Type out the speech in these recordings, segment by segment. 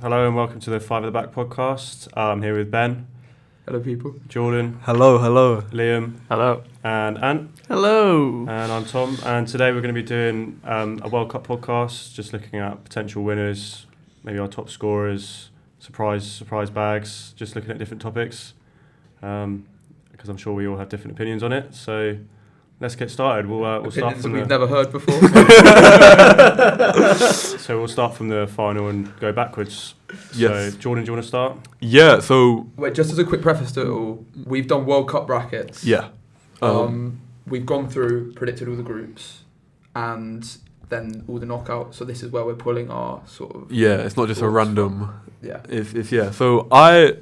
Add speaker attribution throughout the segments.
Speaker 1: Hello and welcome to the Five at the Back podcast. I'm here with Ben,
Speaker 2: Hello, people.
Speaker 1: Jordan,
Speaker 3: Hello, hello.
Speaker 1: Liam,
Speaker 2: Hello.
Speaker 1: and Ant.
Speaker 3: Hello.
Speaker 1: And I'm Tom. And today we're going to be doing um, a World Cup podcast, just looking at potential winners, maybe our top scorers, surprise surprise bags, just looking at different topics, because I'm sure we all have different opinions on it. So let's get started. We'll uh, we'll start
Speaker 2: Opinions that
Speaker 1: from the,
Speaker 2: we've never heard before.
Speaker 1: so we'll start from the final and go backwards. So
Speaker 3: Yes.
Speaker 1: Jordan, do you want to start?
Speaker 3: Yeah, so
Speaker 2: Wait, just as a quick preface to it all, we've done World Cup brackets.
Speaker 3: yeah.
Speaker 2: Um,
Speaker 3: Um,
Speaker 2: we've gone through, predicted all the groups, and then all the knockouts. So this is where we're pulling our sort of
Speaker 3: yeah, it's not just a
Speaker 2: Thoughts?
Speaker 3: random
Speaker 2: yeah.
Speaker 3: it's, it's yeah. So I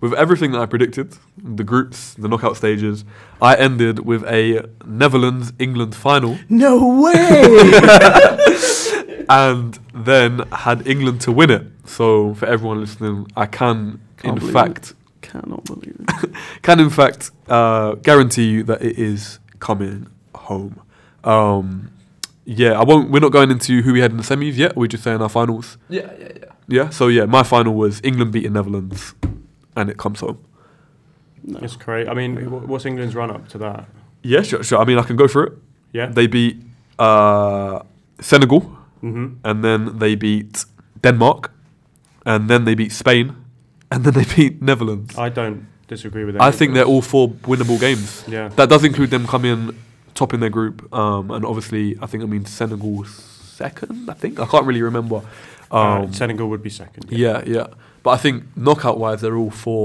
Speaker 3: with everything that I predicted, the groups, the knockout stages, I ended with a Netherlands England final
Speaker 4: No way!
Speaker 3: and then had England to win it. So for everyone listening, I can in
Speaker 4: Can't believe
Speaker 3: fact
Speaker 4: Cannot believe it.
Speaker 3: can in fact uh, guarantee you that it is coming home. Um, yeah, I won't. We're not going into who we had in the semis yet. We're just saying our finals.
Speaker 2: Yeah, yeah, yeah.
Speaker 3: Yeah. So yeah, my final was England beating Netherlands, and it comes home.
Speaker 4: No.
Speaker 1: It's great. I mean, wh- what's England's run up to that?
Speaker 3: Yeah, sure, sure. I mean, I can go through it.
Speaker 1: Yeah.
Speaker 3: They beat uh, Senegal,
Speaker 1: hmm
Speaker 4: Mm-hmm.
Speaker 3: and then they beat Denmark, and then they beat Spain, and then they beat Netherlands.
Speaker 1: I don't disagree with that.
Speaker 3: I think they're all four winnable games.
Speaker 1: Yeah.
Speaker 3: That does include them coming top in their group, um, and obviously, I think I mean Senegal second. I think I can't really remember. Um,
Speaker 1: Uh, Senegal would be second.
Speaker 3: yeah, yeah. But I think knockout wise, they're all four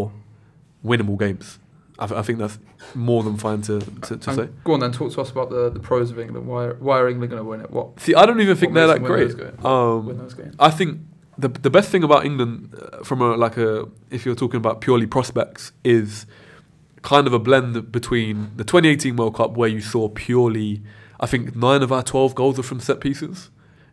Speaker 3: winnable games. I, th- I think that's more than fine to, to, to
Speaker 2: And
Speaker 3: say.
Speaker 2: Go on then, talk to us about the, the pros of England. Why are, why are England going to win it? What
Speaker 3: See, I don't even think
Speaker 2: what
Speaker 3: they're
Speaker 2: makes them win
Speaker 3: that
Speaker 2: those
Speaker 3: great.
Speaker 2: ga- win
Speaker 3: Um,
Speaker 2: those games.
Speaker 3: I think the the best thing about England, uh, from a like a if you're talking about purely prospects, is kind of a blend between the 2018 World Cup where you saw purely, I think nine of our 12 goals are from set pieces.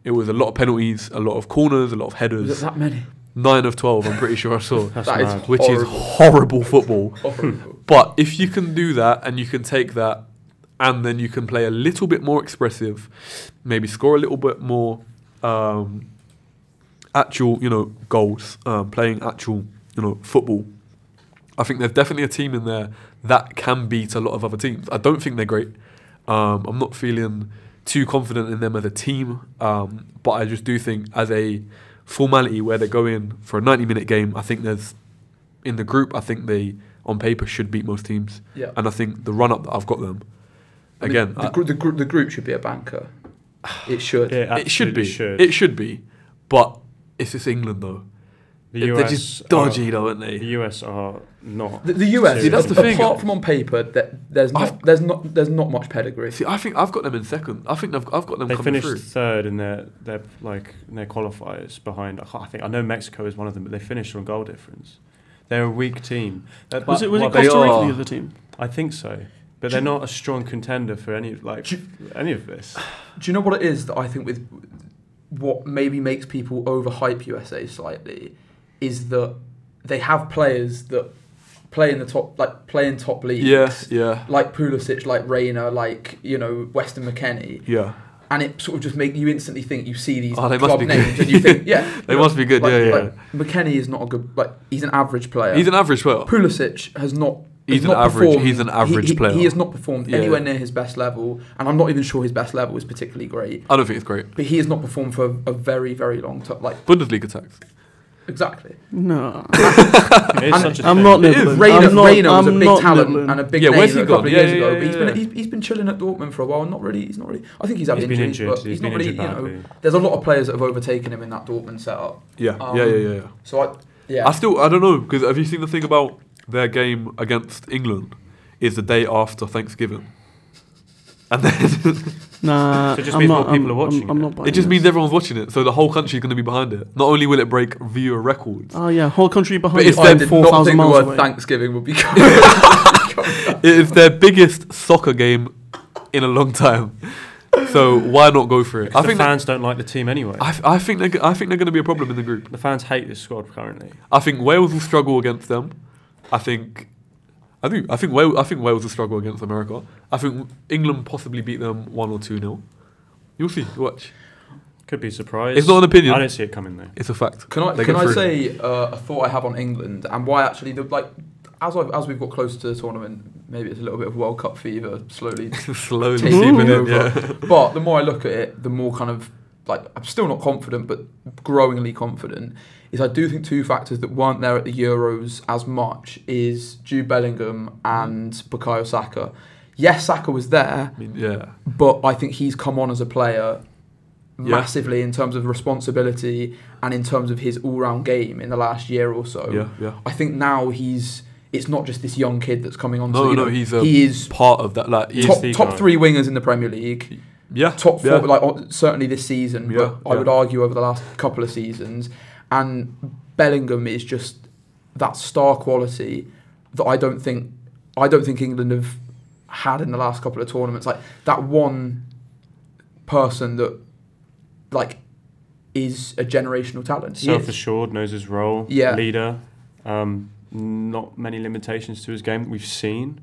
Speaker 3: It was a lot of penalties, a lot of corners, a lot of
Speaker 2: Was it
Speaker 3: headers.
Speaker 2: that many?
Speaker 3: Nine of 12, I'm pretty sure I saw,
Speaker 1: That's
Speaker 2: That is
Speaker 1: mad.
Speaker 3: which is
Speaker 2: horrible.
Speaker 3: horrible football.
Speaker 2: Horrible.
Speaker 3: But if you can do that and you can take that and then you can play a little bit more expressive, maybe score a little bit more um, actual, you know, goals, um, playing actual, you know, football. I think there's definitely a team in there that can beat a lot of other teams. I don't think they're great. Um, I'm not feeling too confident in them as a team, um, but I just do think as a formality where they go in for a 90 minute game, I think there's in the group. I think they on paper should beat most teams,
Speaker 2: Yeah.
Speaker 3: and I think the run up that I've got them
Speaker 2: I mean,
Speaker 3: again.
Speaker 2: the,
Speaker 3: I-
Speaker 2: gr- the, gr- the group should be a banker. It should.
Speaker 3: it should
Speaker 1: absolutely
Speaker 3: be.
Speaker 1: Should.
Speaker 3: It should be, but it's just England though.
Speaker 1: the
Speaker 3: They're just dodgy though, aren't
Speaker 1: Are, the
Speaker 3: they?
Speaker 1: US are not.
Speaker 2: The, the US,
Speaker 1: See, that's the
Speaker 2: apart
Speaker 3: thing.
Speaker 2: from on paper, that there's
Speaker 3: I've-
Speaker 2: not, there's not there's not much pedigree.
Speaker 3: See, I think I've got them in second. I think I've, I've got them
Speaker 1: they
Speaker 3: coming
Speaker 1: finished
Speaker 3: through.
Speaker 1: third in their their like in their qualifiers behind. I, can't- I think I know Mexico is one of them, but they finished on goal difference. They're a weak team. That-
Speaker 4: Was it was it
Speaker 1: what
Speaker 3: they
Speaker 4: Costa Rica
Speaker 3: are-
Speaker 4: the other team?
Speaker 1: I think so, but they're not a strong contender for any of like any of this.
Speaker 2: Do you know what it is that I think with what maybe makes people overhype USA slightly is that they have players that play in the top like play in top leagues.
Speaker 3: Yeah, yeah,
Speaker 2: Like Pulisic, like Rayner, like you know Weston McKennie,
Speaker 3: yeah.
Speaker 2: and it sort of just make you instantly think you see these
Speaker 3: Oh, they must
Speaker 2: club
Speaker 3: be good.
Speaker 2: names and you think yeah
Speaker 3: They
Speaker 2: you know,
Speaker 3: must be good,
Speaker 2: like-
Speaker 3: yeah, yeah.
Speaker 2: like, McKennie is not a good like he's an average player.
Speaker 3: He's an average player.
Speaker 2: Pulisic has not. has
Speaker 3: He's an
Speaker 2: not
Speaker 3: average-
Speaker 2: performed-
Speaker 3: he's an average
Speaker 2: he, he,
Speaker 3: player.
Speaker 2: He has not performed
Speaker 3: Yeah.
Speaker 2: anywhere near his best level, and I'm not even sure his best level is particularly great.
Speaker 3: I don't think it's great.
Speaker 2: But he has not performed for a, a very, very long time. Like
Speaker 3: Bundesliga tax.
Speaker 2: exactly.
Speaker 4: No,
Speaker 1: It is such a
Speaker 4: I'm
Speaker 1: thing.
Speaker 4: not
Speaker 3: It is.
Speaker 4: Netherlands.
Speaker 2: Rayner,
Speaker 4: I'm not,
Speaker 2: Rayner was
Speaker 4: I'm
Speaker 2: a big
Speaker 4: not
Speaker 2: talent
Speaker 4: Netherlands.
Speaker 2: and a big
Speaker 3: Yeah,
Speaker 2: name
Speaker 3: where's he
Speaker 2: a
Speaker 3: gone?
Speaker 2: couple of
Speaker 3: Yeah,
Speaker 2: years
Speaker 3: yeah,
Speaker 2: ago.
Speaker 3: yeah,
Speaker 2: but he's
Speaker 3: yeah.
Speaker 2: been he's, he's been chilling at Dortmund for a while. Not really. He's not really. I think he's had
Speaker 1: He's been
Speaker 2: injuries,
Speaker 1: injured.
Speaker 2: but
Speaker 1: He's
Speaker 2: he's,
Speaker 1: been
Speaker 2: not really.
Speaker 1: injured
Speaker 2: you know,
Speaker 1: badly.
Speaker 2: there's a lot of players that have overtaken him in that Dortmund setup.
Speaker 3: Yeah,
Speaker 2: Um,
Speaker 3: yeah, yeah, yeah, yeah.
Speaker 2: So I, yeah,
Speaker 3: I still I don't know because have you seen the thing about their game against England is the day after Thanksgiving, and then
Speaker 4: nah.
Speaker 1: So it just
Speaker 4: I'm
Speaker 1: means
Speaker 4: not,
Speaker 1: more people
Speaker 4: I'm,
Speaker 1: are watching
Speaker 4: I'm, I'm
Speaker 1: it.
Speaker 4: not buying
Speaker 3: it just
Speaker 4: this.
Speaker 3: means everyone's watching it, so the whole country's going to be behind it. Not only will it break viewer records,
Speaker 4: Oh yeah, whole country behind.
Speaker 3: But
Speaker 4: you.
Speaker 3: if
Speaker 2: I
Speaker 3: they're
Speaker 2: did
Speaker 4: four
Speaker 2: not
Speaker 4: thousand
Speaker 2: think the
Speaker 4: miles
Speaker 2: word
Speaker 4: away.
Speaker 2: Thanksgiving would be coming.
Speaker 3: it is their biggest soccer game in a long time. So why not go for it? I
Speaker 1: I the
Speaker 3: think that-
Speaker 1: fans don't like the team anyway.
Speaker 3: I, th- I think they're, g- I think they're going to be a problem in the group.
Speaker 1: the fans hate this squad currently.
Speaker 3: I think Wales will struggle against them. I think, I think, I think Wales. I think Wales will struggle against America. I think England possibly beat them one or two nil. You'll see. Watch.
Speaker 1: Could be surprised.
Speaker 3: It's not an opinion.
Speaker 1: I don't see it coming though.
Speaker 3: It's a fact.
Speaker 2: Can I
Speaker 3: They
Speaker 2: can
Speaker 3: go
Speaker 2: I
Speaker 3: through.
Speaker 2: say uh, a thought I have on England and why actually the like as I as we've got closer to the tournament, maybe it's a little bit of World Cup fever slowly
Speaker 3: Slowly
Speaker 2: taking
Speaker 3: seeping in.
Speaker 2: over.
Speaker 3: Yeah.
Speaker 2: but the more I look at it, the more kind of like I'm still not confident, but growingly confident. Is I do think two factors that weren't there at the Euros as much is Jude Bellingham and Bukayo Saka. Yes, Saka was there,
Speaker 3: I mean, yeah.
Speaker 2: but I think he's come on as a player
Speaker 3: Yeah.
Speaker 2: massively in terms of responsibility and in terms of his all-round game in the last year or so.
Speaker 3: Yeah. Yeah.
Speaker 2: I think now he's it's not just this young kid that's coming on.
Speaker 3: No,
Speaker 2: you
Speaker 3: no,
Speaker 2: know,
Speaker 3: he's a
Speaker 2: he is
Speaker 3: part of that. Like, he's,
Speaker 2: top,
Speaker 1: the
Speaker 2: top
Speaker 1: guy.
Speaker 2: three wingers in the Premier League
Speaker 3: yeah.
Speaker 2: top four,
Speaker 3: yeah.
Speaker 2: like on- certainly this season,
Speaker 3: Yeah,
Speaker 2: but I
Speaker 3: yeah.
Speaker 2: would argue over the last couple of seasons. And Bellingham is just that star quality that I don't think I don't think England have had in the last couple of tournaments. Like that one person that like is a generational talent.
Speaker 1: Self assured, knows his role.
Speaker 2: Yeah.
Speaker 1: Leader. Um, not many limitations to his game that we've seen.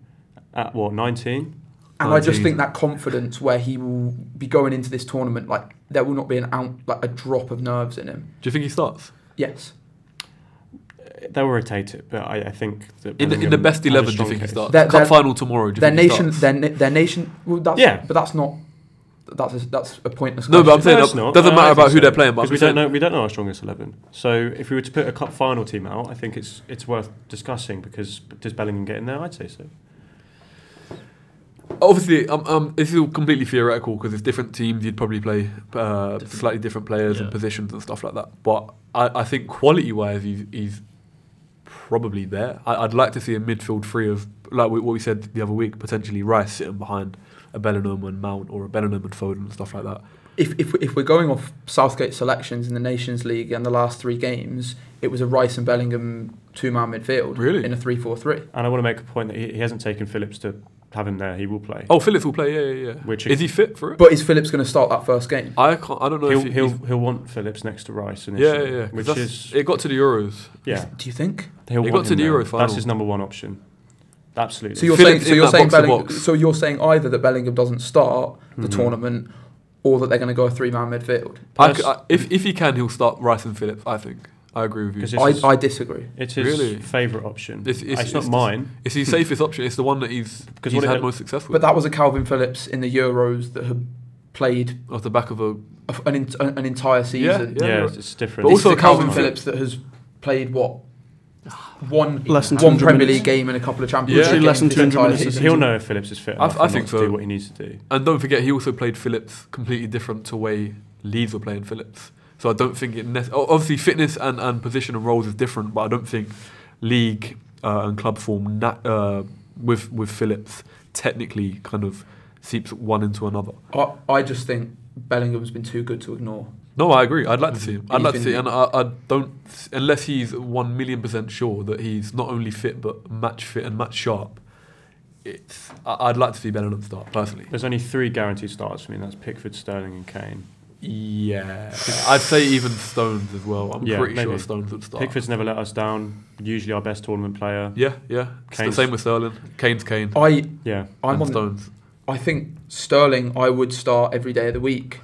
Speaker 1: At what nineteen?
Speaker 2: And I just
Speaker 3: Indeed.
Speaker 2: think that confidence where he will be going into this tournament, like there will not be an ounce, like a drop of nerves in him.
Speaker 3: Do you think he starts
Speaker 2: Yes.
Speaker 1: They'll rotate it, but I, I think that
Speaker 3: in the, in the
Speaker 1: Bellingham
Speaker 3: best
Speaker 1: has a
Speaker 3: eleven? Do you
Speaker 1: strong
Speaker 3: think he
Speaker 1: case.
Speaker 3: starts?
Speaker 2: Their-
Speaker 3: Cup
Speaker 2: their-
Speaker 3: final tomorrow. Do you
Speaker 2: their
Speaker 3: think he
Speaker 2: nation,
Speaker 3: starts?
Speaker 2: their, na- their nation. Well, that's
Speaker 1: Yeah.
Speaker 2: but that's not. That's a, that's a pointless.
Speaker 3: No, but I'm
Speaker 2: question.
Speaker 3: saying
Speaker 1: No,
Speaker 3: that
Speaker 1: it's not.
Speaker 3: doesn't
Speaker 1: No, I
Speaker 3: matter
Speaker 1: think
Speaker 3: about who
Speaker 1: so.
Speaker 3: they're playing, but I'm
Speaker 1: 'Cause we
Speaker 3: saying-
Speaker 1: don't know we don't know our strongest eleven. So if we were to put a cup final team out, I think it's it's worth discussing because does Bellingham get in there? I'd say so.
Speaker 3: Obviously, um, um, this is all completely theoretical because it's different teams. You'd probably play uh, slightly different players and
Speaker 5: Yeah.
Speaker 3: positions and stuff like that. But I, I think quality-wise, he's, he's probably there. I, I'd like to see a midfield three of like we, what we said the other week, potentially Rice sitting behind a Bellingham and Mount or a Bellingham and Foden and stuff like that.
Speaker 2: If, if if we're going off Southgate selections in the Nations League and the last three games, it was a Rice and Bellingham two-man midfield.
Speaker 3: Really?
Speaker 2: In a three-four-three.
Speaker 1: And I want to make a point that he, he hasn't taken Phillips to have him there. He will play.
Speaker 3: Oh, Phillips will play. Yeah, yeah, yeah.
Speaker 1: Which-
Speaker 3: is he fit for it?
Speaker 2: But is Phillips going to start that first game?
Speaker 3: I can't. I don't know
Speaker 1: he'll,
Speaker 3: if he,
Speaker 1: he'll
Speaker 3: he's-
Speaker 1: he'll want Phillips next to Rice
Speaker 3: yeah, yeah,
Speaker 1: initially,
Speaker 3: yeah. 'cause
Speaker 1: which
Speaker 3: that's-
Speaker 1: is
Speaker 3: it got to the Euros.
Speaker 1: yeah.
Speaker 2: Do you think?
Speaker 1: He'll
Speaker 3: He
Speaker 1: want
Speaker 3: got to
Speaker 1: him
Speaker 3: the
Speaker 1: there.
Speaker 3: Euro
Speaker 1: That's
Speaker 3: final.
Speaker 1: his number one option. Absolutely.
Speaker 2: So you're
Speaker 3: Phillips
Speaker 2: saying so
Speaker 3: in
Speaker 2: you're
Speaker 3: that
Speaker 2: saying
Speaker 3: box to
Speaker 2: Bellingham,
Speaker 3: box. Mm-hmm.
Speaker 2: so you're saying either that Bellingham doesn't start the
Speaker 1: Mhm.
Speaker 2: tournament, or that they're going to go a three-man midfield.
Speaker 3: I
Speaker 1: Pers-
Speaker 3: c- I- if if he can, he'll start Rice and Phillips. I think. I agree with you.
Speaker 1: 'Cause This is-
Speaker 2: I, I disagree.
Speaker 1: It's his
Speaker 3: Really?
Speaker 1: favourite option.
Speaker 3: It's-
Speaker 1: It's,
Speaker 3: it's-
Speaker 1: not
Speaker 3: it's-
Speaker 1: mine.
Speaker 3: It's his safest option. It's the one that he's
Speaker 1: 'Cause
Speaker 3: he's
Speaker 1: what it
Speaker 3: had
Speaker 1: look-
Speaker 3: most success
Speaker 2: But
Speaker 3: with
Speaker 2: that was a Calvin Phillips in the Euros that had played
Speaker 3: off the back of a.
Speaker 2: a- an, en- an entire season.
Speaker 1: Yeah,
Speaker 3: Yeah, you're
Speaker 1: it's, it's different.
Speaker 3: But
Speaker 2: But
Speaker 3: also
Speaker 2: also
Speaker 3: a
Speaker 2: Calvin
Speaker 3: Calvin
Speaker 2: Phillips that has played what one
Speaker 4: Less than
Speaker 2: one
Speaker 4: 200
Speaker 2: Premier
Speaker 4: minutes.
Speaker 2: League game and a couple of Champions
Speaker 3: Yeah.
Speaker 2: League
Speaker 4: Literally
Speaker 2: games
Speaker 4: less than
Speaker 2: this
Speaker 4: 200
Speaker 2: entire
Speaker 4: minutes.
Speaker 2: season.
Speaker 1: He'll know if Phillips is fit.
Speaker 3: I-
Speaker 1: Enough
Speaker 3: I
Speaker 1: or
Speaker 3: think
Speaker 1: not
Speaker 3: so.
Speaker 1: to do what he needs to do.
Speaker 3: And don't forget, he also played Phillips completely different to way Leeds were playing Phillips. So I don't think it. Nec- o- obviously, fitness and, and position and roles is different, but I don't think league uh, and club form na- uh, with with Phillips technically kind of seeps one into another.
Speaker 2: I, I just think Bellingham's been too good to ignore.
Speaker 3: No, I agree. I'd like to see him. I'd
Speaker 2: He's
Speaker 3: like to see,
Speaker 2: been-
Speaker 3: and I, I don't, unless he's one million percent sure that he's not only fit but match fit and match sharp. It's. I, I'd like to see Bellingham start personally.
Speaker 1: There's only three guaranteed starts for me, and that's Pickford, Sterling, and Kane.
Speaker 3: Yeah, I'd say even Stones as well. I'm
Speaker 1: Yeah,
Speaker 3: pretty sure
Speaker 1: maybe.
Speaker 3: Stones would start.
Speaker 1: Pickford's never let us down. Usually our best tournament player.
Speaker 3: Yeah, yeah. It's the
Speaker 1: Kane's-
Speaker 3: same with Sterling. Kane's Kane.
Speaker 2: I
Speaker 1: Yeah.
Speaker 2: Oh, I'm
Speaker 3: and
Speaker 2: on,
Speaker 3: Stones.
Speaker 2: I think Sterling I would start every day of the week.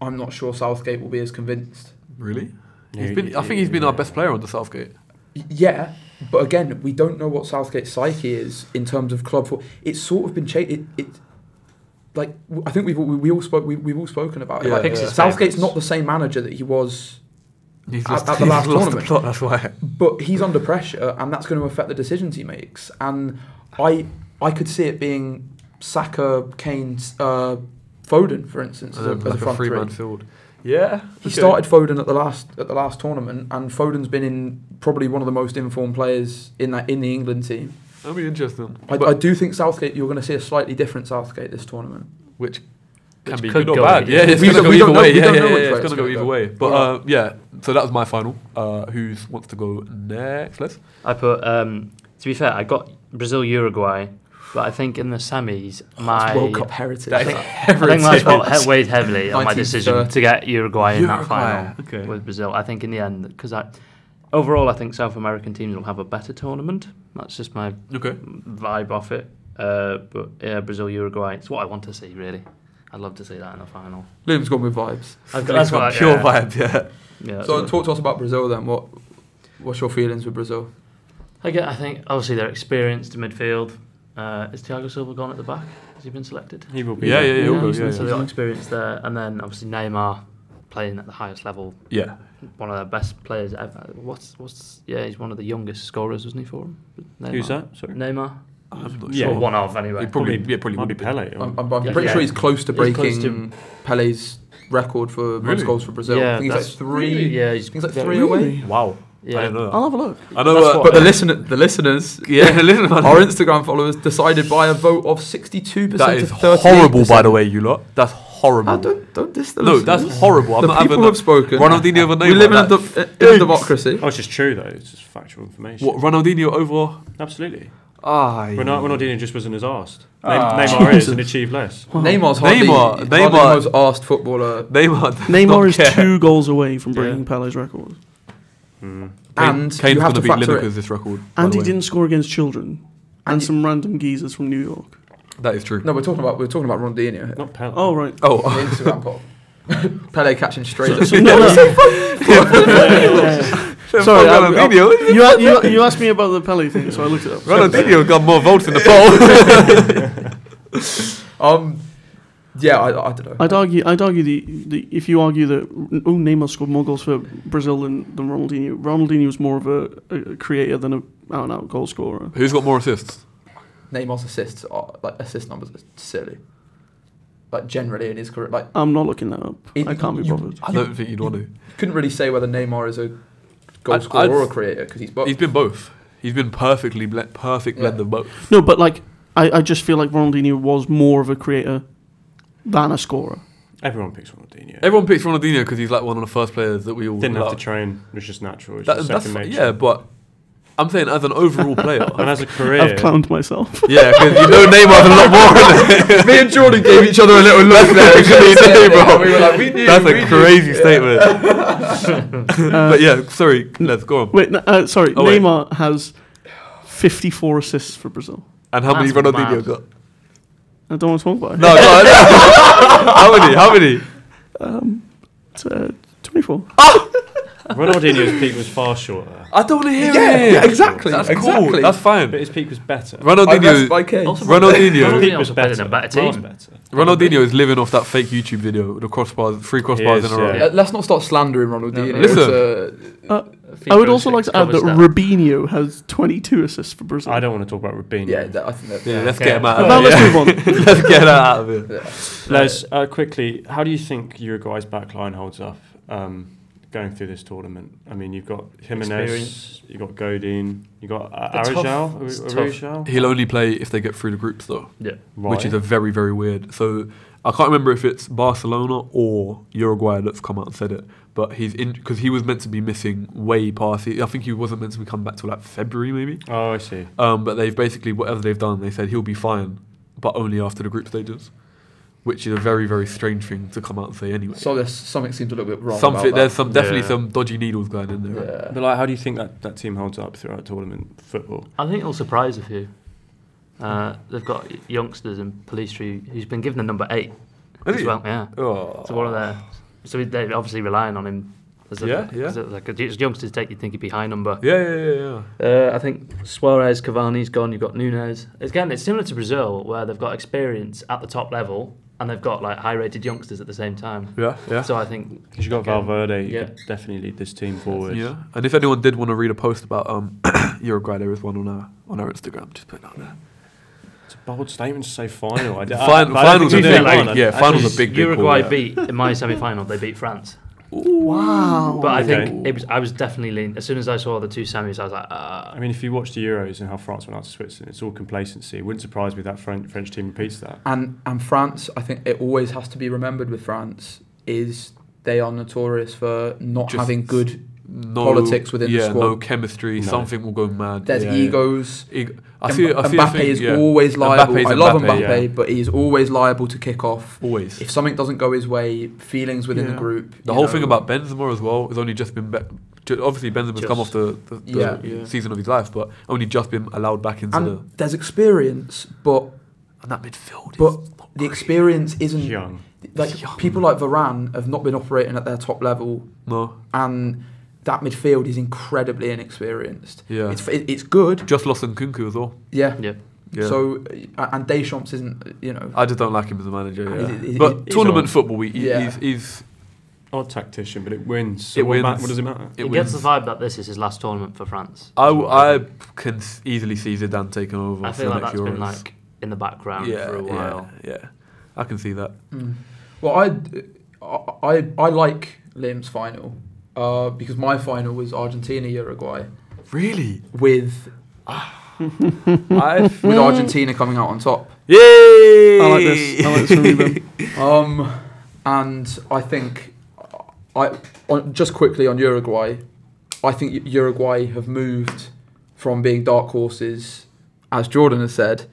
Speaker 2: I'm not sure Southgate will be as convinced.
Speaker 3: Really?
Speaker 1: Yeah,
Speaker 3: He's been. I think he's been our best player on the Southgate.
Speaker 2: Y- Yeah, but again, we don't know what Southgate's psyche is in terms of club. For it's sort of been changed. It, it like w- I think we've all- we, we all spoke we, we've all spoken about it.
Speaker 3: Yeah,
Speaker 2: Like,
Speaker 3: Picks his
Speaker 2: Southgate's
Speaker 1: favourites.
Speaker 2: not the same manager that he was,
Speaker 3: He's
Speaker 2: At-
Speaker 3: lost,
Speaker 2: at the
Speaker 3: he's
Speaker 2: last
Speaker 3: lost
Speaker 2: tournament.
Speaker 3: the plot. That's why.
Speaker 2: but he's under pressure, and that's going to affect the decisions he makes. And I I could see it being Saka, Kane, uh, Foden, for instance, as a,
Speaker 3: Um,
Speaker 2: as
Speaker 3: like
Speaker 2: a front
Speaker 3: three
Speaker 2: three.
Speaker 3: man field. Yeah.
Speaker 2: He
Speaker 3: okay.
Speaker 2: started Foden at the last at the last tournament, and Foden's been in probably one of the most informed players in that in the England team.
Speaker 3: That'll be interesting.
Speaker 2: I,
Speaker 3: But-
Speaker 2: I do think Southgate. You're going to see a slightly different Southgate this tournament.
Speaker 3: which can
Speaker 5: Which
Speaker 3: be
Speaker 5: could
Speaker 3: good or
Speaker 5: go
Speaker 3: bad.
Speaker 5: either
Speaker 3: Yeah,
Speaker 5: way.
Speaker 3: it's
Speaker 2: We
Speaker 3: going to
Speaker 2: don't-
Speaker 3: go
Speaker 2: we
Speaker 3: either
Speaker 2: don't know-
Speaker 3: way.
Speaker 2: we
Speaker 3: Yeah,
Speaker 2: don't
Speaker 3: yeah,
Speaker 2: know
Speaker 3: yeah,
Speaker 2: which way
Speaker 3: it's
Speaker 2: it's
Speaker 3: going to go
Speaker 2: gonna
Speaker 3: either
Speaker 2: go.
Speaker 3: way. But uh,
Speaker 2: Alright.
Speaker 3: yeah, so that was my final. Uh, who wants to go next? Les?
Speaker 5: I put. Um, to be fair, I got Brazil Uruguay, but I think in the semis, my
Speaker 2: World Cup heritage.
Speaker 5: I think, I think that's what he- weighed heavily on my decision
Speaker 2: 1930.
Speaker 5: to get Uruguay in that
Speaker 3: Uruguay,
Speaker 5: final
Speaker 3: okay.
Speaker 5: with Brazil. I think in the end, because I overall, I think South American teams will have a better tournament. That's just my
Speaker 3: Okay.
Speaker 5: vibe off it. Uh, but yeah, Brazil Uruguay, it's what I want to see really. I'd love to see that in the final.
Speaker 2: Liam's gone with vibes.
Speaker 5: I've
Speaker 3: It's got pure
Speaker 5: yeah.
Speaker 3: vibe, yeah.
Speaker 5: Yeah, that's
Speaker 2: so
Speaker 5: what-
Speaker 2: talk to us about Brazil then. What what's your feelings with Brazil?
Speaker 5: I get. I think obviously they're experienced in midfield. Uh, is Thiago Silva gone at the back? Has he been selected?
Speaker 1: He will be.
Speaker 3: Yeah,
Speaker 1: there.
Speaker 3: yeah, yeah.
Speaker 5: so
Speaker 3: all
Speaker 5: they
Speaker 3: good,
Speaker 5: have
Speaker 3: yeah,
Speaker 5: got experience there, and then obviously Neymar playing at the highest level,
Speaker 3: yeah.
Speaker 5: one of their best players ever. What's what's yeah? He's one of the youngest scorers, wasn't he? For him, Neymar.
Speaker 1: Who's that? Sorry.
Speaker 5: Neymar.
Speaker 3: I'm not
Speaker 1: Yeah.
Speaker 5: Or
Speaker 3: sure.
Speaker 5: one of anyway.
Speaker 3: He probably- yeah, probably
Speaker 1: might
Speaker 3: would
Speaker 1: be
Speaker 3: be.
Speaker 1: Pele. or-
Speaker 2: I'm, I'm, I'm
Speaker 5: Yeah,
Speaker 2: pretty
Speaker 5: yeah.
Speaker 2: sure he's close to
Speaker 5: He's
Speaker 2: breaking
Speaker 5: close to-
Speaker 2: Pele's record for most
Speaker 3: Really?
Speaker 2: goals for Brazil. I
Speaker 5: Yeah,
Speaker 2: think he's like
Speaker 5: that's-
Speaker 2: three.
Speaker 5: Yeah, he's
Speaker 2: I think he's like
Speaker 5: yeah,
Speaker 2: three away.
Speaker 3: Wow.
Speaker 5: Yeah.
Speaker 3: I didn't know that.
Speaker 4: I'll have a look.
Speaker 3: I know.
Speaker 5: That's
Speaker 3: uh,
Speaker 5: what-
Speaker 2: But the listener, the listeners,
Speaker 3: yeah, listen, man,
Speaker 2: our Instagram followers decided by a vote of sixty-two percent.
Speaker 3: that is horrible, by the way, you lot. That's horrible.
Speaker 2: Ah, don't don't diss the
Speaker 3: no,
Speaker 2: listeners.
Speaker 3: that's horrible. I'm
Speaker 2: the
Speaker 3: not having
Speaker 2: people
Speaker 3: that.
Speaker 2: have spoken.
Speaker 3: Ronaldinho over
Speaker 2: we
Speaker 3: Neymar.
Speaker 2: live in a,
Speaker 3: that-
Speaker 2: de- in a democracy.
Speaker 1: Oh, it's just true though. It's just factual information.
Speaker 3: What, Ronaldinho over?
Speaker 1: Absolutely.
Speaker 3: Ah,
Speaker 1: Ronal- Ronaldinho just wasn't as arsed. Neym-
Speaker 5: Ah.
Speaker 1: Neymar is and
Speaker 4: Jesus.
Speaker 1: achieved less.
Speaker 4: Wow.
Speaker 2: Neymar's hardly,
Speaker 3: Oh. Neymar-
Speaker 2: hardly
Speaker 3: Neymar-
Speaker 2: the most arsed footballer.
Speaker 3: Neymar.
Speaker 4: Neymar
Speaker 3: don't
Speaker 4: is
Speaker 3: care.
Speaker 4: two goals away from
Speaker 1: Yeah.
Speaker 4: breaking Pele's record,
Speaker 1: Mm.
Speaker 3: Kane-
Speaker 2: and
Speaker 3: Kane's
Speaker 2: you have
Speaker 3: going
Speaker 2: to
Speaker 3: to beat
Speaker 2: factor
Speaker 3: Lineker's
Speaker 2: it.
Speaker 3: this record. by
Speaker 4: and
Speaker 3: the
Speaker 4: he
Speaker 3: way.
Speaker 4: didn't score against children and,
Speaker 2: And you-
Speaker 4: some random geezers from New York.
Speaker 3: That is true.
Speaker 2: No, we're talking about we're talking about Ronaldinho. Here.
Speaker 1: Not Pele.
Speaker 4: Oh right.
Speaker 3: Oh,
Speaker 2: The Instagram poll. Pele catching straight.
Speaker 4: So, so no, no. Sorry, I-
Speaker 3: Ronaldinho.
Speaker 4: you, a- you, you asked me about the Pele thing, so I looked it up.
Speaker 3: Ronaldinho got more votes in the poll.
Speaker 2: um, yeah, I, I don't know.
Speaker 4: I'd argue, I'd argue the, the if you argue that oh Neymar scored more goals for Brazil than, than Ronaldinho. Ronaldinho was more of a, a creator than a out and out goal scorer.
Speaker 3: Who's got more assists?
Speaker 2: Neymar's assists are like assist numbers are silly. Like generally in his career, like
Speaker 4: I'm not looking that up.
Speaker 2: It-
Speaker 4: I can't be
Speaker 2: you-
Speaker 4: bothered.
Speaker 3: I don't think you'd want to.
Speaker 2: couldn't really say whether Neymar is a goal
Speaker 3: I'd-
Speaker 2: scorer
Speaker 3: I'd-
Speaker 2: or a creator because he's both.
Speaker 3: He's been both. He's been perfectly ble- perfect blend
Speaker 2: Yeah.
Speaker 3: of both.
Speaker 4: No, but like I, I just feel like Ronaldinho was more of a creator than a scorer.
Speaker 1: Everyone picks Ronaldinho.
Speaker 3: Everyone picks Ronaldinho because he's like one of the first players that we all
Speaker 1: Didn't have
Speaker 3: love.
Speaker 1: to train. It was just natural. It was
Speaker 3: That-
Speaker 1: just
Speaker 3: that's
Speaker 1: second
Speaker 3: fi-
Speaker 1: nature.
Speaker 3: yeah, but I'm saying as an overall player.
Speaker 1: And as a
Speaker 4: I've
Speaker 1: career,
Speaker 4: clowned myself.
Speaker 3: yeah, because you know Neymar a lot more.
Speaker 2: Me and Jordan gave each other a little look there.
Speaker 3: That's
Speaker 2: Yeah,
Speaker 3: actually insane, bro.
Speaker 2: We were like, we knew.
Speaker 3: That's
Speaker 2: we
Speaker 3: a
Speaker 2: knew.
Speaker 3: crazy
Speaker 2: Yeah.
Speaker 3: statement. but yeah, sorry, let's go on.
Speaker 4: Wait, no, uh, sorry,
Speaker 3: Oh, wait.
Speaker 4: Neymar has 54 assists for Brazil.
Speaker 3: And how many
Speaker 5: That's
Speaker 3: Ronaldinho
Speaker 5: mad.
Speaker 3: got?
Speaker 4: I don't want to talk about it.
Speaker 3: No, no, no. how many? How many?
Speaker 4: It's, uh, 24.
Speaker 1: Ronaldinho's peak was far shorter,
Speaker 3: I don't want to hear
Speaker 2: Yeah,
Speaker 3: it.
Speaker 2: yeah, exactly,
Speaker 3: That's cool.
Speaker 2: exactly.
Speaker 3: That's fine.
Speaker 1: but his peak was better.
Speaker 2: I rest
Speaker 3: Ronaldinho,
Speaker 2: my case.
Speaker 5: Also-
Speaker 1: His
Speaker 3: Ronaldinho,
Speaker 1: peak was
Speaker 5: Also played in
Speaker 1: better.
Speaker 5: a better
Speaker 1: Miles
Speaker 5: team.
Speaker 1: better.
Speaker 3: Ronaldinho is living off that fake YouTube video, with the crossbars, three crossbars
Speaker 1: is,
Speaker 3: in a row.
Speaker 1: yeah.
Speaker 2: Let- Let's not start slandering Ronaldinho.
Speaker 5: No,
Speaker 3: listen.
Speaker 2: It's, uh,
Speaker 4: I would also like to add that
Speaker 5: Covers
Speaker 4: Rubinho has 22 assists for Brazil.
Speaker 1: I don't want to talk about Rubinho.
Speaker 2: yeah, that, I think that.
Speaker 3: Yeah,
Speaker 2: Yeah.
Speaker 3: let's
Speaker 5: Okay.
Speaker 3: get him out.
Speaker 4: But
Speaker 3: Of
Speaker 4: now
Speaker 3: here.
Speaker 4: let's move on.
Speaker 3: let's get that out of here.
Speaker 1: Les, uh, quickly, how do you think Uruguay's back line holds up um, going through this tournament? I mean, you've got Jimenez,
Speaker 5: Experience.
Speaker 1: you've got Godin, you've got uh,
Speaker 5: They're tough.
Speaker 1: Arajal.
Speaker 5: It's
Speaker 1: Ar-
Speaker 5: tough.
Speaker 1: Arujal?
Speaker 3: He'll only play if they get through the groups, though,
Speaker 5: Yeah.
Speaker 1: Right.
Speaker 3: which is a very, very weird. So I can't remember if it's Barcelona or Uruguay that's come out and said it, but he's in because he was meant to be missing way past. I think he wasn't meant to be coming back till like February, maybe.
Speaker 1: oh, I see.
Speaker 3: Um, but they've basically whatever they've done, they said he'll be fine, but only after the group stages, which is a very, very strange thing to come out and say anyway.
Speaker 2: So there's something seems a little bit wrong.
Speaker 3: Something
Speaker 2: about
Speaker 3: there's some definitely
Speaker 1: Yeah.
Speaker 3: some dodgy needles going in there.
Speaker 2: that.
Speaker 1: But like, how do you think that, that team holds up throughout tournament football?
Speaker 5: I think it'll surprise a few. Uh, they've got youngsters in police who- who's been given the number eight
Speaker 3: Has
Speaker 5: as
Speaker 3: he?
Speaker 5: well. Yeah.
Speaker 3: Oh.
Speaker 5: So one of their, so they're obviously relying on him. As a,
Speaker 3: Yeah, yeah.
Speaker 5: As a, like as youngsters take, you think he'd be high number.
Speaker 3: Yeah, yeah, yeah, yeah.
Speaker 5: Uh, I think Suarez, Cavani's gone. You've got Nunes. Again, it's similar to Brazil, where they've got experience at the top level and they've got like high-rated youngsters at the same time.
Speaker 3: Yeah, yeah.
Speaker 5: So I think
Speaker 1: Because you've got
Speaker 5: Again,
Speaker 1: Valverde, you
Speaker 5: yeah.
Speaker 1: could definitely lead this team forward.
Speaker 3: Yeah, and if anyone did want to read a post about um, Uruguay, there is one on our on our Instagram. Just put it out there.
Speaker 1: It's a bold statement to say final. I d- I-
Speaker 3: Fin-
Speaker 1: but I don't
Speaker 3: finals,
Speaker 1: think
Speaker 3: a
Speaker 1: they're
Speaker 3: big,
Speaker 1: doing
Speaker 3: like,
Speaker 1: one.
Speaker 3: yeah,
Speaker 1: I-
Speaker 3: finals a big, big
Speaker 5: Uruguay
Speaker 3: call.
Speaker 5: beat in my semi-final. They beat France.
Speaker 4: Wow.
Speaker 5: But I think
Speaker 1: Okay.
Speaker 5: it was. I was definitely lean. As soon as I saw the two semis, I was like,
Speaker 1: I
Speaker 5: uh,
Speaker 1: mean, if you watch the Euros and how France went out to Switzerland, it's all complacency. It wouldn't surprise me that French, French team repeats that.
Speaker 2: And and France, I think it always has to be remembered with France is they are notorious for not
Speaker 3: Just
Speaker 2: having good.
Speaker 3: No,
Speaker 2: Politics within the
Speaker 3: yeah,
Speaker 2: squad.
Speaker 3: no chemistry.
Speaker 1: No.
Speaker 3: Something will go mad.
Speaker 2: There's
Speaker 3: yeah, yeah.
Speaker 2: egos.
Speaker 3: Ego- I see. I
Speaker 2: Mb-
Speaker 3: see a
Speaker 2: Mbappe
Speaker 3: thing,
Speaker 2: is
Speaker 3: yeah.
Speaker 2: always liable.
Speaker 3: Mbappe's
Speaker 2: I love
Speaker 3: Mbappe,
Speaker 2: Mbappe,
Speaker 1: yeah.
Speaker 2: but he's always liable to kick off.
Speaker 3: Always.
Speaker 2: If something doesn't go his way, feelings within
Speaker 4: Yeah.
Speaker 2: the group.
Speaker 3: The
Speaker 2: you
Speaker 3: whole
Speaker 2: know.
Speaker 3: thing about Benzema as well has only just been. Be- ju- obviously, Benzema's come off
Speaker 5: Just-
Speaker 3: the, the, the
Speaker 2: Yeah.
Speaker 4: Yeah.
Speaker 3: season of his life, but only just been allowed back into
Speaker 2: and there's experience, but
Speaker 3: the. And that midfield
Speaker 2: But
Speaker 3: is not
Speaker 2: the
Speaker 3: great.
Speaker 2: experience isn't
Speaker 1: Young.
Speaker 2: like people like Varane have not been operating at their top level,
Speaker 3: No.
Speaker 2: and that midfield is incredibly inexperienced.
Speaker 3: Yeah.
Speaker 2: It's it, it's good,
Speaker 3: Just lost in Kunku as well.
Speaker 2: yeah.
Speaker 5: Yeah.
Speaker 3: Yeah.
Speaker 2: So uh, and Deschamps isn't you know
Speaker 3: I just don't like him as a manager. Yeah.
Speaker 2: He's- he's-
Speaker 3: but
Speaker 2: he's
Speaker 3: tournament
Speaker 1: on.
Speaker 3: football, we,
Speaker 2: Yeah.
Speaker 3: he's, he's
Speaker 1: Odd tactician, but it wins. So
Speaker 3: It
Speaker 1: what, ma-
Speaker 3: wins.
Speaker 1: what does it matter?
Speaker 3: it
Speaker 5: It,
Speaker 3: wins.
Speaker 5: gets the vibe that this is his last tournament for France.
Speaker 3: I, w- I can s- easily see Zidane taking over
Speaker 5: I
Speaker 3: for
Speaker 5: feel
Speaker 3: the
Speaker 5: like
Speaker 3: next
Speaker 5: that's
Speaker 3: Euros.
Speaker 5: been like in the background
Speaker 3: yeah,
Speaker 5: for a while.
Speaker 3: yeah, yeah. I can see that.
Speaker 2: Mm. Well, I, I, I like Liam's final uh, because my final was Argentina Uruguay
Speaker 3: Really?
Speaker 2: with
Speaker 3: I
Speaker 2: with Argentina coming out on top.
Speaker 3: Yay!
Speaker 4: I like this. I like this from you, Ben.
Speaker 2: Um, and I think I on, just quickly on Uruguay, I think U- Uruguay have moved from being dark horses, as Jordan has said.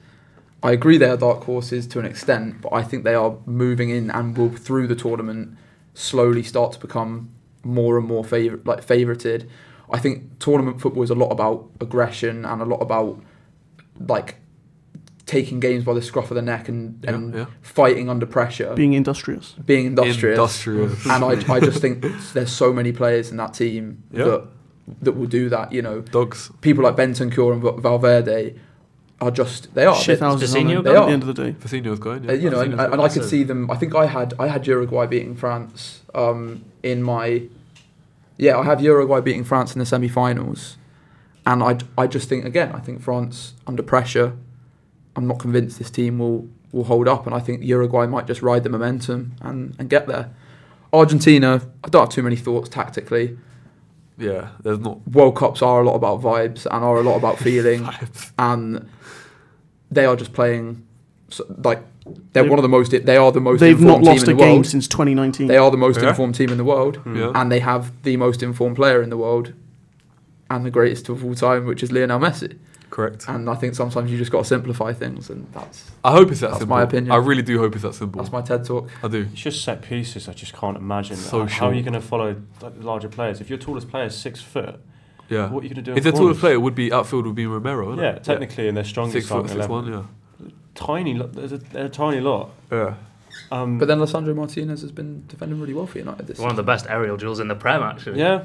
Speaker 2: I agree they are dark horses to an extent, but I think they are moving in and will through the tournament slowly start to become more and more favor- like favorited. I think tournament football is a lot about aggression and a lot about like taking games by the scruff of the neck and,
Speaker 3: Yeah,
Speaker 2: and
Speaker 3: yeah.
Speaker 2: fighting under pressure, being,
Speaker 4: Being industrious.
Speaker 2: industrious.
Speaker 3: Industrious.
Speaker 2: and I, I just think there's so many players in that team
Speaker 3: Yeah.
Speaker 2: that that will do that. You know,
Speaker 3: Dogs.
Speaker 2: people like Bentancur and Va- Valverde are just they are.
Speaker 4: Shit
Speaker 2: They-
Speaker 4: houses on
Speaker 5: Coutinho
Speaker 4: it
Speaker 2: They
Speaker 4: at
Speaker 2: are.
Speaker 4: the end of the day.
Speaker 3: Facinho's going. Yeah.
Speaker 2: uh, you know,
Speaker 3: Facinho's
Speaker 2: and,
Speaker 3: going.
Speaker 2: and I could see them. I think I had I had Uruguay beating France um, in my, yeah, I have Uruguay beating France in the semi-finals, and I I just think again I think France under pressure, I'm not convinced this team will will hold up, and I think Uruguay might just ride the momentum and and get there. Argentina, I don't have too many thoughts tactically.
Speaker 3: Yeah, there's not.
Speaker 2: World Cups are a lot about vibes and are a lot about feeling and they are just playing so, like they're
Speaker 4: They-
Speaker 2: one of the most they are the most
Speaker 4: They've not
Speaker 2: informed
Speaker 4: lost
Speaker 2: team
Speaker 4: a
Speaker 2: in the
Speaker 4: game
Speaker 2: world.
Speaker 4: since 2019.
Speaker 2: They are the most
Speaker 3: Yeah.
Speaker 2: informed team in the world
Speaker 3: Yeah.
Speaker 2: and they have the most informed player in the world and the greatest of all time which is Lionel Messi.
Speaker 3: Correct.
Speaker 2: And I think sometimes you just got to simplify things and that's
Speaker 3: I hope it's that
Speaker 2: That's
Speaker 3: simple.
Speaker 2: my opinion.
Speaker 3: I really do hope it's that simple.
Speaker 2: that's my TED talk.
Speaker 3: I do.
Speaker 1: It's just set pieces. I just can't imagine. how
Speaker 3: So
Speaker 1: how are you
Speaker 3: short.
Speaker 1: going to follow like, larger players? If your tallest player is six foot,
Speaker 3: Yeah.
Speaker 1: what are you going to do? in
Speaker 3: If the
Speaker 1: corners?
Speaker 3: tallest player would be outfield would be Romero. Isn't
Speaker 1: yeah,
Speaker 3: it?
Speaker 1: technically, and they're
Speaker 3: yeah.
Speaker 1: strongest
Speaker 3: six foot
Speaker 1: starting
Speaker 3: six
Speaker 1: 11.
Speaker 3: one. Yeah.
Speaker 1: Tiny, lo- there's a, they're a tiny lot.
Speaker 3: Yeah.
Speaker 1: Um,
Speaker 2: But then Lissandro Martinez has been defending really well for United this
Speaker 5: One of the
Speaker 2: season.
Speaker 5: best aerial duels in the Prem, actually.
Speaker 1: yeah,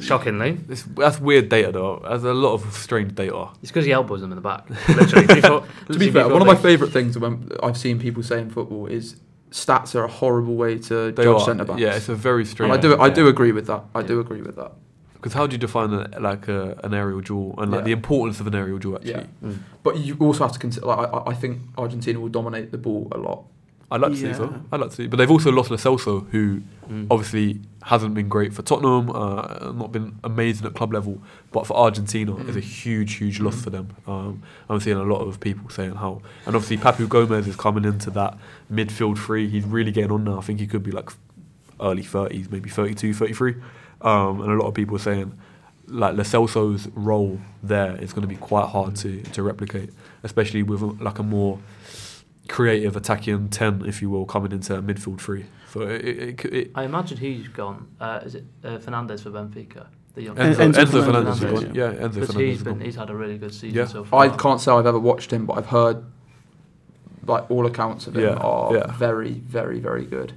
Speaker 5: Shockingly.
Speaker 3: It's, that's weird data though. There's a lot of strange data.
Speaker 5: It's because he elbows them in the back. Literally. Before-
Speaker 2: To be
Speaker 5: before
Speaker 2: fair, one of
Speaker 5: they-
Speaker 2: my favourite things when I've seen people say in football is stats are a horrible way to
Speaker 3: They
Speaker 2: judge
Speaker 3: are.
Speaker 2: centre backs.
Speaker 3: Yeah, it's a very
Speaker 2: and
Speaker 3: strange.
Speaker 2: I do I do
Speaker 1: yeah.
Speaker 2: agree with that. I do
Speaker 5: Yeah.
Speaker 2: agree with that.
Speaker 3: Because how do you define a, like a, an aerial duel and like
Speaker 2: Yeah.
Speaker 3: the importance of an aerial duel? Actually,
Speaker 2: Yeah.
Speaker 5: Mm.
Speaker 2: But you also have to consider. Like, I- I, I think Argentina will dominate the ball a lot.
Speaker 3: I'd like to see
Speaker 4: Yeah.
Speaker 3: so. I'd like to see, but they've also lost Lo Celso, who
Speaker 5: Mm.
Speaker 3: obviously hasn't been great for Tottenham, uh, not been amazing at club level, but for Argentina is a huge, huge loss for them. Um, I'm seeing a lot of people saying how, and obviously Papu Gomez is coming into that midfield three. He's really getting on now. I think he could be like early 30s, maybe 32, 33. Um, and a lot of people are saying like Lo Celso's role there is going to be quite hard to, to replicate, especially with like a more creative attacking 10, if you will, coming into a midfield three. So it, it, it, could- it
Speaker 5: I imagine he's gone. Uh, is it uh, Fernandez for Benfica? The young
Speaker 4: En-
Speaker 3: Enzo,
Speaker 4: Enzo
Speaker 3: Enzo,
Speaker 4: Fernandez
Speaker 3: Fernandez,
Speaker 4: is
Speaker 3: is
Speaker 4: gone.
Speaker 3: gone. Yeah, Enzo
Speaker 5: But
Speaker 3: Fernandez
Speaker 5: he's
Speaker 3: is
Speaker 5: been.
Speaker 3: gone.
Speaker 5: He's had a really good season
Speaker 3: Yeah.
Speaker 5: so far.
Speaker 2: I can't say I've ever watched him, but I've heard like all accounts of him
Speaker 3: Yeah,
Speaker 2: are
Speaker 3: yeah.
Speaker 2: very, very, very good.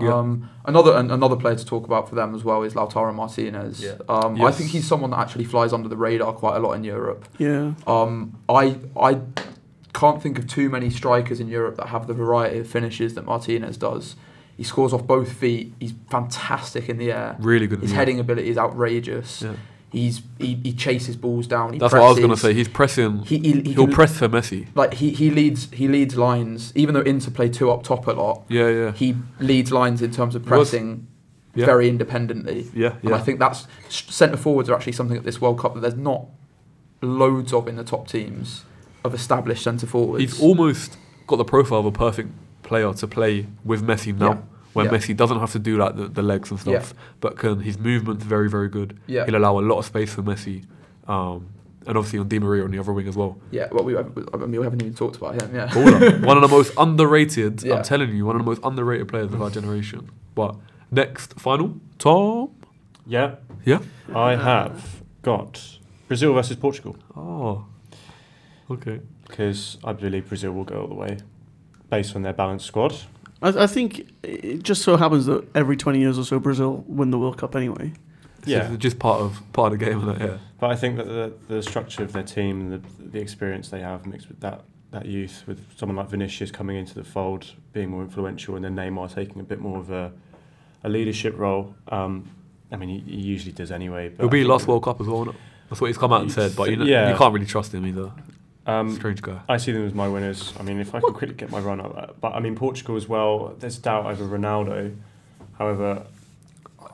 Speaker 3: Yeah.
Speaker 2: Um, another an, another player to talk about for them as well is Lautaro Martinez.
Speaker 5: Yeah.
Speaker 2: Um, I
Speaker 3: Yes.
Speaker 2: think he's someone that actually flies under the radar quite a lot in Europe.
Speaker 4: yeah.
Speaker 2: Um, I I can't think of too many strikers in Europe that have the variety of finishes that Martinez does. He scores off both feet. He's fantastic in the air.
Speaker 3: Really good.
Speaker 2: His
Speaker 3: yeah.
Speaker 2: heading ability is outrageous.
Speaker 3: Yeah.
Speaker 2: He's he, he chases balls down. He
Speaker 3: That's what I was going to
Speaker 2: presses.
Speaker 3: say. He's pressing.
Speaker 2: He, he, he
Speaker 3: He will
Speaker 2: can-
Speaker 3: press for Messi.
Speaker 2: like he, he leads he leads lines. Even though Inter play two up top a lot,
Speaker 3: Yeah, yeah.
Speaker 2: he leads lines in terms of
Speaker 3: He was-
Speaker 2: pressing
Speaker 3: Yeah.
Speaker 2: very independently.
Speaker 3: Yeah,
Speaker 2: And I
Speaker 3: yeah.
Speaker 2: think that's centre forwards are actually something at this World Cup that there's not loads of in the top teams of established centre forwards.
Speaker 3: He's almost got the profile of a perfect player to play with Messi now,
Speaker 2: Yeah.
Speaker 3: where
Speaker 2: Yeah.
Speaker 3: Messi doesn't have to do like the, the legs and
Speaker 2: Yeah.
Speaker 3: stuff, but can his movement's very, very good.
Speaker 2: yeah,
Speaker 3: He'll allow a lot of space for Messi, um, and obviously on Di Maria on the other wing as well.
Speaker 2: yeah. Well, we, I mean, we haven't even talked about him. Yeah,
Speaker 3: Baller. one of the most underrated.
Speaker 2: Yeah.
Speaker 3: I'm telling you, one of the most underrated players of our generation. But next final, Tom.
Speaker 1: yeah,
Speaker 3: Yeah.
Speaker 1: I have got Brazil versus Portugal.
Speaker 3: Oh, okay.
Speaker 1: because I believe Brazil will go all the way based on their balanced squad.
Speaker 4: I, I think it just so happens that every 20 years or so, Brazil win the World Cup anyway.
Speaker 3: This
Speaker 1: Yeah.
Speaker 3: is just part of part of the game, isn't it? Yeah.
Speaker 1: But I think that the, the structure of their team, the, the experience they have mixed with that, that youth, with someone like Vinicius coming into the fold, being more influential, and then Neymar taking a bit more of a, a leadership role. Um, I mean, he, he usually does anyway. But
Speaker 3: It'll be
Speaker 1: I
Speaker 3: his
Speaker 1: think
Speaker 3: last
Speaker 1: that-
Speaker 3: World Cup as well. Isn't it? That's what he's come out and said, but you, know,
Speaker 1: Yeah.
Speaker 3: you can't really trust him either.
Speaker 1: Um,
Speaker 3: Strange guy.
Speaker 1: I see them as my winners. I mean, if I can quickly get my run up, uh, but I mean Portugal as well. There's doubt over Ronaldo. However,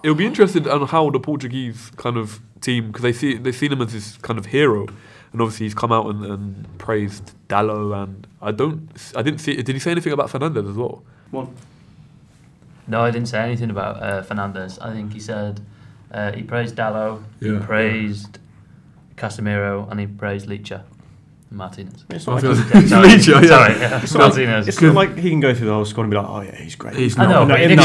Speaker 3: It'll be interesting on how the Portuguese kind of team because they see they seen him as this kind of hero, and obviously he's come out and, and praised Dallo and I don't I didn't see did he say anything about Fernandez as well?
Speaker 4: One.
Speaker 5: No, I didn't say anything about uh, Fernandez. I think he said uh, he praised Dallo,
Speaker 3: Yeah.
Speaker 5: he praised Casemiro, and he praised Licha and Martinez.
Speaker 1: it's
Speaker 3: I
Speaker 1: not,
Speaker 3: was
Speaker 1: like,
Speaker 3: gonna
Speaker 1: he's-
Speaker 3: say-
Speaker 5: Sorry,
Speaker 3: Licha, yeah.
Speaker 5: sorry, yeah,
Speaker 1: it's not like-
Speaker 5: Martinez.
Speaker 1: it's not like he can go through the whole squad and be like, oh yeah, he's great.
Speaker 3: He's
Speaker 5: I know,
Speaker 1: no, no,
Speaker 5: but
Speaker 1: no,
Speaker 5: it-
Speaker 1: no,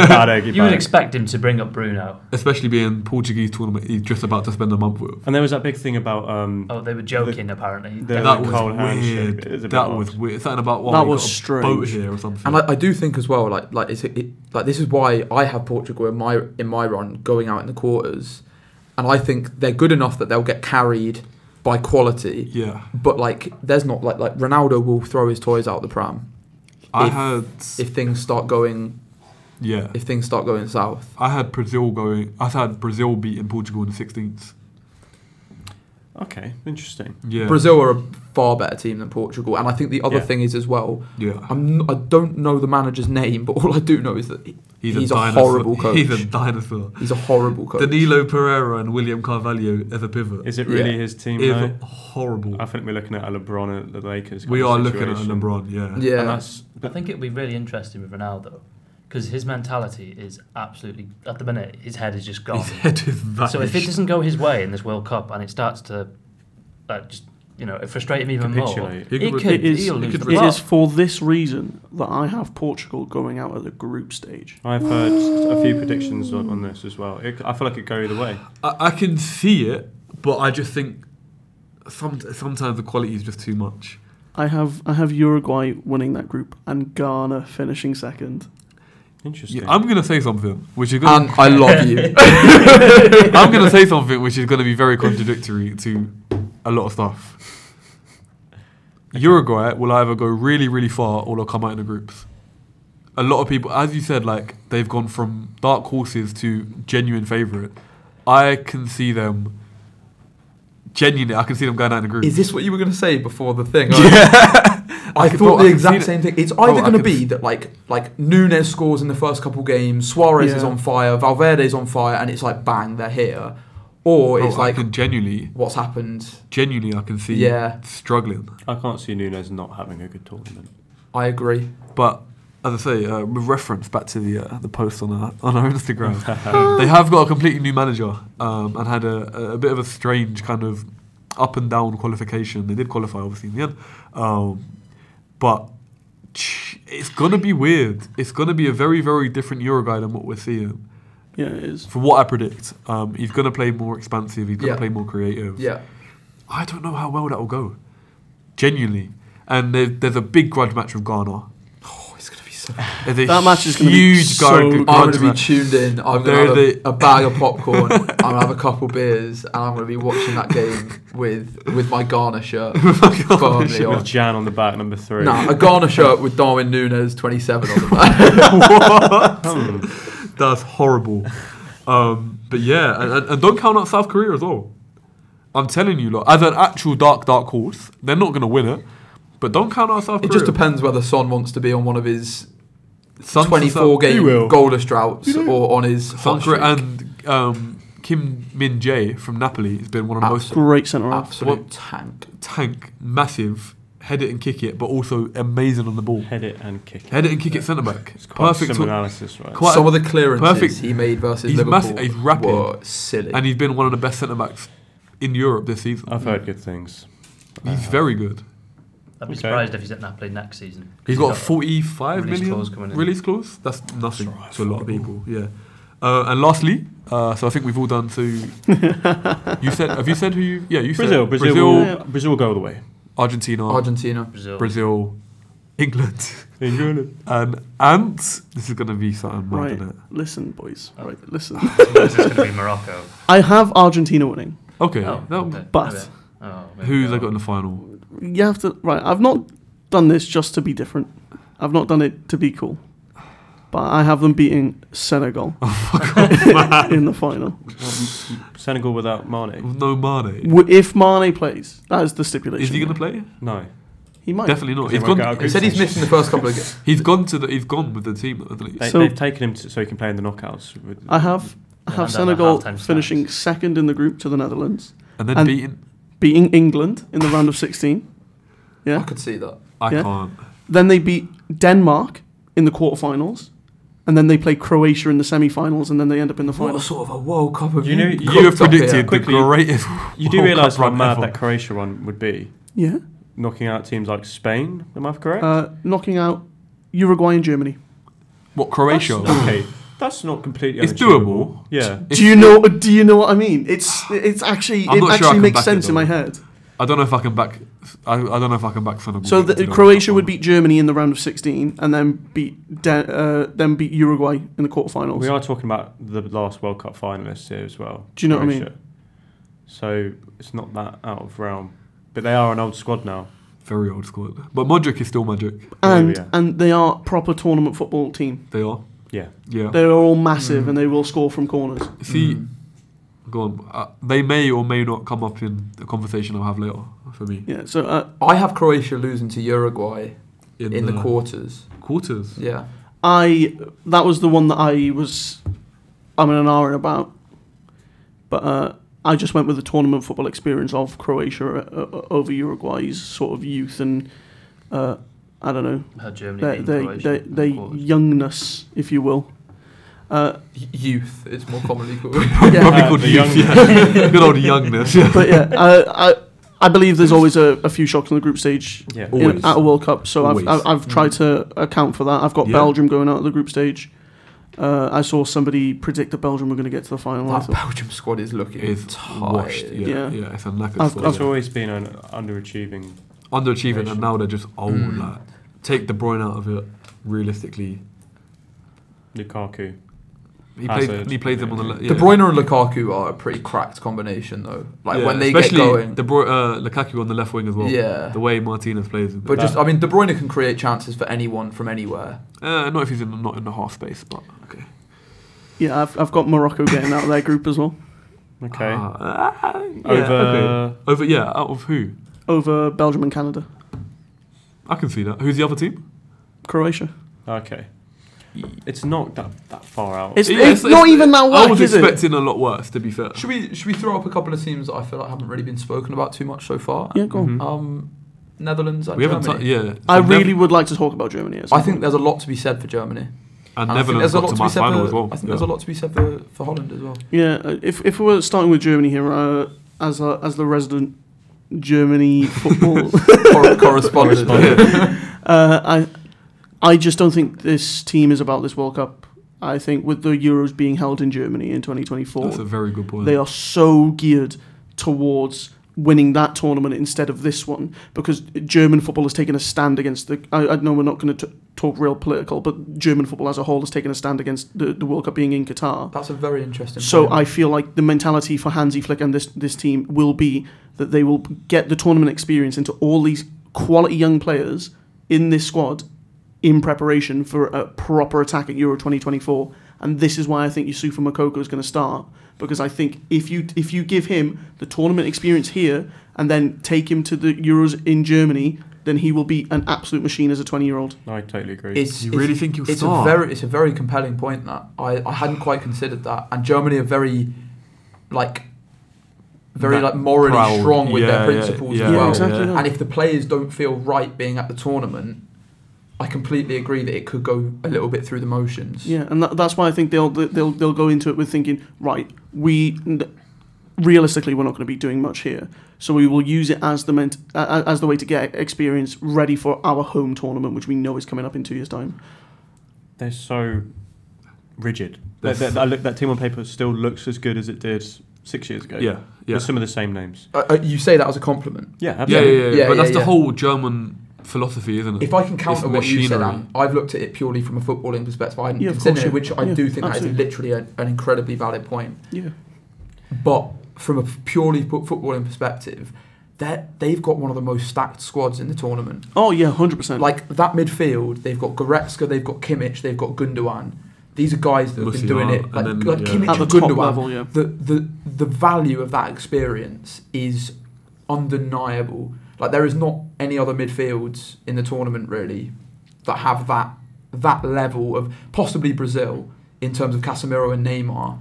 Speaker 1: he's bad egg, he's
Speaker 5: You would
Speaker 1: bad egg.
Speaker 5: expect him to bring up Bruno.
Speaker 3: Especially being Portuguese tournament, he's just about to spend a month with.
Speaker 1: And there was that big thing about um,
Speaker 5: Oh, they were joking apparently.
Speaker 1: the-
Speaker 5: They-
Speaker 3: that was
Speaker 1: cold handshake. It is a
Speaker 3: weird.
Speaker 1: bit
Speaker 3: That
Speaker 1: odd.
Speaker 3: was weird. Something about why
Speaker 4: That
Speaker 3: we
Speaker 4: was
Speaker 3: got a
Speaker 4: strange.
Speaker 3: boat here or something.
Speaker 2: And I, I do think as well, like like it's, it, like this is why I have Portugal in my in my run going out in the quarters, and I think they're good enough that they'll get carried by quality.
Speaker 3: yeah,
Speaker 2: But like, there's not like like Ronaldo will throw his toys out the pram
Speaker 3: I
Speaker 2: If-
Speaker 3: had
Speaker 2: if things start going
Speaker 3: yeah.
Speaker 2: if things start going south.
Speaker 3: I had Brazil going. I had Brazil beating Portugal in the sixteenth.
Speaker 1: okay, interesting.
Speaker 3: Yeah,
Speaker 2: Brazil are a far better team than Portugal, and I think the other
Speaker 1: Yeah.
Speaker 2: thing is as well.
Speaker 3: Yeah,
Speaker 2: I'm n- I don't know the manager's name, but all I do know is that he- he's a
Speaker 3: dinosaur.
Speaker 2: horrible coach.
Speaker 3: He's a dinosaur.
Speaker 2: he's a horrible coach.
Speaker 3: Danilo Pereira and William Carvalho as a pivot is,
Speaker 1: Is it really
Speaker 2: Yeah.
Speaker 1: his team? though?
Speaker 3: horrible.
Speaker 1: I think we're looking at a LeBron at the Lakers.
Speaker 3: We
Speaker 1: kind
Speaker 3: are
Speaker 1: of
Speaker 3: looking at a
Speaker 1: situation.
Speaker 3: LeBron. Yeah.
Speaker 2: yeah,
Speaker 1: And that's
Speaker 5: I think it would be really interesting with Ronaldo because his mentality is absolutely at the minute his head is just gone.
Speaker 3: His head is vanished.
Speaker 5: So if it doesn't go his way in this World Cup and it starts to, like, just you know, frustrate him even more,
Speaker 1: capitulate.
Speaker 3: He
Speaker 5: it
Speaker 3: could-
Speaker 5: could,
Speaker 4: it is,
Speaker 5: he'll
Speaker 3: he
Speaker 5: lose
Speaker 3: could
Speaker 5: the
Speaker 4: It
Speaker 5: plot.
Speaker 4: is for this reason that I have Portugal going out at the group stage.
Speaker 1: I've heard a few predictions on, on this as well. It, I feel like it go either way.
Speaker 3: I, I can see it, but I just think some, sometimes the quality is just too much.
Speaker 4: I have I have Uruguay winning that group and Ghana finishing second.
Speaker 1: Interesting.
Speaker 3: Yeah, I'm gonna say something which is
Speaker 2: and
Speaker 3: gonna,
Speaker 2: I love you.
Speaker 3: I'm gonna say something which is gonna be very contradictory to a lot of stuff. Uruguay will either go really really far or they'll come out in the groups. A lot of people, as you said, like they've gone from dark horses to genuine favourite. I can see them. Genuinely, I can see them going out in the groups.
Speaker 2: Is this what you were going to say before the thing? I,
Speaker 3: could-
Speaker 2: thought
Speaker 3: I
Speaker 2: the
Speaker 3: could
Speaker 2: exact
Speaker 3: see
Speaker 2: same thing. It's
Speaker 3: Oh,
Speaker 2: either
Speaker 3: I
Speaker 2: going to
Speaker 3: could-
Speaker 2: be that like like Nunes scores in the first couple games, Suarez is
Speaker 4: Yeah.
Speaker 2: on fire, Valverde's on fire, and it's like bang, they're here, or
Speaker 3: Bro,
Speaker 2: it's
Speaker 3: I
Speaker 2: like
Speaker 3: can genuinely,
Speaker 2: what's happened.
Speaker 3: genuinely, I can see
Speaker 2: Yeah.
Speaker 3: struggling.
Speaker 1: I can't see Nunes not having a good tournament.
Speaker 2: I agree.
Speaker 3: But as I say, uh, with reference back to the uh, the post on our on our Instagram, they have got a completely new manager um, and had a, a bit of a strange kind of up and down qualification. They did qualify, obviously, in the end, um, but ch- it's gonna be weird. It's gonna be a very very different Uruguay than what we're seeing.
Speaker 4: Yeah, it is.
Speaker 3: For what I predict, um, he's gonna play more expansive. He's gonna
Speaker 2: Yeah.
Speaker 3: play more creative.
Speaker 2: Yeah,
Speaker 3: I don't know how well that will go, genuinely. And there, there's a big grudge match with Ghana.
Speaker 2: oh, it's going to be so.
Speaker 3: There's a
Speaker 4: That match is gonna be
Speaker 3: huge
Speaker 4: so
Speaker 3: grudge-
Speaker 4: good.
Speaker 2: Oh, I'm going to
Speaker 3: grudge
Speaker 2: be
Speaker 3: match.
Speaker 2: tuned in. I'm going
Speaker 3: They're
Speaker 2: to have
Speaker 3: the-
Speaker 2: a, a bag of popcorn. I'm going to have a couple beers, and I'm going to be watching that game with with my Ghana shirt firmly on.
Speaker 1: With Jan on the back, number three.
Speaker 2: Nah, a Ghana shirt with Darwin Nunes 27 on the back.
Speaker 3: That's horrible. Um, but yeah, and, and, and don't count out South Korea as well. I'm telling you, look, as an actual dark, dark horse, they're not going to win it. But don't count out South
Speaker 2: It
Speaker 3: Korea.
Speaker 2: just depends whether Son wants to be on one of his
Speaker 3: Sun's
Speaker 2: 24
Speaker 3: South-
Speaker 1: He
Speaker 2: game
Speaker 1: will.
Speaker 2: goalless droughts or on his
Speaker 3: South
Speaker 2: hot
Speaker 3: Korea
Speaker 2: streak.
Speaker 3: and um, Kim Min Jae from Napoli has been one of the most
Speaker 4: Great centre half.
Speaker 2: absolute tank.
Speaker 3: tank, massive, head it and kick it, but also amazing on the ball.
Speaker 1: Head it and kick it.
Speaker 3: Head it and kick it centre back.
Speaker 1: It's quite
Speaker 3: Perfect.
Speaker 1: some
Speaker 3: to-
Speaker 1: analysis, right?
Speaker 3: Quite-
Speaker 2: Some of the clearances
Speaker 3: perfect.
Speaker 2: he made versus
Speaker 3: He's
Speaker 2: Liverpool
Speaker 3: massive- he's rapid.
Speaker 2: were silly.
Speaker 3: and he's been one of the best centre backs in Europe this season.
Speaker 1: I've heard good things.
Speaker 3: He's very good.
Speaker 5: I'd be
Speaker 1: Okay.
Speaker 5: surprised if he's at Napoli next season.
Speaker 3: He's got a 45
Speaker 5: release
Speaker 3: million
Speaker 5: clause coming in.
Speaker 3: release clause. That's nothing
Speaker 1: all right,
Speaker 3: to a lot of people. Yeah. Uh, and lastly, uh, so I think we've all done. So you said, have you said who you? Yeah, you
Speaker 1: Brazil, Brazil,
Speaker 3: said
Speaker 1: Brazil, will, Brazil will go all the way.
Speaker 3: Argentina,
Speaker 2: Argentina.
Speaker 5: Brazil.
Speaker 3: Brazil, England, and Ants. This is going to be something mad,
Speaker 4: Right.
Speaker 3: isn't it?
Speaker 4: Listen, boys.
Speaker 5: Oh.
Speaker 4: Right, listen.
Speaker 5: it's going to be Morocco.
Speaker 4: I have Argentina winning.
Speaker 3: Okay,
Speaker 5: Oh,
Speaker 3: that-
Speaker 5: okay.
Speaker 4: but-
Speaker 5: Oh, maybe
Speaker 3: who they
Speaker 5: not.
Speaker 3: got in the final?
Speaker 4: You have to. Right, I've not done this just to be different. I've not done it to be cool. But I have them beating Senegal
Speaker 3: Oh Ah.
Speaker 4: in the final.
Speaker 1: Senegal without Mane?
Speaker 3: No Mane.
Speaker 4: W- If Mane plays, that is the stipulation.
Speaker 3: Is he going to play?
Speaker 1: No.
Speaker 4: He might.
Speaker 3: Definitely not.
Speaker 1: They
Speaker 3: He's
Speaker 1: won't get out of
Speaker 3: gone.
Speaker 2: He
Speaker 1: group
Speaker 2: said he's
Speaker 1: stage.
Speaker 2: missing the first couple of games.
Speaker 3: He's gone to the. He's gone with the team at least.
Speaker 1: They,
Speaker 4: So-
Speaker 1: they've taken him to, so he can play in the knockouts. With,
Speaker 4: I have. I
Speaker 5: Yeah, and
Speaker 4: have
Speaker 5: then the
Speaker 4: Senegal
Speaker 5: halftime stands.
Speaker 4: finishing second in the group to the Netherlands,
Speaker 3: and then
Speaker 4: And-
Speaker 3: beaten.
Speaker 4: beating England in the round of 16.
Speaker 2: I
Speaker 4: Yeah.
Speaker 2: could see that.
Speaker 3: I
Speaker 4: Yeah.
Speaker 3: can't.
Speaker 4: Then they beat Denmark in the quarterfinals, and then they play Croatia in the semi-finals, and then they end up in the
Speaker 2: What a
Speaker 4: finals.
Speaker 2: sort of a World Cup of
Speaker 1: You know-
Speaker 3: You have
Speaker 2: cooked up
Speaker 3: predicted
Speaker 2: here.
Speaker 3: the
Speaker 1: Quickly,
Speaker 3: greatest.
Speaker 1: You do
Speaker 3: World
Speaker 1: realise
Speaker 3: Cup
Speaker 1: how
Speaker 3: run
Speaker 1: mad
Speaker 3: ever.
Speaker 1: that Croatia run would be,
Speaker 4: Yeah.
Speaker 1: knocking out teams like Spain. Am I correct?
Speaker 4: Uh, knocking out Uruguay and Germany.
Speaker 3: What
Speaker 1: That's
Speaker 3: Croatia?
Speaker 1: not- okay, that's not completely.
Speaker 3: It's
Speaker 1: unachievable.
Speaker 3: doable.
Speaker 1: Yeah.
Speaker 3: It's-
Speaker 4: do you know? Do you know what I mean? It's it's actually
Speaker 3: I'm
Speaker 4: it
Speaker 3: not sure I
Speaker 4: actually
Speaker 3: can
Speaker 4: makes
Speaker 3: back it,
Speaker 4: sense in my
Speaker 3: though.
Speaker 4: head.
Speaker 3: I don't know if I can back. I, I don't know if I can back Senegal.
Speaker 4: So
Speaker 3: to
Speaker 4: the,
Speaker 3: the
Speaker 4: Croatia
Speaker 3: World
Speaker 4: would
Speaker 3: Cup.
Speaker 4: beat Germany in the round of 16, and then beat De- uh, then beat Uruguay in the quarterfinals.
Speaker 1: We are talking about the last World Cup finalists here as well.
Speaker 4: Do you know what I mean?
Speaker 1: Croatia. So it's not that out of realm, but they are an old squad now.
Speaker 3: very old squad, but Modric is still Modric.
Speaker 4: and
Speaker 1: yeah.
Speaker 4: and they are proper tournament football team.
Speaker 3: They are.
Speaker 1: Yeah.
Speaker 3: Yeah.
Speaker 4: They are all massive,
Speaker 2: Mm.
Speaker 4: and they will score from corners.
Speaker 3: See,
Speaker 2: Mm.
Speaker 3: go on. Uh, they may or may not come up in the conversation I'll have later for me
Speaker 4: Yeah. So uh,
Speaker 2: I have Croatia losing to Uruguay in, the, quarters.
Speaker 3: quarters.
Speaker 2: Yeah.
Speaker 4: I that was the one that I was I'm in an hour about, but uh, I just went with the tournament football experience of Croatia uh, uh, over Uruguay's sort of youth and uh, I don't know
Speaker 5: How Germany
Speaker 4: their
Speaker 5: beat
Speaker 4: their,
Speaker 5: Croatia
Speaker 4: their,
Speaker 5: in the
Speaker 4: their
Speaker 5: quarters.
Speaker 4: youngness, if you will. Uh,
Speaker 2: Y- Youth is more commonly called.
Speaker 4: yeah.
Speaker 3: Probably
Speaker 1: Uh,
Speaker 3: called
Speaker 1: the
Speaker 3: youth.
Speaker 1: youngness.
Speaker 3: Yeah. Good old youngness. Yeah.
Speaker 4: but yeah, uh, I I believe there's always a, a few shocks on the group stage
Speaker 1: Yeah.
Speaker 4: in-
Speaker 3: Always.
Speaker 4: at a World Cup. So I've,
Speaker 3: Always.
Speaker 4: I've I've tried to account for that. I've got
Speaker 3: Yeah.
Speaker 4: Belgium going out of the group stage. Uh, I saw somebody predict that Belgium were going to get to the final. I
Speaker 2: That
Speaker 4: thought,
Speaker 2: Belgium squad is looking
Speaker 3: It's
Speaker 2: tired.
Speaker 3: washed. Yeah.
Speaker 4: Yeah.
Speaker 3: Yeah. it's a knackered
Speaker 4: I've-
Speaker 3: squad.
Speaker 1: It's
Speaker 4: I've-
Speaker 3: yeah.
Speaker 1: always been an underachieving.
Speaker 3: Underachieving, and now they're just old.
Speaker 2: Mm.
Speaker 3: Like, take De Bruyne out of it. Realistically,
Speaker 1: Lukaku.
Speaker 3: he
Speaker 1: Ah,
Speaker 3: played.
Speaker 1: so it's-
Speaker 3: he played them on the. le- Yeah.
Speaker 2: De Bruyne and Lukaku are a pretty cracked combination, though. Like
Speaker 3: Yeah,
Speaker 2: when they get
Speaker 3: especially
Speaker 2: going,
Speaker 3: De Bruyne, uh, Lukaku on the left wing as well.
Speaker 2: yeah.
Speaker 3: The way Martinez plays,
Speaker 2: But
Speaker 1: That-
Speaker 2: just, I mean, De Bruyne can create chances for anyone from anywhere.
Speaker 3: uh, not if he's in, not in the half space, but okay.
Speaker 4: yeah, I've, I've got Morocco getting out of their group as well
Speaker 1: Okay.
Speaker 3: Ah, ah, yeah,
Speaker 1: Over.
Speaker 3: okay. over, yeah, out of who?
Speaker 4: over Belgium and Canada,
Speaker 3: I can see that. Who's the other team?
Speaker 4: Croatia.
Speaker 1: Okay. It's not that that far out.
Speaker 4: It's,
Speaker 3: Yeah,
Speaker 4: it's not even that
Speaker 3: I
Speaker 4: whack,
Speaker 3: was
Speaker 4: is it?
Speaker 3: expecting a lot worse, to be fair.
Speaker 2: Should we should we throw up a couple of teams that I feel like haven't really been spoken about too much so far?
Speaker 4: Yeah, go on.
Speaker 3: Mm-hmm.
Speaker 1: Mhm.
Speaker 2: Um, Netherlands and
Speaker 3: We haven't,
Speaker 2: Germany.
Speaker 3: t- yeah.
Speaker 4: I
Speaker 3: So
Speaker 4: really
Speaker 3: Nev-
Speaker 4: would like to talk about Germany. As
Speaker 2: I think there's a lot to be said for Germany. I
Speaker 3: and
Speaker 2: think
Speaker 3: Netherlands
Speaker 2: there's a
Speaker 3: got
Speaker 2: lot
Speaker 3: to
Speaker 2: to be
Speaker 3: my
Speaker 2: said
Speaker 3: final
Speaker 2: for,
Speaker 3: as well.
Speaker 2: I think
Speaker 3: yeah.
Speaker 2: there's a lot to be said for, for Holland as well.
Speaker 4: yeah. uh, If if we're starting with Germany here, uh, as a, as the resident Germany football,
Speaker 2: Cor- correspondent.
Speaker 4: uh, I I just don't think this team is about this World Cup. I think with the Euros being held in Germany in 2024,
Speaker 3: That's a very good point.
Speaker 4: They are so geared towards winning that tournament instead of this one because German football has taken a stand against the. I, I know we're not going to talk real political, but German football as a whole has taken a stand against the, the World Cup being in Qatar.
Speaker 2: That's a very interesting.
Speaker 4: So
Speaker 2: point.
Speaker 4: I feel like the mentality for Hansi Flick and this this team will be that they will get the tournament experience into all these quality young players in this squad in preparation for a proper attack at Euro 2024. And this is why I think Yusufa Makoko is going to start because I think if you if you give him the tournament experience here and then take him to the Euros in Germany, then he will be an absolute machine as a 20 year old.
Speaker 1: I totally agree.
Speaker 2: it's,
Speaker 3: you
Speaker 2: it's-
Speaker 3: really think you'll
Speaker 2: it's
Speaker 3: start?
Speaker 2: a very it's a very compelling point that I, I hadn't quite considered that. And Germany are very like very
Speaker 3: That
Speaker 2: like morally
Speaker 3: proud.
Speaker 2: strong with
Speaker 3: Yeah,
Speaker 2: their
Speaker 3: yeah,
Speaker 2: principles
Speaker 3: yeah,
Speaker 2: as well.
Speaker 4: exactly that.
Speaker 2: And if the players don't feel right being at the tournament, I completely agree that it could go a little bit through the motions.
Speaker 4: Yeah, and that, that's why I think they'll they'll they'll go into it with thinking, right, we realistically we're not going to be doing much here, so we will use it as the ment- uh, as the way to get experience ready for our home tournament, which we know is coming up in two years' time.
Speaker 1: They're so rigid.
Speaker 3: They're
Speaker 1: That, that,
Speaker 3: so-
Speaker 1: that, look, that team on paper still looks as good as it did six years ago.
Speaker 3: Yeah, yeah.
Speaker 1: With some of the same names.
Speaker 2: Uh, uh, you say that as a compliment.
Speaker 1: Yeah,
Speaker 3: Yeah, yeah,
Speaker 1: absolutely.
Speaker 3: yeah, yeah.
Speaker 2: Yeah,
Speaker 3: But that's
Speaker 2: yeah,
Speaker 3: the
Speaker 2: yeah.
Speaker 3: whole German philosophy, isn't it?
Speaker 2: If I can counter
Speaker 3: It's
Speaker 2: what you said,
Speaker 3: machinery.
Speaker 2: Anne, I've looked at it purely from a footballing perspective. I hadn't
Speaker 4: Yeah, of
Speaker 2: considered it,
Speaker 4: course,
Speaker 2: which
Speaker 4: yeah.
Speaker 2: I
Speaker 4: Yeah,
Speaker 2: do think that
Speaker 4: absolutely.
Speaker 2: is literally a, an incredibly valid point.
Speaker 4: Yeah.
Speaker 2: But from a purely fo- footballing perspective, they're- they've got one of the most stacked squads in the tournament.
Speaker 4: Oh yeah, hundred percent.
Speaker 2: Like that midfield, they've got Goretzka, they've got Kimmich, they've got Gundogan. These are guys that have been
Speaker 3: Musiala,
Speaker 2: doing it.
Speaker 3: and
Speaker 2: Like,
Speaker 3: then,
Speaker 2: like
Speaker 3: yeah.
Speaker 2: Kimmich
Speaker 4: at the
Speaker 2: and
Speaker 4: top
Speaker 2: Gundogan,
Speaker 4: level, yeah.
Speaker 2: the the the value of that experience is undeniable. Like there is not any other midfields in the tournament really that have that that level of possibly Brazil in terms of Casemiro and Neymar,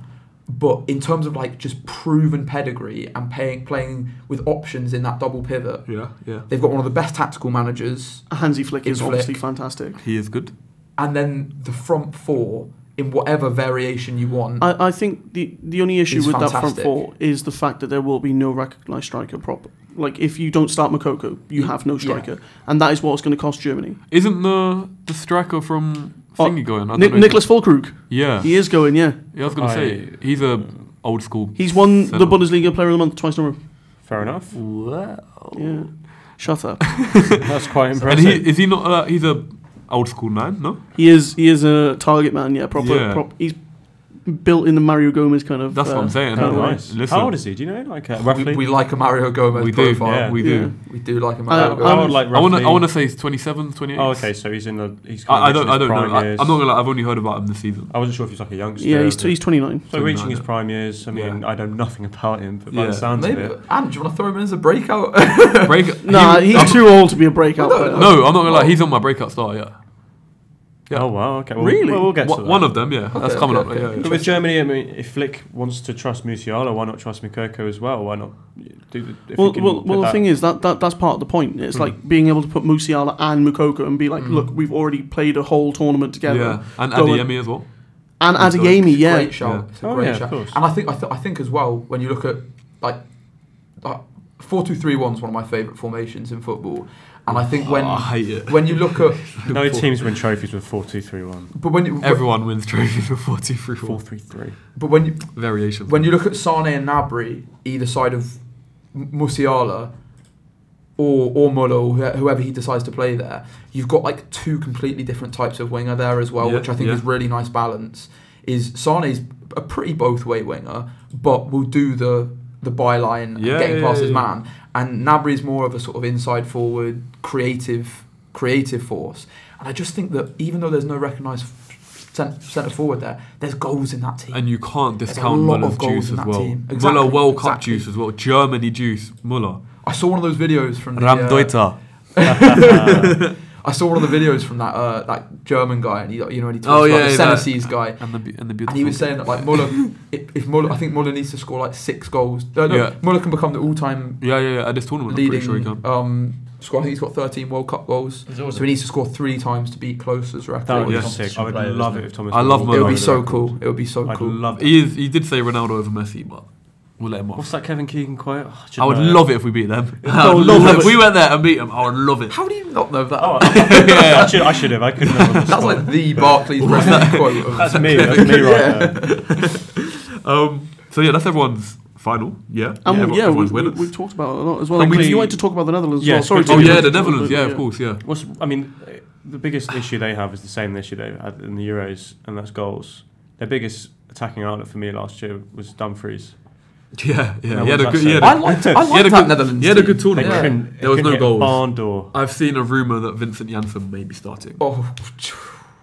Speaker 2: but in terms of like just proven pedigree and paying playing with options in that double pivot,
Speaker 3: yeah, yeah.
Speaker 2: they've got one of the best tactical managers,
Speaker 4: Hansi Flick is
Speaker 2: Flick.
Speaker 4: obviously fantastic.
Speaker 3: He is good.
Speaker 2: and then the front four in whatever variation you want.
Speaker 4: I, I think the the only issue
Speaker 2: He's
Speaker 4: with that
Speaker 2: fantastic.
Speaker 4: front four is the fact that there will be no recognised striker prop. Like if you don't start Makoko, you
Speaker 2: Y-
Speaker 4: have no
Speaker 2: yeah.
Speaker 4: striker, and that is what's going to cost Germany.
Speaker 3: Isn't the the striker from
Speaker 4: Oh,
Speaker 3: thingy going? I
Speaker 4: Ni-
Speaker 3: don't know.
Speaker 4: Nicholas Fulkrug,
Speaker 3: Yeah.
Speaker 4: he is going. Yeah,
Speaker 3: yeah, I was gonna say
Speaker 1: I-
Speaker 3: he's a old school.
Speaker 4: he's won the
Speaker 3: Settle.
Speaker 4: Bundesliga Player of the Month twice in a row.
Speaker 1: Fair enough.
Speaker 3: Oh.
Speaker 4: Yeah, shut up.
Speaker 1: That's quite
Speaker 3: And
Speaker 1: impressive.
Speaker 3: he is he not? Uh, he's a old school nine, no?
Speaker 4: He is he is a target man. Yeah, proper.
Speaker 3: Yeah.
Speaker 4: Prop, he's built in the Mario Gomez kind of. uh,
Speaker 3: That's what I'm saying.
Speaker 1: oh,
Speaker 4: kind of way.
Speaker 1: nice.
Speaker 3: Listen.
Speaker 1: How old is he? Do you know? Like uh,
Speaker 2: we,
Speaker 1: roughly.
Speaker 2: we like a Mario Gomez
Speaker 3: we do.
Speaker 2: profile.
Speaker 1: yeah.
Speaker 3: We
Speaker 4: Yeah.
Speaker 3: do.
Speaker 2: We do like him.
Speaker 4: Uh,
Speaker 2: Mario
Speaker 1: I
Speaker 2: Gomez.
Speaker 1: would Oh, like
Speaker 3: I want to.
Speaker 1: roughly.
Speaker 3: I want to say he's 27, 28.
Speaker 1: Oh, okay. So he's in the. He's kind
Speaker 3: I, I
Speaker 1: of
Speaker 3: don't.
Speaker 1: reaching
Speaker 3: I
Speaker 1: his
Speaker 3: don't know.
Speaker 1: prime
Speaker 3: I, I'm
Speaker 1: years.
Speaker 3: not gonna lie. I've only heard about him this season.
Speaker 1: I wasn't sure if he's like a youngster.
Speaker 4: Yeah, he's
Speaker 1: but-
Speaker 4: he's 29.
Speaker 1: So reaching his prime years. I
Speaker 3: Yeah.
Speaker 1: mean, I know nothing about him, but by
Speaker 3: Yeah.
Speaker 1: the sounds
Speaker 2: Maybe.
Speaker 1: of it,
Speaker 2: And do you want to throw him in as a breakout?
Speaker 3: Break.
Speaker 4: Nah,
Speaker 3: he-
Speaker 4: he's
Speaker 3: I'm-
Speaker 4: too old to be a breakout
Speaker 2: No,
Speaker 4: player.
Speaker 3: No, I'm not gonna lie. He's on my breakout star. Yeah. Yeah.
Speaker 1: Oh wow. Okay. Well,
Speaker 4: Really?
Speaker 1: Well, we'll get to
Speaker 3: One-
Speaker 1: that.
Speaker 3: One of them. Yeah. That's
Speaker 2: Okay,
Speaker 3: coming
Speaker 2: okay,
Speaker 3: up. yeah,
Speaker 2: okay.
Speaker 3: yeah.
Speaker 1: But with Germany, I mean, if Flick wants to trust Musiala, why not trust Mikoko as well? Why not? Do the, if
Speaker 4: Well,
Speaker 1: he can
Speaker 4: well,
Speaker 1: put
Speaker 4: well the
Speaker 1: that-
Speaker 4: thing is that, that that's part of the point. It's
Speaker 3: Hmm.
Speaker 4: like being able to put Musiala and Mukoko and be like,
Speaker 2: Mm.
Speaker 4: look, we've already played a whole tournament together.
Speaker 3: Yeah. And
Speaker 4: Go
Speaker 3: Adeyemi as well.
Speaker 4: And
Speaker 3: It's like
Speaker 4: Adeyemi, yeah.
Speaker 2: Great shot.
Speaker 3: Yeah.
Speaker 2: It's a
Speaker 1: Oh,
Speaker 2: great
Speaker 1: yeah, of
Speaker 2: shot.
Speaker 1: course.
Speaker 2: And I think I, th- I think as well when you look at like uh, four two three one is one of my favourite formations in football, and I think when
Speaker 3: Oh, I hate it.
Speaker 2: when you look at
Speaker 1: no teams win trophies with 4-2-3-1.
Speaker 2: but when you,
Speaker 3: Everyone wins trophies with 43 4
Speaker 1: 4-3-3.
Speaker 2: but when you,
Speaker 3: variations.
Speaker 2: when you look at Sane and Nabri either side of M- Musiala. Or, or Muller, wh- whoever he decides to play there, you've got like two completely different types of winger there as well,
Speaker 3: Yeah,
Speaker 2: which I think
Speaker 3: yeah.
Speaker 2: is really nice balance. Is Sane's a pretty both way winger, but will do the the byline
Speaker 3: Yeah,
Speaker 2: and getting
Speaker 3: yeah,
Speaker 2: past his
Speaker 3: yeah.
Speaker 2: man. And Nabry's more of a sort of inside forward, creative, creative force. And I just think that even though there's no recognised f- cent- centre forward there, there's goals in that team.
Speaker 3: and you can't
Speaker 2: There's a
Speaker 3: discount
Speaker 2: lot of
Speaker 3: Muller's
Speaker 2: goals
Speaker 3: juice
Speaker 2: in
Speaker 3: as
Speaker 2: that
Speaker 3: well.
Speaker 2: team.
Speaker 3: Muller
Speaker 2: Exactly,
Speaker 3: World Cup
Speaker 2: exactly.
Speaker 3: juice as well. Germany juice. Muller.
Speaker 2: I saw one of those videos from the, uh,
Speaker 3: Ramdeuter.
Speaker 2: I saw one of the videos from that uh, that German guy, and he, you know, and he talks
Speaker 3: Oh, yeah,
Speaker 2: about the
Speaker 3: yeah, that-
Speaker 2: Senesis guy,
Speaker 3: and the be- and the
Speaker 2: and
Speaker 3: beautiful.
Speaker 2: he was saying that like Muller, if, if Muller, I think Muller needs to score like six goals. No, no,
Speaker 3: Yeah.
Speaker 2: Muller can become the all-time
Speaker 3: Yeah, yeah, yeah. At this tournament, I'm
Speaker 2: leading
Speaker 3: pretty sure he can.
Speaker 2: um, squad. I think he's got 13 World Cup goals,
Speaker 5: There's always
Speaker 2: so he needs to score three times to beat Closer's record.
Speaker 1: That would
Speaker 3: Yeah.
Speaker 1: be sick. I would
Speaker 5: Player,
Speaker 1: love
Speaker 5: isn't
Speaker 1: it
Speaker 5: it?
Speaker 1: if Thomas.
Speaker 3: I love
Speaker 1: Muller
Speaker 2: it would
Speaker 1: won
Speaker 2: be
Speaker 1: the
Speaker 2: so
Speaker 1: record.
Speaker 2: cool. It would be so
Speaker 1: I'd
Speaker 2: cool.
Speaker 1: love it.
Speaker 3: He is. He did say Ronaldo over Messi, but we'll let him off.
Speaker 1: What's that Kevin Keegan quote? Oh, should
Speaker 3: I would
Speaker 1: know
Speaker 3: love it if we beat them. I
Speaker 4: Oh,
Speaker 3: would
Speaker 4: love
Speaker 3: love it.
Speaker 4: it.
Speaker 3: If we went there and beat them, I would love it.
Speaker 2: How do you not know that?
Speaker 1: Oh, I, I should. I should have. I couldn't have. on the
Speaker 2: That's
Speaker 1: spot.
Speaker 2: like the Barclays Brexit quote. Of,
Speaker 1: That's me. That's me right there.
Speaker 3: Um, so yeah, that's everyone's final. Yeah,
Speaker 4: And we-
Speaker 3: everyone-
Speaker 4: yeah, we,
Speaker 3: everyone's
Speaker 4: we,
Speaker 3: winners.
Speaker 4: we've talked about it a lot as well.
Speaker 1: Quickly-
Speaker 4: Because you wanted to talk about the Netherlands
Speaker 1: Yeah,
Speaker 4: as well. Sorry,
Speaker 3: oh
Speaker 1: we-
Speaker 3: yeah,
Speaker 4: to-
Speaker 3: the Netherlands. Yeah, of course. Yeah,
Speaker 1: What's? I mean, uh, the biggest issue they have is the same issue they had in the Euros, and that's goals. Their biggest attacking outlet for me last year was Dumfries.
Speaker 3: yeah, yeah.
Speaker 1: No,
Speaker 3: he had a
Speaker 1: what's that
Speaker 3: good. He
Speaker 1: say?
Speaker 3: had
Speaker 2: I
Speaker 3: a,
Speaker 2: liked,
Speaker 1: He
Speaker 2: I
Speaker 1: had
Speaker 3: he had
Speaker 2: liked
Speaker 3: a
Speaker 2: that
Speaker 3: good.
Speaker 2: Netherlands.
Speaker 3: he had a
Speaker 2: team.
Speaker 3: good
Speaker 1: They
Speaker 3: tournament.
Speaker 2: Yeah.
Speaker 1: couldn't-
Speaker 3: There
Speaker 1: they
Speaker 3: was
Speaker 1: couldn't
Speaker 3: no
Speaker 1: hit a
Speaker 3: goals.
Speaker 1: Barn door.
Speaker 3: I've seen a rumor that Vincent Janssen may be starting.
Speaker 2: Oh,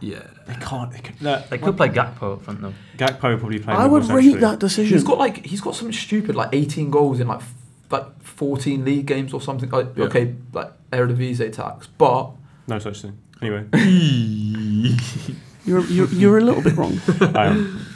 Speaker 3: Yeah,
Speaker 1: They can't. They could. No,
Speaker 5: They could play Gakpo up front though.
Speaker 1: Gakpo probably played.
Speaker 4: I would rate that decision.
Speaker 2: he's got like he's got some stupid like 18 goals in like f- like 14 league games or something. Like
Speaker 3: Yeah.
Speaker 2: okay, like Eredivisie tax, but
Speaker 1: No such thing. Anyway,
Speaker 4: you're, you're you're a little bit wrong.
Speaker 1: I am.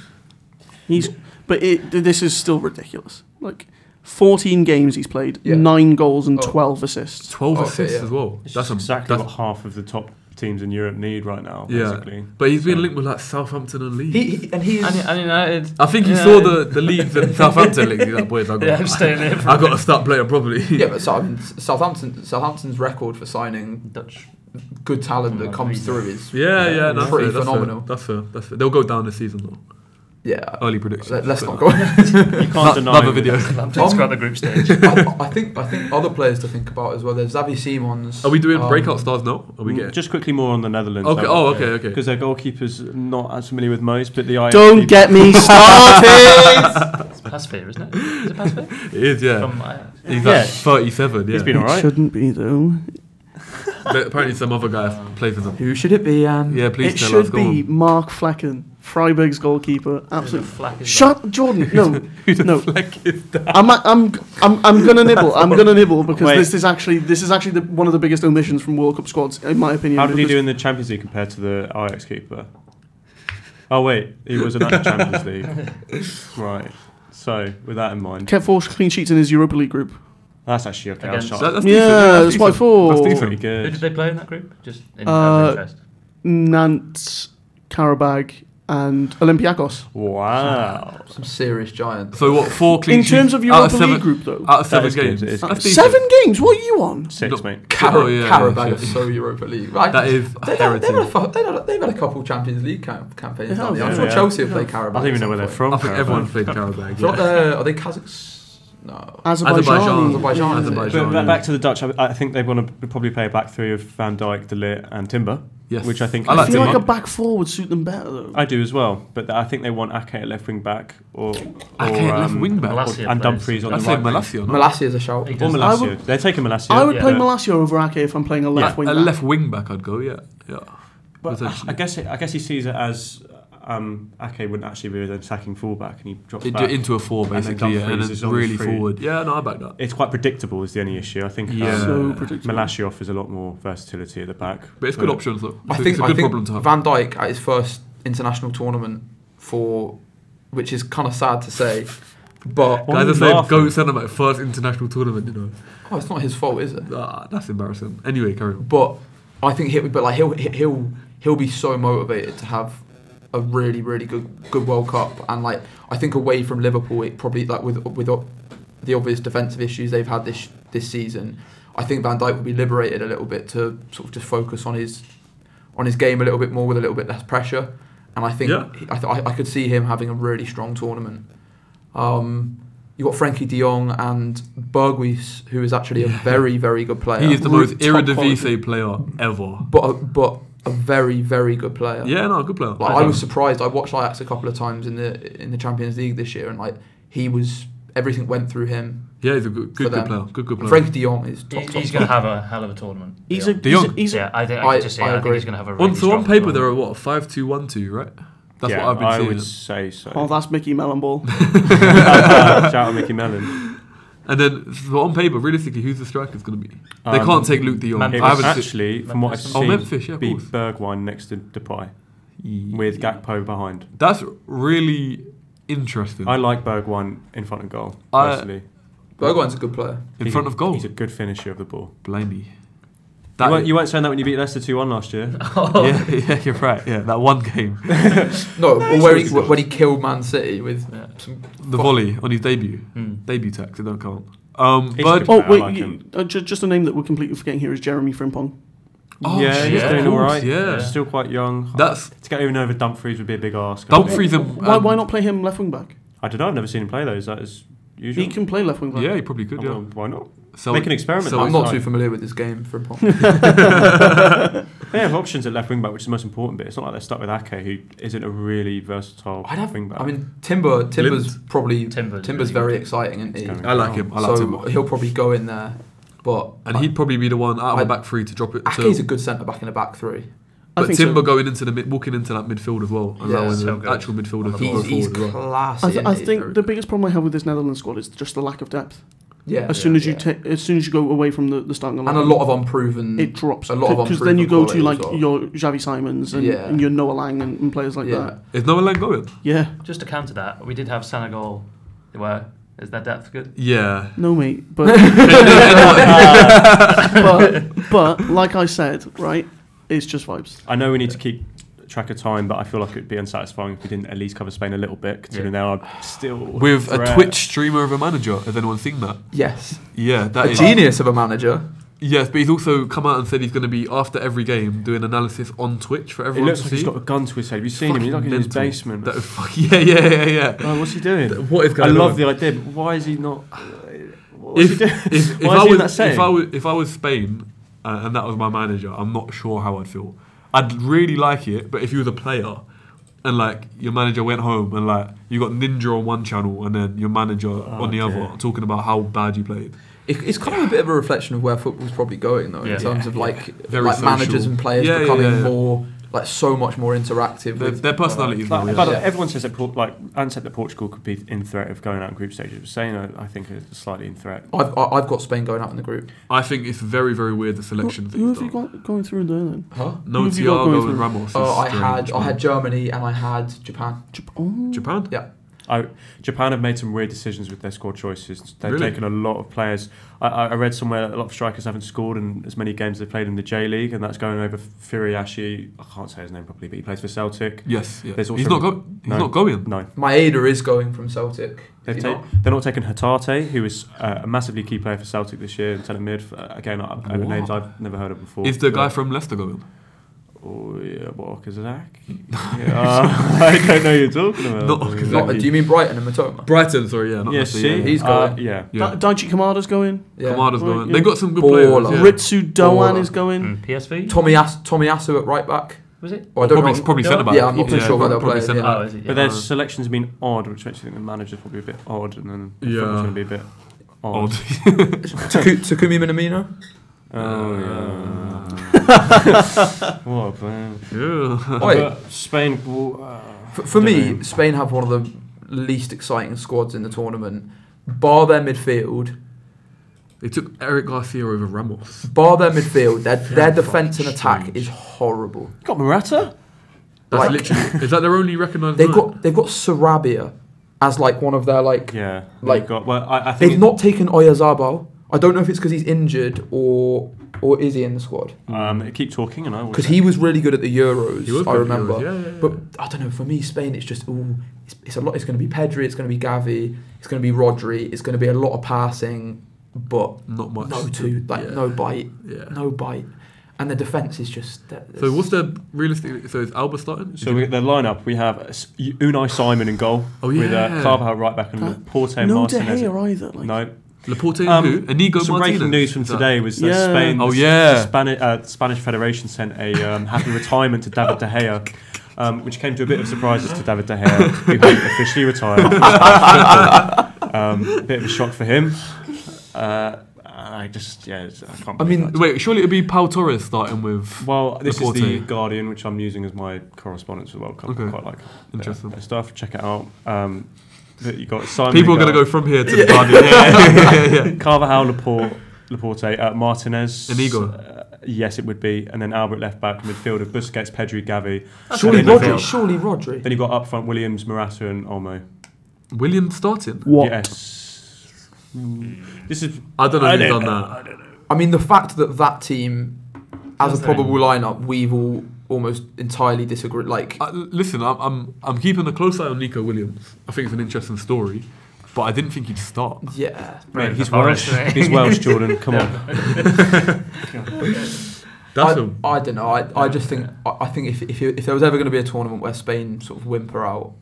Speaker 4: He's but it, th- this is still ridiculous. Like 14 games he's played,
Speaker 2: Yeah.
Speaker 4: nine goals and
Speaker 2: Oh.
Speaker 4: 12 assists.
Speaker 3: twelve
Speaker 2: Okay,
Speaker 3: assists
Speaker 2: yeah.
Speaker 3: as well.
Speaker 1: It's
Speaker 3: That's a,
Speaker 1: exactly
Speaker 3: that's-
Speaker 1: what half of the top teams in Europe need right now.
Speaker 3: Yeah.
Speaker 1: Basically.
Speaker 3: But he's been
Speaker 1: So-
Speaker 3: linked with like Southampton and Leeds.
Speaker 2: he, he and he is.
Speaker 5: And, and United.
Speaker 3: I think he
Speaker 5: Yeah.
Speaker 3: saw the the Leeds and Southampton link. He's like, boys, I got.
Speaker 5: Yeah, I'm staying here.
Speaker 3: I got to start playing properly.
Speaker 2: yeah, but Sou- I mean, Southampton Southampton's record for signing
Speaker 5: Dutch.
Speaker 2: good talent that
Speaker 5: Oh,
Speaker 2: comes
Speaker 5: amazing.
Speaker 2: through is
Speaker 3: Yeah, yeah, that's
Speaker 2: pretty
Speaker 3: fair, that's
Speaker 2: phenomenal.
Speaker 3: Fair, that's fair. That's fair. They'll go down this season though.
Speaker 2: yeah.
Speaker 3: Early predictions.
Speaker 2: Let, us not
Speaker 3: but-
Speaker 2: go.
Speaker 1: You can't
Speaker 3: Not-
Speaker 1: deny
Speaker 3: another
Speaker 1: me.
Speaker 3: video.
Speaker 5: Southampton's got the group stage.
Speaker 2: I, I think I think other players to think about as well. There's Xavi Simons.
Speaker 3: Are we doing
Speaker 2: um,
Speaker 3: breakout stars now? Are we
Speaker 1: Mm,
Speaker 3: getting?
Speaker 1: Just quickly more on the Netherlands.
Speaker 3: okay. Oh, okay, okay.
Speaker 1: Because their goalkeeper's not as familiar with most, but the IFB
Speaker 4: Don't get me started.
Speaker 5: It's Pasveer, isn't it? Is it Pasveer?
Speaker 3: It is. Yeah.
Speaker 5: From Ajax.
Speaker 3: He's
Speaker 1: Yeah.
Speaker 3: like 37. Yeah.
Speaker 1: He's been
Speaker 4: It
Speaker 1: alright.
Speaker 4: shouldn't be though.
Speaker 3: But apparently, some other guy played for them.
Speaker 2: Who should it be? Um,
Speaker 3: Yeah, please
Speaker 4: it
Speaker 3: tell us.
Speaker 4: should
Speaker 3: Go
Speaker 4: be
Speaker 3: on.
Speaker 4: Mark Flecken, Freiburg's goalkeeper. Absolute.
Speaker 5: Flack is that?
Speaker 4: Shut, Jordan. No, no.
Speaker 3: Like, is that-
Speaker 4: I'm, I'm, I'm, I'm gonna nibble. I'm gonna nibble because
Speaker 1: Wait.
Speaker 4: this is actually this is actually the, one of the biggest omissions from World Cup squads, in my opinion.
Speaker 1: How did he
Speaker 4: because-
Speaker 1: do in the Champions League compared to the Ajax keeper? Oh wait, he was in the Champions League, right? So with that in mind,
Speaker 4: Kept four clean sheets in his Europa League group.
Speaker 1: that's actually okay. I'll
Speaker 5: Against-
Speaker 1: shut
Speaker 3: that-
Speaker 1: up.
Speaker 3: that's
Speaker 4: Yeah,
Speaker 3: decent, that's
Speaker 4: that's what I
Speaker 3: decent.
Speaker 4: thought.
Speaker 3: That's
Speaker 1: Pretty
Speaker 3: decent.
Speaker 5: Who did
Speaker 1: good.
Speaker 5: they play in that group? Just in
Speaker 4: Uh,
Speaker 5: out of interest.
Speaker 4: Nantes, Karabag, and Olympiacos.
Speaker 1: Wow.
Speaker 2: some serious giants.
Speaker 3: So what? Four clean
Speaker 4: in terms
Speaker 3: sheets
Speaker 4: of
Speaker 3: out
Speaker 4: Europa
Speaker 3: of seven,
Speaker 4: League group, though,
Speaker 3: out of
Speaker 1: That
Speaker 3: seven
Speaker 1: is good,
Speaker 3: games.
Speaker 1: it is
Speaker 3: That's
Speaker 1: good.
Speaker 3: decent.
Speaker 4: seven games. What are you on?
Speaker 1: Six, mate.
Speaker 2: Car-
Speaker 3: Oh, yeah,
Speaker 2: Carabao
Speaker 3: yeah,
Speaker 2: is
Speaker 3: yeah.
Speaker 2: so Europa League.
Speaker 3: That
Speaker 2: They've
Speaker 3: is
Speaker 2: had, they've,
Speaker 3: heresy.
Speaker 2: had a, fu- they've, had a, they've had a couple Champions League camp- campaigns.
Speaker 4: They
Speaker 2: haven't
Speaker 4: have,
Speaker 2: they? I'm
Speaker 1: yeah.
Speaker 2: sure
Speaker 1: Yeah.
Speaker 2: Chelsea have played Carabao.
Speaker 1: I don't even know
Speaker 2: at some
Speaker 1: where they're
Speaker 2: point.
Speaker 1: from.
Speaker 3: I think
Speaker 1: Carabao.
Speaker 3: everyone played Carabao.
Speaker 2: Not,
Speaker 3: Yeah.
Speaker 2: uh, are they Kazakhs? No.
Speaker 4: Azerbaijan.
Speaker 2: Azerbaijan, is it?
Speaker 1: But,
Speaker 3: Azerbaijan,
Speaker 1: but
Speaker 3: yeah.
Speaker 1: back to the Dutch, I, I think they want to probably play a back three of Van Dijk, De Ligt, and Timber.
Speaker 3: Yes.
Speaker 1: Which I think-
Speaker 3: I
Speaker 4: I
Speaker 3: like
Speaker 4: feel
Speaker 3: Timber.
Speaker 4: like a back four would suit them better though.
Speaker 1: I do as well, but I think they want Ake at left wing back or, or
Speaker 3: Ake at left
Speaker 1: um,
Speaker 3: wing back?
Speaker 1: or-
Speaker 5: Malacia
Speaker 1: and
Speaker 5: plays.
Speaker 1: Dumfries on
Speaker 3: I'd
Speaker 1: the
Speaker 3: say
Speaker 1: right. wing.
Speaker 3: Malacia. no?
Speaker 2: Malacia is a shout.
Speaker 5: He
Speaker 1: Or
Speaker 5: does that.
Speaker 1: Malacia.
Speaker 4: I would-
Speaker 1: They're taking Malacia.
Speaker 4: I would play
Speaker 5: Yeah.
Speaker 4: Malacia over Ake if I'm playing a left wing.
Speaker 3: a
Speaker 4: back.
Speaker 3: left wing back, I'd go. Yeah, yeah.
Speaker 1: But
Speaker 3: potentially.
Speaker 1: I guess it, I guess he sees it as um, Ake wouldn't actually be an attacking fullback, and he drops
Speaker 3: Into,
Speaker 1: back.
Speaker 3: into a four
Speaker 1: And then
Speaker 3: basically, yeah, and
Speaker 1: Dumfries
Speaker 3: it's
Speaker 1: is on the
Speaker 3: really
Speaker 1: three.
Speaker 3: forward. Yeah, no, I back that.
Speaker 1: it's quite predictable is the only issue. I think
Speaker 3: Yeah.
Speaker 4: So predictable.
Speaker 1: Malacia offers a lot more versatility at the back.
Speaker 3: But it's good options though.
Speaker 2: I
Speaker 3: It's a-
Speaker 2: think,
Speaker 3: it's a
Speaker 2: I
Speaker 3: good
Speaker 2: think
Speaker 3: problem to have.
Speaker 2: Van Dijk at his first international tournament for, which is kind of sad to say,
Speaker 1: Why
Speaker 2: but
Speaker 3: Guys
Speaker 1: are
Speaker 3: are
Speaker 1: you
Speaker 3: saying
Speaker 1: laughing?
Speaker 3: go send him at first international tournament. You
Speaker 2: oh, it's not his fault, is it?
Speaker 3: know, ah, that's embarrassing. Anyway, carry on.
Speaker 2: But I think he, but like he'll he'll he'll be so motivated to have a really really good good World Cup, and like I think away from Liverpool, it probably like with with o- the obvious defensive issues they've had this this season, I think Van Dijk will be liberated a little bit to sort of just focus on his on his game a little bit more with a little bit less pressure, and I think
Speaker 3: Yeah.
Speaker 2: he- I, th- I I could see him having a really strong tournament. Um, you got Frankie De Jong and Berghuis, who is actually a very very good player
Speaker 3: He is the
Speaker 4: Really
Speaker 3: most
Speaker 4: top quality.
Speaker 3: Eredivisie player ever.
Speaker 2: but a, but a very very good player.
Speaker 3: Yeah, no, good player.
Speaker 2: Like I was surprised. I watched Ajax a couple of times in the in the Champions League this year, and like he was everything went through him.
Speaker 3: Yeah, he's a good,
Speaker 2: for
Speaker 3: good, good
Speaker 2: them.
Speaker 3: player. Good, good player.
Speaker 2: Frankie De Jong is top
Speaker 5: He's,
Speaker 2: top.
Speaker 5: he's
Speaker 2: top.
Speaker 5: going to have a hell of a tournament.
Speaker 4: He's
Speaker 5: Yeah.
Speaker 4: a
Speaker 3: De
Speaker 4: he's a,
Speaker 3: Jong.
Speaker 4: he's a-
Speaker 5: yeah, I think I,
Speaker 2: I-
Speaker 5: can just see. it.
Speaker 2: I
Speaker 5: I, think
Speaker 2: agree.
Speaker 5: he's going to have a really
Speaker 3: on, so
Speaker 5: strong
Speaker 3: on paper,
Speaker 5: tournament.
Speaker 3: they're at what five two one two, right? That's
Speaker 1: yeah,
Speaker 3: what
Speaker 1: I
Speaker 3: I've been
Speaker 1: would say
Speaker 3: seeing.
Speaker 1: so.
Speaker 4: Oh, that's Mickey Mellon ball.
Speaker 1: Shout out Mickey Mellon.
Speaker 3: And then, so on paper, realistically, who's the striker's going to be? They
Speaker 1: Um,
Speaker 3: can't take Luke De Jong.
Speaker 5: Memphis.
Speaker 1: It
Speaker 3: I
Speaker 1: was
Speaker 3: haven't seen-
Speaker 1: actually, from what I've
Speaker 5: Memphis.
Speaker 1: seen,
Speaker 3: Oh, Memphis, yeah, of
Speaker 1: be
Speaker 3: course.
Speaker 1: Bergwijn next to Depay with Gakpo behind.
Speaker 3: That's really interesting.
Speaker 1: I like Bergwijn in front of goal.
Speaker 3: I-
Speaker 1: Personally,
Speaker 2: Bergwijn's a good player.
Speaker 3: in
Speaker 1: He's
Speaker 3: front
Speaker 1: a-
Speaker 3: of goal.
Speaker 1: he's a good finisher of the ball.
Speaker 3: Blimey.
Speaker 1: You
Speaker 3: That
Speaker 1: weren't, you weren't saying that when you beat Leicester two one last year.
Speaker 3: yeah, yeah, you're right. Yeah, that one game,
Speaker 2: No, or where he,
Speaker 3: he's good.
Speaker 2: when he killed Man City with
Speaker 5: Yeah.
Speaker 2: some
Speaker 3: the volley on his debut,
Speaker 5: Hmm.
Speaker 3: debut tax. It don't count. Um,
Speaker 1: He's
Speaker 3: but
Speaker 1: good.
Speaker 4: oh
Speaker 1: I
Speaker 4: wait,
Speaker 1: like
Speaker 4: you,
Speaker 1: him.
Speaker 4: uh, ju- just a name that we're completely forgetting here is Jeremy Frimpong.
Speaker 3: oh,
Speaker 1: yeah, he's
Speaker 5: yeah,
Speaker 1: doing
Speaker 5: of
Speaker 1: all
Speaker 3: course,
Speaker 1: right.
Speaker 3: yeah.
Speaker 1: He's still quite young.
Speaker 3: that's
Speaker 1: to get even over Dumfries would be a big ask. I think.
Speaker 3: Dumfries and
Speaker 4: Why,
Speaker 3: and-
Speaker 4: why not play him left wing back?
Speaker 1: I don't know. I've never seen him play those. That is usual.
Speaker 4: He can play left wing back.
Speaker 3: Yeah, he probably could.
Speaker 1: Oh,
Speaker 3: Yeah,
Speaker 1: well, Why not?
Speaker 3: so
Speaker 1: Make an experiment.
Speaker 3: so
Speaker 2: I'm
Speaker 1: it's
Speaker 2: not
Speaker 1: like-
Speaker 2: too familiar with this game for Pop.
Speaker 1: They have options at left wing back, which is the most important bit. It's not like they're stuck with Ake, who isn't a really versatile
Speaker 2: I'd have.
Speaker 1: wing back.
Speaker 2: I mean, Timber. Timber's probably
Speaker 5: Timber's
Speaker 2: Timber's
Speaker 5: really
Speaker 2: very
Speaker 5: good.
Speaker 2: exciting, isn't he?
Speaker 1: He's going
Speaker 3: I like him. I like
Speaker 2: so
Speaker 3: him.
Speaker 2: he'll probably go in there, but
Speaker 3: And he'd probably be the one out of the
Speaker 2: I-
Speaker 3: back three to drop it.
Speaker 2: Ake's Ah, a
Speaker 3: To,
Speaker 2: good centre back in a back three.
Speaker 4: I
Speaker 3: but
Speaker 4: think
Speaker 3: Timber
Speaker 4: so.
Speaker 3: going into the mid, walking into that midfield as well,
Speaker 2: Yeah,
Speaker 3: allowing
Speaker 5: so
Speaker 3: the
Speaker 5: good.
Speaker 3: actual midfielder to go
Speaker 2: He's, he's
Speaker 3: forward as well.
Speaker 2: classy.
Speaker 4: I, th-
Speaker 2: isn't
Speaker 4: I
Speaker 2: he? Very
Speaker 4: think the
Speaker 2: good.
Speaker 4: biggest problem I have with this Netherlands squad is just the lack of depth.
Speaker 2: yeah.
Speaker 4: as soon
Speaker 2: yeah,
Speaker 4: as you
Speaker 2: yeah.
Speaker 4: take, as soon as you go away from the, the starting
Speaker 2: and
Speaker 4: line,
Speaker 2: a lot of unproven.
Speaker 4: it drops.
Speaker 2: a lot of
Speaker 4: because then you go to
Speaker 2: unproven
Speaker 4: like
Speaker 2: quality as
Speaker 4: your Xavi Simons and,
Speaker 2: Yeah.
Speaker 4: and your Noah Lang and, and players like
Speaker 2: yeah,
Speaker 4: that.
Speaker 3: Is Noah Lang going?
Speaker 4: Yeah,
Speaker 5: Just to counter that, we did have Senegal. They were. Is their depth good?
Speaker 3: Yeah.
Speaker 4: no mate,
Speaker 2: Hmm,
Speaker 4: but but but like I said, right, it's just vibes.
Speaker 1: I know we need to keep track of time, but I feel like it would be unsatisfying if we didn't at least cover Spain a little bit, considering they are still
Speaker 3: With a
Speaker 1: threat.
Speaker 3: Twitch streamer of a manager. Has anyone seen that?
Speaker 2: yes,
Speaker 3: Yeah, that
Speaker 2: a
Speaker 3: is
Speaker 2: genius of a manager.
Speaker 3: Yes, but he's also come out and said he's going to be after every game doing analysis on Twitch for
Speaker 1: It
Speaker 3: everyone
Speaker 1: looks
Speaker 3: to
Speaker 1: like
Speaker 3: see.
Speaker 1: he's got a gun to his head. Have you seen him? He's like
Speaker 3: Fucking
Speaker 1: in his
Speaker 3: mental.
Speaker 1: basement.
Speaker 3: That- fuck, yeah, yeah, yeah, yeah.
Speaker 1: oh, what's he doing?
Speaker 3: What is
Speaker 1: I
Speaker 3: going on?
Speaker 1: love the idea, but why is he not? uh, What's he
Speaker 3: If,
Speaker 1: doing?
Speaker 3: if, if,
Speaker 1: Why is
Speaker 3: I
Speaker 1: he in
Speaker 3: was,
Speaker 1: that setting?
Speaker 3: if I was if I was Spain uh, and that was my manager, I'm not sure how I'd feel. I'd really like it, but if you was a player and like your manager went home and like you got Ninja on one channel and then your manager
Speaker 1: Oh,
Speaker 3: on the
Speaker 1: dear.
Speaker 3: other talking about how bad you played.
Speaker 2: It, it's kind of a bit of a reflection of where football's probably going, though,
Speaker 5: Yeah.
Speaker 2: in terms of
Speaker 3: Yeah.
Speaker 2: like
Speaker 3: Very
Speaker 2: like managers
Speaker 3: social.
Speaker 2: and players
Speaker 3: Yeah, yeah,
Speaker 2: becoming
Speaker 3: yeah.
Speaker 2: more like so much more interactive.
Speaker 3: Their,
Speaker 2: with,
Speaker 3: their personalities. now,
Speaker 1: Like,
Speaker 3: yeah.
Speaker 1: but
Speaker 2: Yeah.
Speaker 1: everyone says that Por- like Anne said that Portugal could be in threat of going out in group stages. But saying that, I think is slightly in threat.
Speaker 2: I've I- I've got Spain going out in the group.
Speaker 3: I think it's very very weird the selection. that
Speaker 4: Who
Speaker 3: he's
Speaker 4: have you
Speaker 3: done.
Speaker 4: got going through there then?
Speaker 2: Huh?
Speaker 3: No
Speaker 4: who have you got
Speaker 3: Thiago
Speaker 4: going
Speaker 3: and
Speaker 4: through?
Speaker 3: Ramos. is
Speaker 2: Oh, Uh, I
Speaker 3: strange,
Speaker 2: had I
Speaker 3: man.
Speaker 2: had Germany and I had Japan.
Speaker 4: Jap- oh.
Speaker 3: Japan.
Speaker 1: I, Japan have made some weird decisions with their squad choices. They've
Speaker 3: Really?
Speaker 1: taken a lot of players. I, I I read somewhere that a lot of strikers haven't scored in as many games they've played in the J League, and that's going over Furiashi. I can't say his name properly, but he plays for Celtic.
Speaker 3: Yes, yeah.
Speaker 1: There's
Speaker 3: he's
Speaker 1: also-
Speaker 3: not go- he's
Speaker 1: No.
Speaker 3: not going.
Speaker 1: No,
Speaker 2: Maeda is going from Celtic.
Speaker 1: they've
Speaker 2: Is he
Speaker 1: ta-
Speaker 2: not?
Speaker 1: they're not taking Hatate, who is uh, a massively key player for Celtic this year in centre mid. F- Again, I- over
Speaker 3: What?
Speaker 1: names I've never heard of before.
Speaker 3: Is the guy
Speaker 1: Yeah.
Speaker 3: from Leicester going?
Speaker 1: Oh yeah, what Kazak? yeah, I don't know who you're talking about.
Speaker 3: Not
Speaker 1: Yeah.
Speaker 3: Okazaki.
Speaker 2: Not- uh, do you mean Brighton and Matoma?
Speaker 3: Brighton, sorry, yeah. Not
Speaker 1: Yeah,
Speaker 3: Leicester,
Speaker 1: see,
Speaker 3: yeah.
Speaker 2: He's
Speaker 1: Uh,
Speaker 2: going.
Speaker 1: yeah,
Speaker 3: yeah.
Speaker 4: Da- Daichi Kamada's going.
Speaker 2: Yeah.
Speaker 3: Kamada's
Speaker 4: Well,
Speaker 3: going.
Speaker 4: yeah.
Speaker 3: They got some good
Speaker 2: Baller.
Speaker 3: players. Yeah.
Speaker 4: Ritsu Doan
Speaker 2: Baller.
Speaker 4: is going.
Speaker 5: Mm, PSV
Speaker 2: Tommy As- Tomiyasu at right back.
Speaker 5: was it?
Speaker 2: Or I don't
Speaker 3: probably,
Speaker 2: know.
Speaker 3: probably
Speaker 5: Yeah,
Speaker 3: centre back.
Speaker 2: yeah, I'm not too sure where they'll
Speaker 3: probably
Speaker 2: play,
Speaker 3: centre
Speaker 2: yeah.
Speaker 5: Oh,
Speaker 3: back.
Speaker 5: is it? Yeah.
Speaker 1: but their selections have been odd, which makes you think the manager's probably a bit odd, and then the
Speaker 3: Yeah.
Speaker 1: football's going to be a bit odd.
Speaker 3: Odd.
Speaker 2: Taku- Takumi Minamino.
Speaker 1: Oh yeah. what a player.
Speaker 3: Yeah.
Speaker 2: Oi.
Speaker 1: But Spain. well, uh,
Speaker 2: For, for
Speaker 1: I don't
Speaker 2: me,
Speaker 1: know.
Speaker 2: Spain have one of the least exciting squads in the tournament. Bar their midfield,
Speaker 3: They took Eric Garcia over Ramos.
Speaker 2: bar their midfield, their, their
Speaker 3: fucking
Speaker 2: defence and attack
Speaker 3: strange.
Speaker 2: is horrible.
Speaker 1: you got Morata.
Speaker 3: That's
Speaker 2: Like-
Speaker 3: literally. Is that their only recognised?
Speaker 2: They've
Speaker 3: nine?
Speaker 2: got they've got Sarabia as like one of their like.
Speaker 1: Yeah,
Speaker 2: Like-
Speaker 1: like got. Well, I, I think
Speaker 2: They've
Speaker 1: it-
Speaker 2: not taken Oyazabal. I don't know if it's because he's injured or or is he in the squad?
Speaker 1: Um, keep talking, and I will.
Speaker 2: Because he was really good at the Euros.
Speaker 3: He was
Speaker 2: I
Speaker 3: good,
Speaker 2: remember.
Speaker 3: yeah, yeah, yeah.
Speaker 2: But I don't know. For me, Spain, it's just ooh, it's, it's a lot. It's going to be Pedri. It's going to be Gavi. It's going to be Rodri. It's going to be a lot of passing, but
Speaker 3: not much.
Speaker 2: no two, like
Speaker 3: yeah.
Speaker 2: no bite,
Speaker 3: Yeah.
Speaker 2: no bite. And the defense is just. that-
Speaker 3: So
Speaker 2: that's-
Speaker 3: what's their realistic? So is Alba starting?
Speaker 1: So we get their lineup. We have S- Unai Simon in goal
Speaker 3: Oh,
Speaker 1: with uh,
Speaker 3: yeah.
Speaker 1: Carvajal right back and
Speaker 4: Uh,
Speaker 1: Porte
Speaker 4: no De
Speaker 1: Martinez.
Speaker 4: Gea either. Like,
Speaker 1: No,
Speaker 3: Laporte and
Speaker 1: Um,
Speaker 3: who? Inigo
Speaker 1: Some
Speaker 3: Martinez.
Speaker 1: breaking news from
Speaker 3: Is that-
Speaker 1: today was that
Speaker 4: Yeah.
Speaker 1: Spain,
Speaker 3: Oh, yeah.
Speaker 1: Spanish, uh, Spanish Federation sent a um, happy retirement to David De Gea, um, which came to a bit of surprises to David De Gea, who hadn't officially retired. um, a bit of a shock for him. Uh, I just, yeah, it's- I can't.
Speaker 2: I
Speaker 1: believe
Speaker 2: mean,
Speaker 1: that.
Speaker 3: Wait, surely it'd be Paul Torres starting with.
Speaker 1: well, this is the
Speaker 3: Laporte.
Speaker 1: Guardian, which I'm using as my correspondence for the World Cup. I
Speaker 3: Okay.
Speaker 1: quite like uh,
Speaker 3: Interesting.
Speaker 1: their stuff. Check it out. Um, that you got Simon.
Speaker 3: People
Speaker 1: in
Speaker 3: are going to
Speaker 1: goal.
Speaker 3: go from here to the Guardian. Yeah, yeah, yeah, yeah.
Speaker 1: Carvajal, Laporte, Laporte, uh, Martinez,
Speaker 3: Inigo.
Speaker 1: Uh, yes, it would be, and then Albert left back, midfield of Busquets, Pedri, Gavi.
Speaker 2: surely
Speaker 1: Then you've
Speaker 2: Rodri.
Speaker 1: got-
Speaker 2: Surely Rodri.
Speaker 1: Then you've got up front Williams, Morata, and Olmo.
Speaker 3: William starting.
Speaker 4: What?
Speaker 1: Yes. Mm. This is
Speaker 3: I don't know
Speaker 1: I
Speaker 3: who's
Speaker 1: don't
Speaker 3: done
Speaker 1: know.
Speaker 3: that.
Speaker 2: I mean, the fact that that team, as a probable lineup, we've all almost entirely disagreed. Like, uh,
Speaker 3: I, Uh, listen, I'm, I'm I'm keeping a close eye on Nico Williams. I think it's an interesting story, but I didn't think he'd start.
Speaker 2: yeah.
Speaker 1: mate, he's
Speaker 5: All right,
Speaker 1: Welsh.
Speaker 5: mate.
Speaker 1: he's Welsh, Jordan. Come on.
Speaker 3: That's
Speaker 2: I,
Speaker 3: him.
Speaker 2: I don't know. I, I just think I, I think if, if you- if there was ever going to be a tournament where Spain sort of whimper out,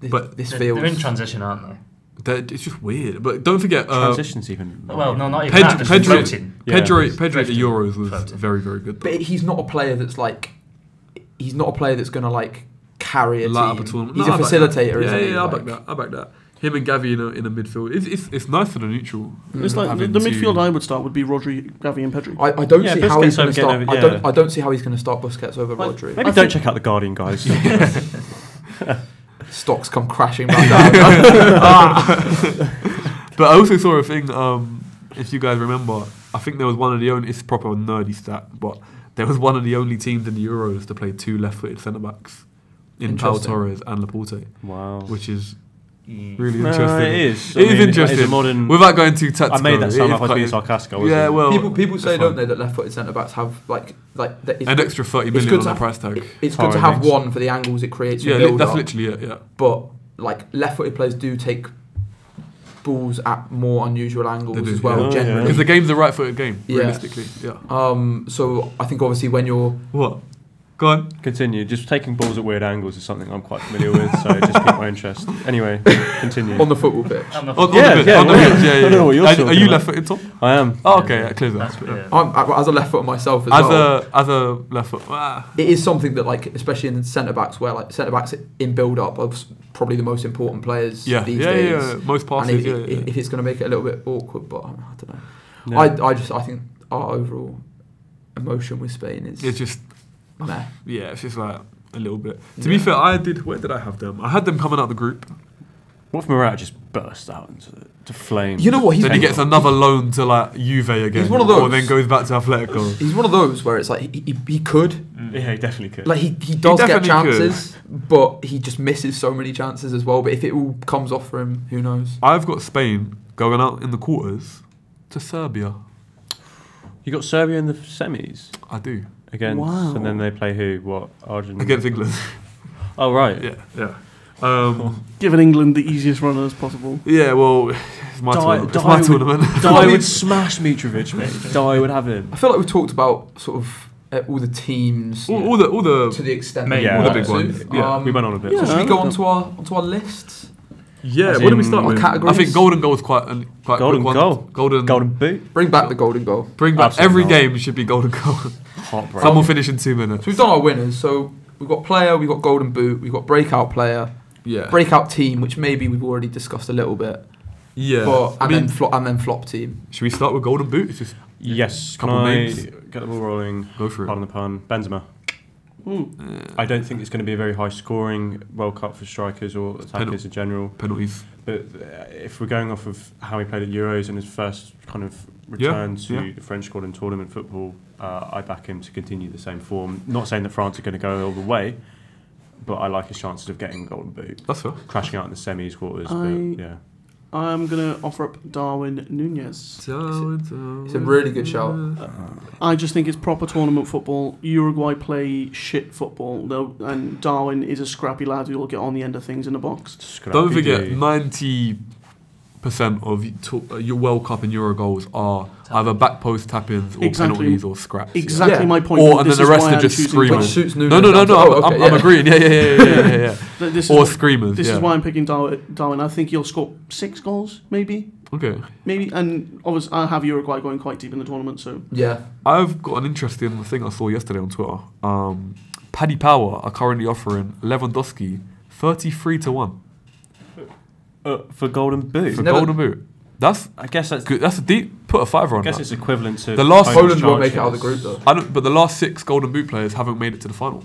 Speaker 2: this,
Speaker 3: But
Speaker 2: this
Speaker 5: they're,
Speaker 2: feels
Speaker 5: they're in transition, aren't they?
Speaker 3: That, it's just weird. But don't forget, uh,
Speaker 1: Transitions even.
Speaker 5: Well, no, not even
Speaker 3: Pedri-
Speaker 5: that. just
Speaker 3: Pedri-
Speaker 5: floating.
Speaker 1: Yeah.
Speaker 3: Pedro
Speaker 5: Yeah.
Speaker 3: Pedro at the Euros was
Speaker 5: Floating.
Speaker 3: very very good.
Speaker 2: But he's not a player that's like he's not a player that's going to like carry a
Speaker 3: Light up a
Speaker 2: team.
Speaker 3: tournament.
Speaker 2: He's
Speaker 3: No,
Speaker 2: a
Speaker 3: I back
Speaker 2: facilitator,
Speaker 3: that. Yeah,
Speaker 2: isn't
Speaker 3: yeah,
Speaker 2: he?
Speaker 3: I
Speaker 2: Like,
Speaker 3: back that. I back that. Him and Gavi in a, in a midfield. It's, it's it's nice for the neutral.
Speaker 4: It's like the,
Speaker 3: Having
Speaker 4: the
Speaker 3: to-
Speaker 4: midfield I would start would be Rodri, Gavi, and Pedri.
Speaker 2: I, I don't
Speaker 1: Yeah,
Speaker 2: see how
Speaker 1: Busquets
Speaker 2: he's going
Speaker 1: over
Speaker 2: to start.
Speaker 1: getting
Speaker 2: I
Speaker 1: over-
Speaker 2: don't.
Speaker 1: yeah.
Speaker 2: I don't see how he's going to start Busquets over
Speaker 1: Like,
Speaker 2: Rodri.
Speaker 1: Maybe
Speaker 4: I
Speaker 1: don't
Speaker 4: think-
Speaker 1: check out the Guardian, guys.
Speaker 2: Stocks come crashing back down. Ah.
Speaker 3: Ah. But I also saw a thing. Um, if you guys remember, I think there was one of the only. It's proper nerdy stat, but there was one of the only teams in the Euros to play two left-footed centre backs in Pau
Speaker 2: Interesting.
Speaker 3: Torres and Laporte,
Speaker 1: wow.
Speaker 3: which is
Speaker 5: Mm.
Speaker 3: really
Speaker 1: No,
Speaker 3: interesting.
Speaker 1: it is.
Speaker 3: It is
Speaker 1: mean,
Speaker 3: interesting.
Speaker 1: a modern.
Speaker 3: Without going too tactical,
Speaker 1: I made that
Speaker 3: it
Speaker 1: sound like
Speaker 3: is
Speaker 1: I was
Speaker 3: quite-
Speaker 1: being sarcastic. I wasn't.
Speaker 3: Yeah, well,
Speaker 2: people people say,
Speaker 3: that's
Speaker 2: don't
Speaker 3: fine.
Speaker 2: they, that left-footed centre backs have like like that is-
Speaker 3: an extra thirty
Speaker 2: it's
Speaker 3: million
Speaker 2: good
Speaker 3: on
Speaker 2: to
Speaker 3: their
Speaker 2: have-
Speaker 3: price tag.
Speaker 2: it- it's good
Speaker 1: Foreign
Speaker 2: to have
Speaker 1: links.
Speaker 2: one for the angles it creates.
Speaker 3: Yeah,
Speaker 2: and
Speaker 3: li-
Speaker 2: build
Speaker 3: that's
Speaker 2: up.
Speaker 3: literally it. Yeah,
Speaker 2: but like left-footed players do take balls at more unusual angles
Speaker 3: They do,
Speaker 2: as well.
Speaker 1: yeah. Oh, yeah.
Speaker 2: generally,
Speaker 3: Because the game's a right footed game,
Speaker 2: Yeah.
Speaker 3: realistically. Yeah.
Speaker 2: um, so I think obviously when you're
Speaker 3: What? Go on.
Speaker 1: Continue. Just taking balls at weird angles is something I'm quite familiar with, so it just piqued my interest. Anyway, continue.
Speaker 2: on the football pitch,
Speaker 5: I'm not-
Speaker 3: Oh, On,
Speaker 1: Yeah,
Speaker 3: on the pitch.
Speaker 1: yeah,
Speaker 3: on the
Speaker 1: yeah.
Speaker 3: pitch. Yeah, yeah.
Speaker 1: I don't know what you're
Speaker 3: Are- Are
Speaker 1: talking
Speaker 3: you
Speaker 1: about.
Speaker 3: left footed, Tom?
Speaker 1: I am.
Speaker 3: Oh, okay. Yeah, clear that.
Speaker 5: That's- yeah.
Speaker 2: I'm, as a left footer myself as,
Speaker 3: As
Speaker 2: well.
Speaker 3: a as a left foot, ah,
Speaker 2: it is something that like especially in centre backs where like centre backs in build up are s- probably the most important players
Speaker 3: yeah,
Speaker 2: these
Speaker 3: yeah,
Speaker 2: days.
Speaker 3: yeah, yeah. Most
Speaker 2: And if,
Speaker 3: passes, yeah,
Speaker 2: if-
Speaker 3: yeah.
Speaker 2: if it's going to make it a little bit awkward, but um, I don't know.
Speaker 1: Yeah.
Speaker 2: I, I just I think our overall emotion with Spain is
Speaker 3: It's just
Speaker 2: meh.
Speaker 3: yeah, it's just like a little bit. To
Speaker 2: Yeah.
Speaker 3: be fair, I did. Where did I have them? I had them coming out of the group.
Speaker 1: What if Murat just burst out into to flames?
Speaker 2: You know what, he's-
Speaker 3: then he gets another loan to like Juve again.
Speaker 2: one of
Speaker 3: Or
Speaker 2: those.
Speaker 3: then goes back to Atletico.
Speaker 2: He's one of those where it's like he, he, he could
Speaker 1: Yeah, he definitely could.
Speaker 2: like he, he does get
Speaker 3: definitely
Speaker 2: chances, but he just misses so many chances as well. But if it all comes off for him, who knows?
Speaker 3: I've got Spain going out in the quarters to Serbia.
Speaker 1: you got Serbia in the semis
Speaker 3: I do
Speaker 1: against,
Speaker 4: Wow.
Speaker 1: and then they play who? What? Argentina.
Speaker 3: against England.
Speaker 1: Oh right.
Speaker 3: yeah, yeah. Um,
Speaker 4: Giving England the easiest run as possible.
Speaker 3: yeah. Well, it's my
Speaker 1: Die-
Speaker 3: tournament. It's
Speaker 1: die
Speaker 3: my
Speaker 1: with-
Speaker 3: tournament.
Speaker 1: Die would smash Mitrovic, mate. Die would have him.
Speaker 2: I feel like we've talked about sort of uh, all the teams
Speaker 3: all, all the all
Speaker 2: to
Speaker 3: the
Speaker 2: the extent
Speaker 5: Mate,
Speaker 2: that
Speaker 1: yeah,
Speaker 2: we
Speaker 1: all the
Speaker 2: want
Speaker 3: big
Speaker 2: to.
Speaker 3: ones.
Speaker 1: Yeah,
Speaker 2: Um,
Speaker 1: we went on a bit.
Speaker 4: Yeah.
Speaker 2: so should we go
Speaker 4: Yeah.
Speaker 2: onto our onto our lists?
Speaker 3: yeah.
Speaker 1: As
Speaker 3: What do we
Speaker 1: in-
Speaker 3: start
Speaker 1: Or
Speaker 3: with? I
Speaker 2: categories?
Speaker 3: think golden goal is quite an quite a
Speaker 1: Golden
Speaker 3: quick one.
Speaker 1: goal.
Speaker 3: Golden
Speaker 1: Golden boot.
Speaker 2: Bring back the golden goal.
Speaker 3: Bring back
Speaker 1: Absolutely
Speaker 3: every
Speaker 1: not.
Speaker 3: game should be golden goal.
Speaker 1: Heartbreak.
Speaker 3: Some will finish in two
Speaker 2: So
Speaker 3: minutes.
Speaker 2: we've done our winners. So we've got player, we've got golden boot, we've got breakout player,
Speaker 3: Yeah.
Speaker 2: breakout team, which maybe we've already discussed a little bit.
Speaker 3: Yeah.
Speaker 2: But and
Speaker 3: I mean,
Speaker 2: then flop and then flop team.
Speaker 3: should we start with golden boot? It's just
Speaker 1: Yes. Can
Speaker 3: Couple
Speaker 1: I
Speaker 3: names.
Speaker 1: get the ball rolling?
Speaker 3: go for it.
Speaker 1: Pardon the pun. Benzema.
Speaker 4: Mm.
Speaker 1: Um, I don't think it's going to be a very high scoring World Cup for strikers or attackers
Speaker 3: Penal-
Speaker 1: in general.
Speaker 3: Penalties.
Speaker 1: But uh, if we're going off of how he played at Euros and his first kind of
Speaker 3: Yeah,
Speaker 1: return to
Speaker 3: yeah.
Speaker 1: the French squad in tournament football, uh, I back him to continue the same form. Not saying that France are going to go all the way, but I like his chances of getting Golden Boot,
Speaker 3: That's fair.
Speaker 1: crashing out in the semis, quarters.
Speaker 4: I-
Speaker 1: But yeah,
Speaker 4: I'm gonna offer up Darwin Nunez.
Speaker 2: It's a really good shout.
Speaker 4: I just think it's proper tournament football. Uruguay play shit football, though, and Darwin is a scrappy lad who will get on the end of things in a box.
Speaker 1: Scrappy
Speaker 3: Don't forget,
Speaker 1: doo.
Speaker 3: ninety percent of y- to- uh, your World Cup and Euro goals are either back post tap-ins or
Speaker 4: Exactly.
Speaker 3: penalties or scraps. yeah.
Speaker 4: Exactly
Speaker 2: Yeah.
Speaker 4: my point.
Speaker 3: Or- and
Speaker 4: This
Speaker 3: then the
Speaker 4: is
Speaker 3: rest
Speaker 4: why
Speaker 3: are
Speaker 4: I'm
Speaker 3: just
Speaker 4: choosing
Speaker 3: screamers.
Speaker 2: Which
Speaker 4: Darwin.
Speaker 2: suits Nuno
Speaker 3: No, no, no,
Speaker 2: down to-
Speaker 3: no.
Speaker 2: oh,
Speaker 3: I'm,
Speaker 2: okay,
Speaker 3: I'm
Speaker 2: yeah.
Speaker 3: agreeing. Yeah, yeah, yeah, yeah, yeah, yeah.
Speaker 4: Th- This is,
Speaker 3: Or
Speaker 4: why,
Speaker 3: screamers.
Speaker 4: this
Speaker 3: yeah.
Speaker 4: is why I'm picking Dar- Darwin. I think he'll score six goals, maybe,
Speaker 3: Okay.
Speaker 4: maybe, and obviously I have Uruguay going quite deep in the tournament. So
Speaker 2: Yeah.
Speaker 3: I've got an interesting thing I saw yesterday on Twitter. Um, Paddy Power are currently offering Lewandowski thirty-three to one
Speaker 1: uh, for Golden Boot.
Speaker 3: for
Speaker 2: Never-
Speaker 3: Golden Boot. That's
Speaker 1: I guess that's.
Speaker 3: good. That's a deep. Put a fiver
Speaker 1: I
Speaker 3: on
Speaker 1: guess
Speaker 3: that.
Speaker 1: it's equivalent to
Speaker 3: The last-
Speaker 2: Poland won't make it out of the group
Speaker 1: chances.
Speaker 2: though.
Speaker 3: I don't, but the last six Golden Boot players haven't made it to the final.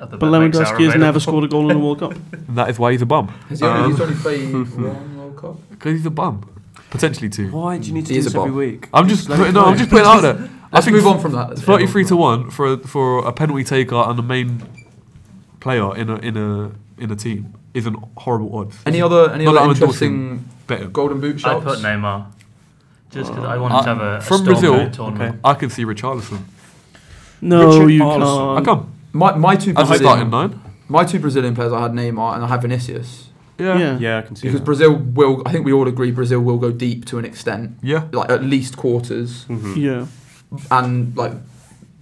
Speaker 5: I think
Speaker 4: But
Speaker 5: that makes our
Speaker 4: Lewandowski has
Speaker 5: available.
Speaker 4: never scored a goal in the World Cup.
Speaker 3: And that is why he's a bum.
Speaker 2: Has he only,
Speaker 3: Um,
Speaker 2: he's only played one World Cup.
Speaker 3: Because he's a bum. Potentially two.
Speaker 1: Why do you need to
Speaker 2: He
Speaker 1: do
Speaker 2: is
Speaker 1: this
Speaker 2: a
Speaker 1: every
Speaker 2: bum.
Speaker 1: week?
Speaker 3: I'm just
Speaker 1: let it
Speaker 3: putting, no, I'm
Speaker 1: go.
Speaker 3: just putting it out there. I
Speaker 2: Let's
Speaker 3: think
Speaker 2: move on from that. Let's move on
Speaker 3: Thirty-three to
Speaker 2: from
Speaker 3: one for a, for a penalty taker and a main player in a in a in a team is an horrible odds.
Speaker 2: that. Any other any
Speaker 3: Not that
Speaker 2: other
Speaker 3: I'm
Speaker 2: interesting
Speaker 3: Better.
Speaker 2: golden boot
Speaker 5: I
Speaker 2: shouts?
Speaker 5: put Neymar. Just because I wanted to have a, a
Speaker 3: Uh, from
Speaker 5: storm
Speaker 3: Brazil,
Speaker 5: mode tournament.
Speaker 1: okay.
Speaker 3: I can see Richarlison.
Speaker 4: No,
Speaker 1: Richard
Speaker 4: you
Speaker 1: Arlison.
Speaker 3: I
Speaker 4: can't.
Speaker 3: come
Speaker 2: My my two
Speaker 3: as a starting
Speaker 2: Brazilian,
Speaker 3: nine.
Speaker 2: my two Brazilian players I had Neymar and I had Vinicius.
Speaker 3: Yeah.
Speaker 4: Yeah.
Speaker 1: Yeah, I can see.
Speaker 2: Because
Speaker 1: that.
Speaker 2: Brazil will I think we all agree Brazil will go deep to an extent.
Speaker 3: Yeah.
Speaker 2: Like at least quarters.
Speaker 1: Mhm.
Speaker 4: Yeah,
Speaker 2: and like,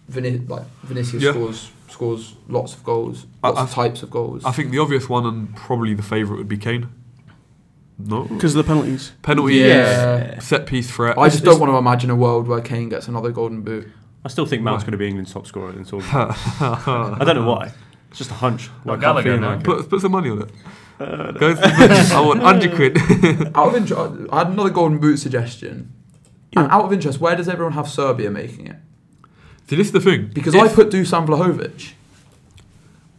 Speaker 2: Vini- like Vinicius
Speaker 3: Yeah.
Speaker 2: scores scores lots of goals,
Speaker 3: I-
Speaker 2: lots
Speaker 3: I-
Speaker 2: of types of goals.
Speaker 3: I think the obvious one and probably the favourite would be Kane. No.
Speaker 4: because of the penalties.
Speaker 3: Penalties,
Speaker 2: Yeah.
Speaker 3: set piece threat.
Speaker 2: I just don't want to imagine a world where Kane gets another golden boot.
Speaker 1: I still think Mount's
Speaker 3: Why?
Speaker 1: going to be England's top scorer in this tournament.
Speaker 3: I
Speaker 1: I don't know why. It's just a hunch.
Speaker 5: Well,
Speaker 1: I can't
Speaker 5: Gallagher,
Speaker 1: feel
Speaker 5: no.
Speaker 1: like it.
Speaker 3: Put, put some money on it. Go for- I want 100 quid.
Speaker 2: Out of interest, I had another golden boot suggestion. And
Speaker 4: Yeah.
Speaker 2: out of interest, where does everyone have Serbia making it?
Speaker 3: See, this is the thing.
Speaker 2: Because I
Speaker 3: If-
Speaker 2: put Dusan Vlahovic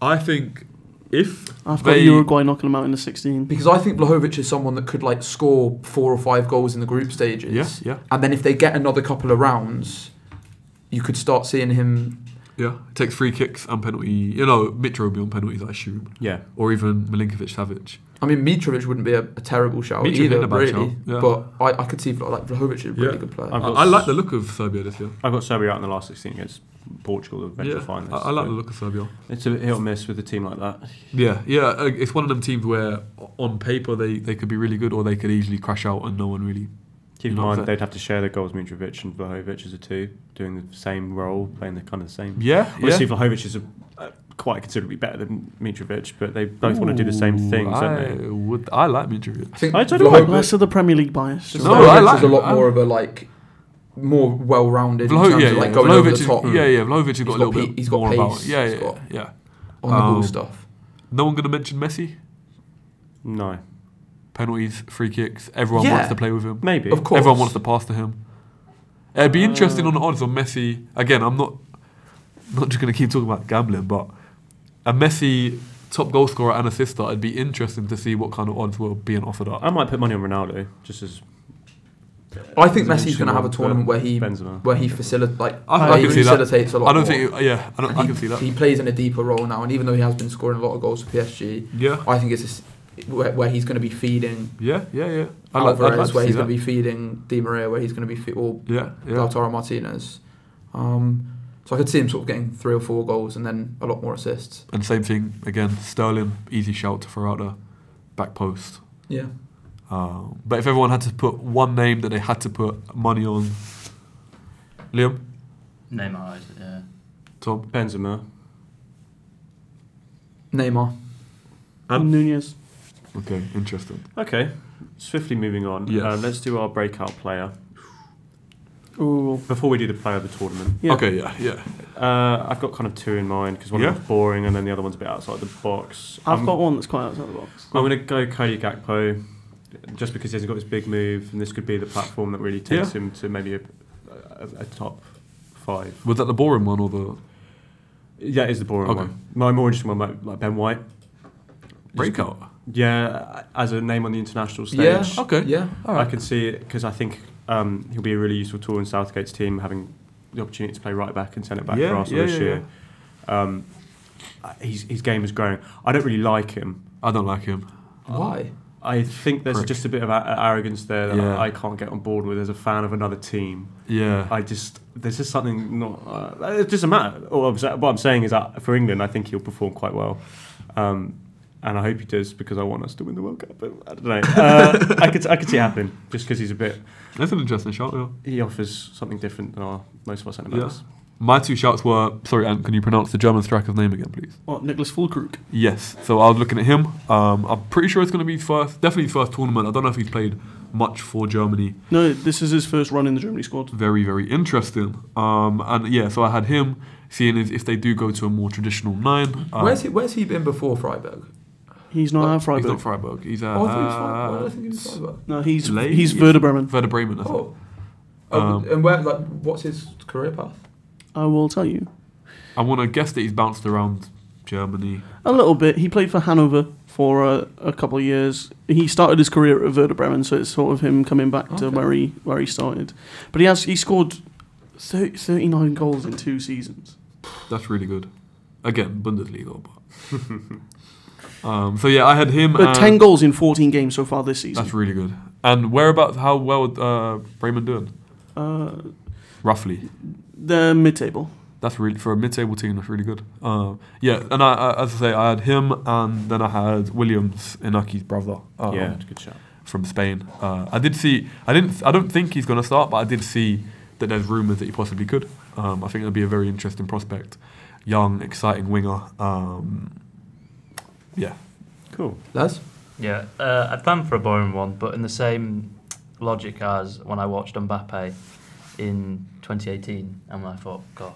Speaker 3: I think if
Speaker 4: I've got
Speaker 3: They-
Speaker 4: Uruguay knocking them out in the 16.
Speaker 2: because I think Vlahovic is someone that could like score four or five goals in the group stages.
Speaker 3: yeah, yeah.
Speaker 2: And then if they get another couple of rounds, you could start seeing him.
Speaker 3: Yeah, it takes free kicks and penalty. You know, Mitro will be on penalties, I assume,
Speaker 1: Yeah,
Speaker 3: or even Milinkovic Savic.
Speaker 2: I mean, Mitrovic wouldn't be a, a terrible shout
Speaker 3: Mitrovic
Speaker 2: either,
Speaker 3: ain't a bad
Speaker 2: really.
Speaker 3: shout, yeah.
Speaker 2: But I, I could see like Vlahovic is a really
Speaker 3: Yeah.
Speaker 2: good player.
Speaker 3: I,
Speaker 1: I've got
Speaker 3: I
Speaker 1: s-
Speaker 3: like the look of Serbia this year.
Speaker 1: I got Serbia out in the last 16 against Portugal, the eventual
Speaker 3: Yeah,
Speaker 1: finalists.
Speaker 3: I, I like the
Speaker 1: but
Speaker 3: look of Serbia.
Speaker 1: It's a hit or miss with a team like that.
Speaker 3: Yeah, yeah. uh, It's one of them teams where, o- on paper, they, they could be really good, or they could easily crash out, and no one really.
Speaker 1: Keep in
Speaker 3: Not
Speaker 1: mind
Speaker 3: that-
Speaker 1: they'd have to share their goals. Mitrovic and Vlahovic as a two, doing the same role, playing the kind of the same.
Speaker 3: Yeah,
Speaker 1: Obviously, Vlahovic is a, uh, quite considerably better than Mitrovic, but they both want to do the same things,
Speaker 3: I
Speaker 1: don't they?
Speaker 3: would. I like Mitrovic.
Speaker 2: I think
Speaker 1: I don't know, Vlahovic-
Speaker 4: Less of the Premier League bias.
Speaker 2: Vlahovic
Speaker 3: No, I like
Speaker 2: is a lot
Speaker 3: him.
Speaker 2: more of a like more well-rounded in
Speaker 3: Vlo-
Speaker 2: terms
Speaker 3: yeah,
Speaker 2: of
Speaker 3: yeah,
Speaker 2: like going over
Speaker 3: Vlahovic
Speaker 2: the
Speaker 3: is- mm,
Speaker 2: top
Speaker 3: Yeah, yeah. Vlahovic has
Speaker 2: He's
Speaker 3: got
Speaker 2: got
Speaker 3: a little
Speaker 2: pa-
Speaker 3: bit
Speaker 2: he's got
Speaker 3: more about.
Speaker 2: pace,
Speaker 3: it. Yeah,
Speaker 2: he's
Speaker 3: yeah,
Speaker 2: got-
Speaker 3: yeah.
Speaker 2: on the
Speaker 3: Um,
Speaker 2: ball stuff.
Speaker 3: No one going to mention Messi.
Speaker 1: No,
Speaker 3: Penalties, free kicks. Everyone
Speaker 2: Yeah.
Speaker 3: wants to play with him.
Speaker 1: maybe.
Speaker 2: Of course,
Speaker 3: Everyone wants to pass to him. It'd be interesting
Speaker 4: Uh,
Speaker 3: on the odds on Messi. Again, I'm not not just going to keep talking about gambling, but a Messi top goal scorer and assister. It'd be interesting to see what kind of odds were being offered up.
Speaker 1: I might put money on Ronaldo, just as
Speaker 2: I think
Speaker 1: It's an
Speaker 2: Messi's going to have a
Speaker 1: interesting
Speaker 2: tournament
Speaker 1: one,
Speaker 2: where he
Speaker 1: but Benzema.
Speaker 2: where he facilitates like
Speaker 3: I,
Speaker 4: I
Speaker 2: where
Speaker 3: I
Speaker 2: he
Speaker 3: can see that.
Speaker 2: facilitates a lot.
Speaker 3: I don't
Speaker 2: more.
Speaker 3: think. Yeah, I, don't,
Speaker 2: And
Speaker 3: I
Speaker 2: he,
Speaker 3: can see that.
Speaker 2: He plays in a deeper role now, and even though he has been scoring a lot of goals for PSG,
Speaker 3: Yeah,
Speaker 2: I think it's a s where, where he's going to be feeding
Speaker 3: yeah, yeah, yeah. I like,
Speaker 2: Alvarez,
Speaker 3: I'd like to
Speaker 2: where
Speaker 3: see
Speaker 2: he's
Speaker 3: that.
Speaker 2: going to be feeding Di Maria, where he's going to be fe- or
Speaker 3: Yeah, yeah.
Speaker 2: Lautaro Martinez. Um, so I could see him sort of getting three or four goals and then a lot more assists.
Speaker 3: And same thing again. Sterling, easy shout to Ferrata, back post.
Speaker 2: Yeah.
Speaker 3: Um, but if everyone had to put one name that they had to put money on, Liam,
Speaker 5: Neymar, yeah.
Speaker 3: Tom,
Speaker 1: Benzema.
Speaker 2: Neymar.
Speaker 4: And Nunez.
Speaker 3: okay, interesting.
Speaker 1: Okay, swiftly moving on.
Speaker 3: Yes.
Speaker 1: Um, let's do our breakout player
Speaker 4: Ooh.
Speaker 1: before we do the player of the tournament.
Speaker 4: Yeah.
Speaker 3: Okay, yeah, yeah.
Speaker 1: Uh, I've got kind of two in mind because one
Speaker 3: Yeah.
Speaker 1: of them's boring and then the other one's a bit outside the box.
Speaker 4: I've
Speaker 1: I'm-
Speaker 4: got one that's quite outside the box.
Speaker 1: I'm going to go Cody Gakpo just because he hasn't got his big move, and this could be the platform that really takes him to maybe a, a, a top five.
Speaker 3: Was that the boring one or the
Speaker 1: Yeah, it is the boring
Speaker 3: Okay.
Speaker 1: one. My more interesting one, might like Ben White.
Speaker 3: breakout?
Speaker 1: Yeah, as a name on the international stage.
Speaker 2: Yeah.
Speaker 3: Okay.
Speaker 2: Yeah.
Speaker 3: All
Speaker 1: I can see it because I think um, he'll be a really useful tool in Southgate's team, having the opportunity to play right back and centre back
Speaker 3: Yeah,
Speaker 1: for Arsenal
Speaker 3: yeah,
Speaker 1: this
Speaker 3: yeah,
Speaker 1: year. Um, uh, his, his game is growing. I don't really like him.
Speaker 3: I don't like him.
Speaker 2: Why?
Speaker 1: I think there's
Speaker 3: Prick.
Speaker 1: just a bit of a- arrogance there that
Speaker 3: Yeah.
Speaker 1: I can't get on board with as a fan of another team.
Speaker 3: Yeah.
Speaker 1: I just there's just something not. Uh, it doesn't matter. All I'm sa- what I'm saying is that for England, I think he'll perform quite well, um, and I hope he does because I want us to win the World Cup. But I don't know. Uh, I could I could see it happen just because he's a bit.
Speaker 3: That's an interesting shout. Yeah.
Speaker 1: He offers something different than our most of our centre
Speaker 3: Yeah.
Speaker 1: backs.
Speaker 3: My two shouts were sorry, Ant. Can you pronounce the German striker's name again, please?
Speaker 4: What, Nicholas Fulkrug?
Speaker 3: Yes. So I was looking at him. Um, I'm pretty sure it's going to be his first, definitely his first tournament. I don't know if he's played much for Germany.
Speaker 4: No, this is his first run in the Germany squad.
Speaker 3: Very, very interesting. Um, and yeah, so I had him seeing if, if they do go to a more traditional nine. Um,
Speaker 2: where's he? Where's he been before Freiburg?
Speaker 4: He's not at
Speaker 3: Oh, He's
Speaker 4: Freiburg.
Speaker 3: not Freiburg. He's at.
Speaker 2: Oh, I thought he was Freiburg. Why
Speaker 3: uh,
Speaker 2: did I think he was Freiburg?
Speaker 4: no, he's
Speaker 3: Lay-
Speaker 4: he's Werder Bremen.
Speaker 3: Werder Bremen. I think.
Speaker 2: Oh. Oh,
Speaker 3: Um,
Speaker 2: and where? Like, what's his career path?
Speaker 4: I will tell you.
Speaker 3: I want to guess that he's bounced around Germany.
Speaker 4: A little bit. He played for Hanover for a, a couple of years. He started his career at Werder Bremen, so it's sort of him coming back
Speaker 2: Okay.
Speaker 4: to where he where he started. But he has he scored thir 39 goals in two seasons.
Speaker 3: That's really good. Again, Bundesliga. But. um, so yeah, I had him.
Speaker 4: But
Speaker 3: and-
Speaker 4: 10 goals in 14 games so far this season.
Speaker 3: That's really good. And whereabouts? How well uh, Bremen doing?
Speaker 4: Uh,
Speaker 3: Roughly.
Speaker 4: they're mid-table.
Speaker 3: That's really for a mid-table team. That's really good. Um, yeah, and I, I, as I say, I had him, and then I had Williams, Inaki's brother, um,
Speaker 1: yeah, good shot.
Speaker 3: from Spain. Uh, I did see. I didn't. I don't think he's going to start, but I did see that there's rumours that he possibly could. Um, I think that'd be a very interesting prospect. Young, exciting winger. Um, yeah,
Speaker 1: Cool.
Speaker 2: Les?
Speaker 5: Yeah, uh, I planned for a boring one, but in the same logic as when I watched Mbappe in 2018, and I thought, God,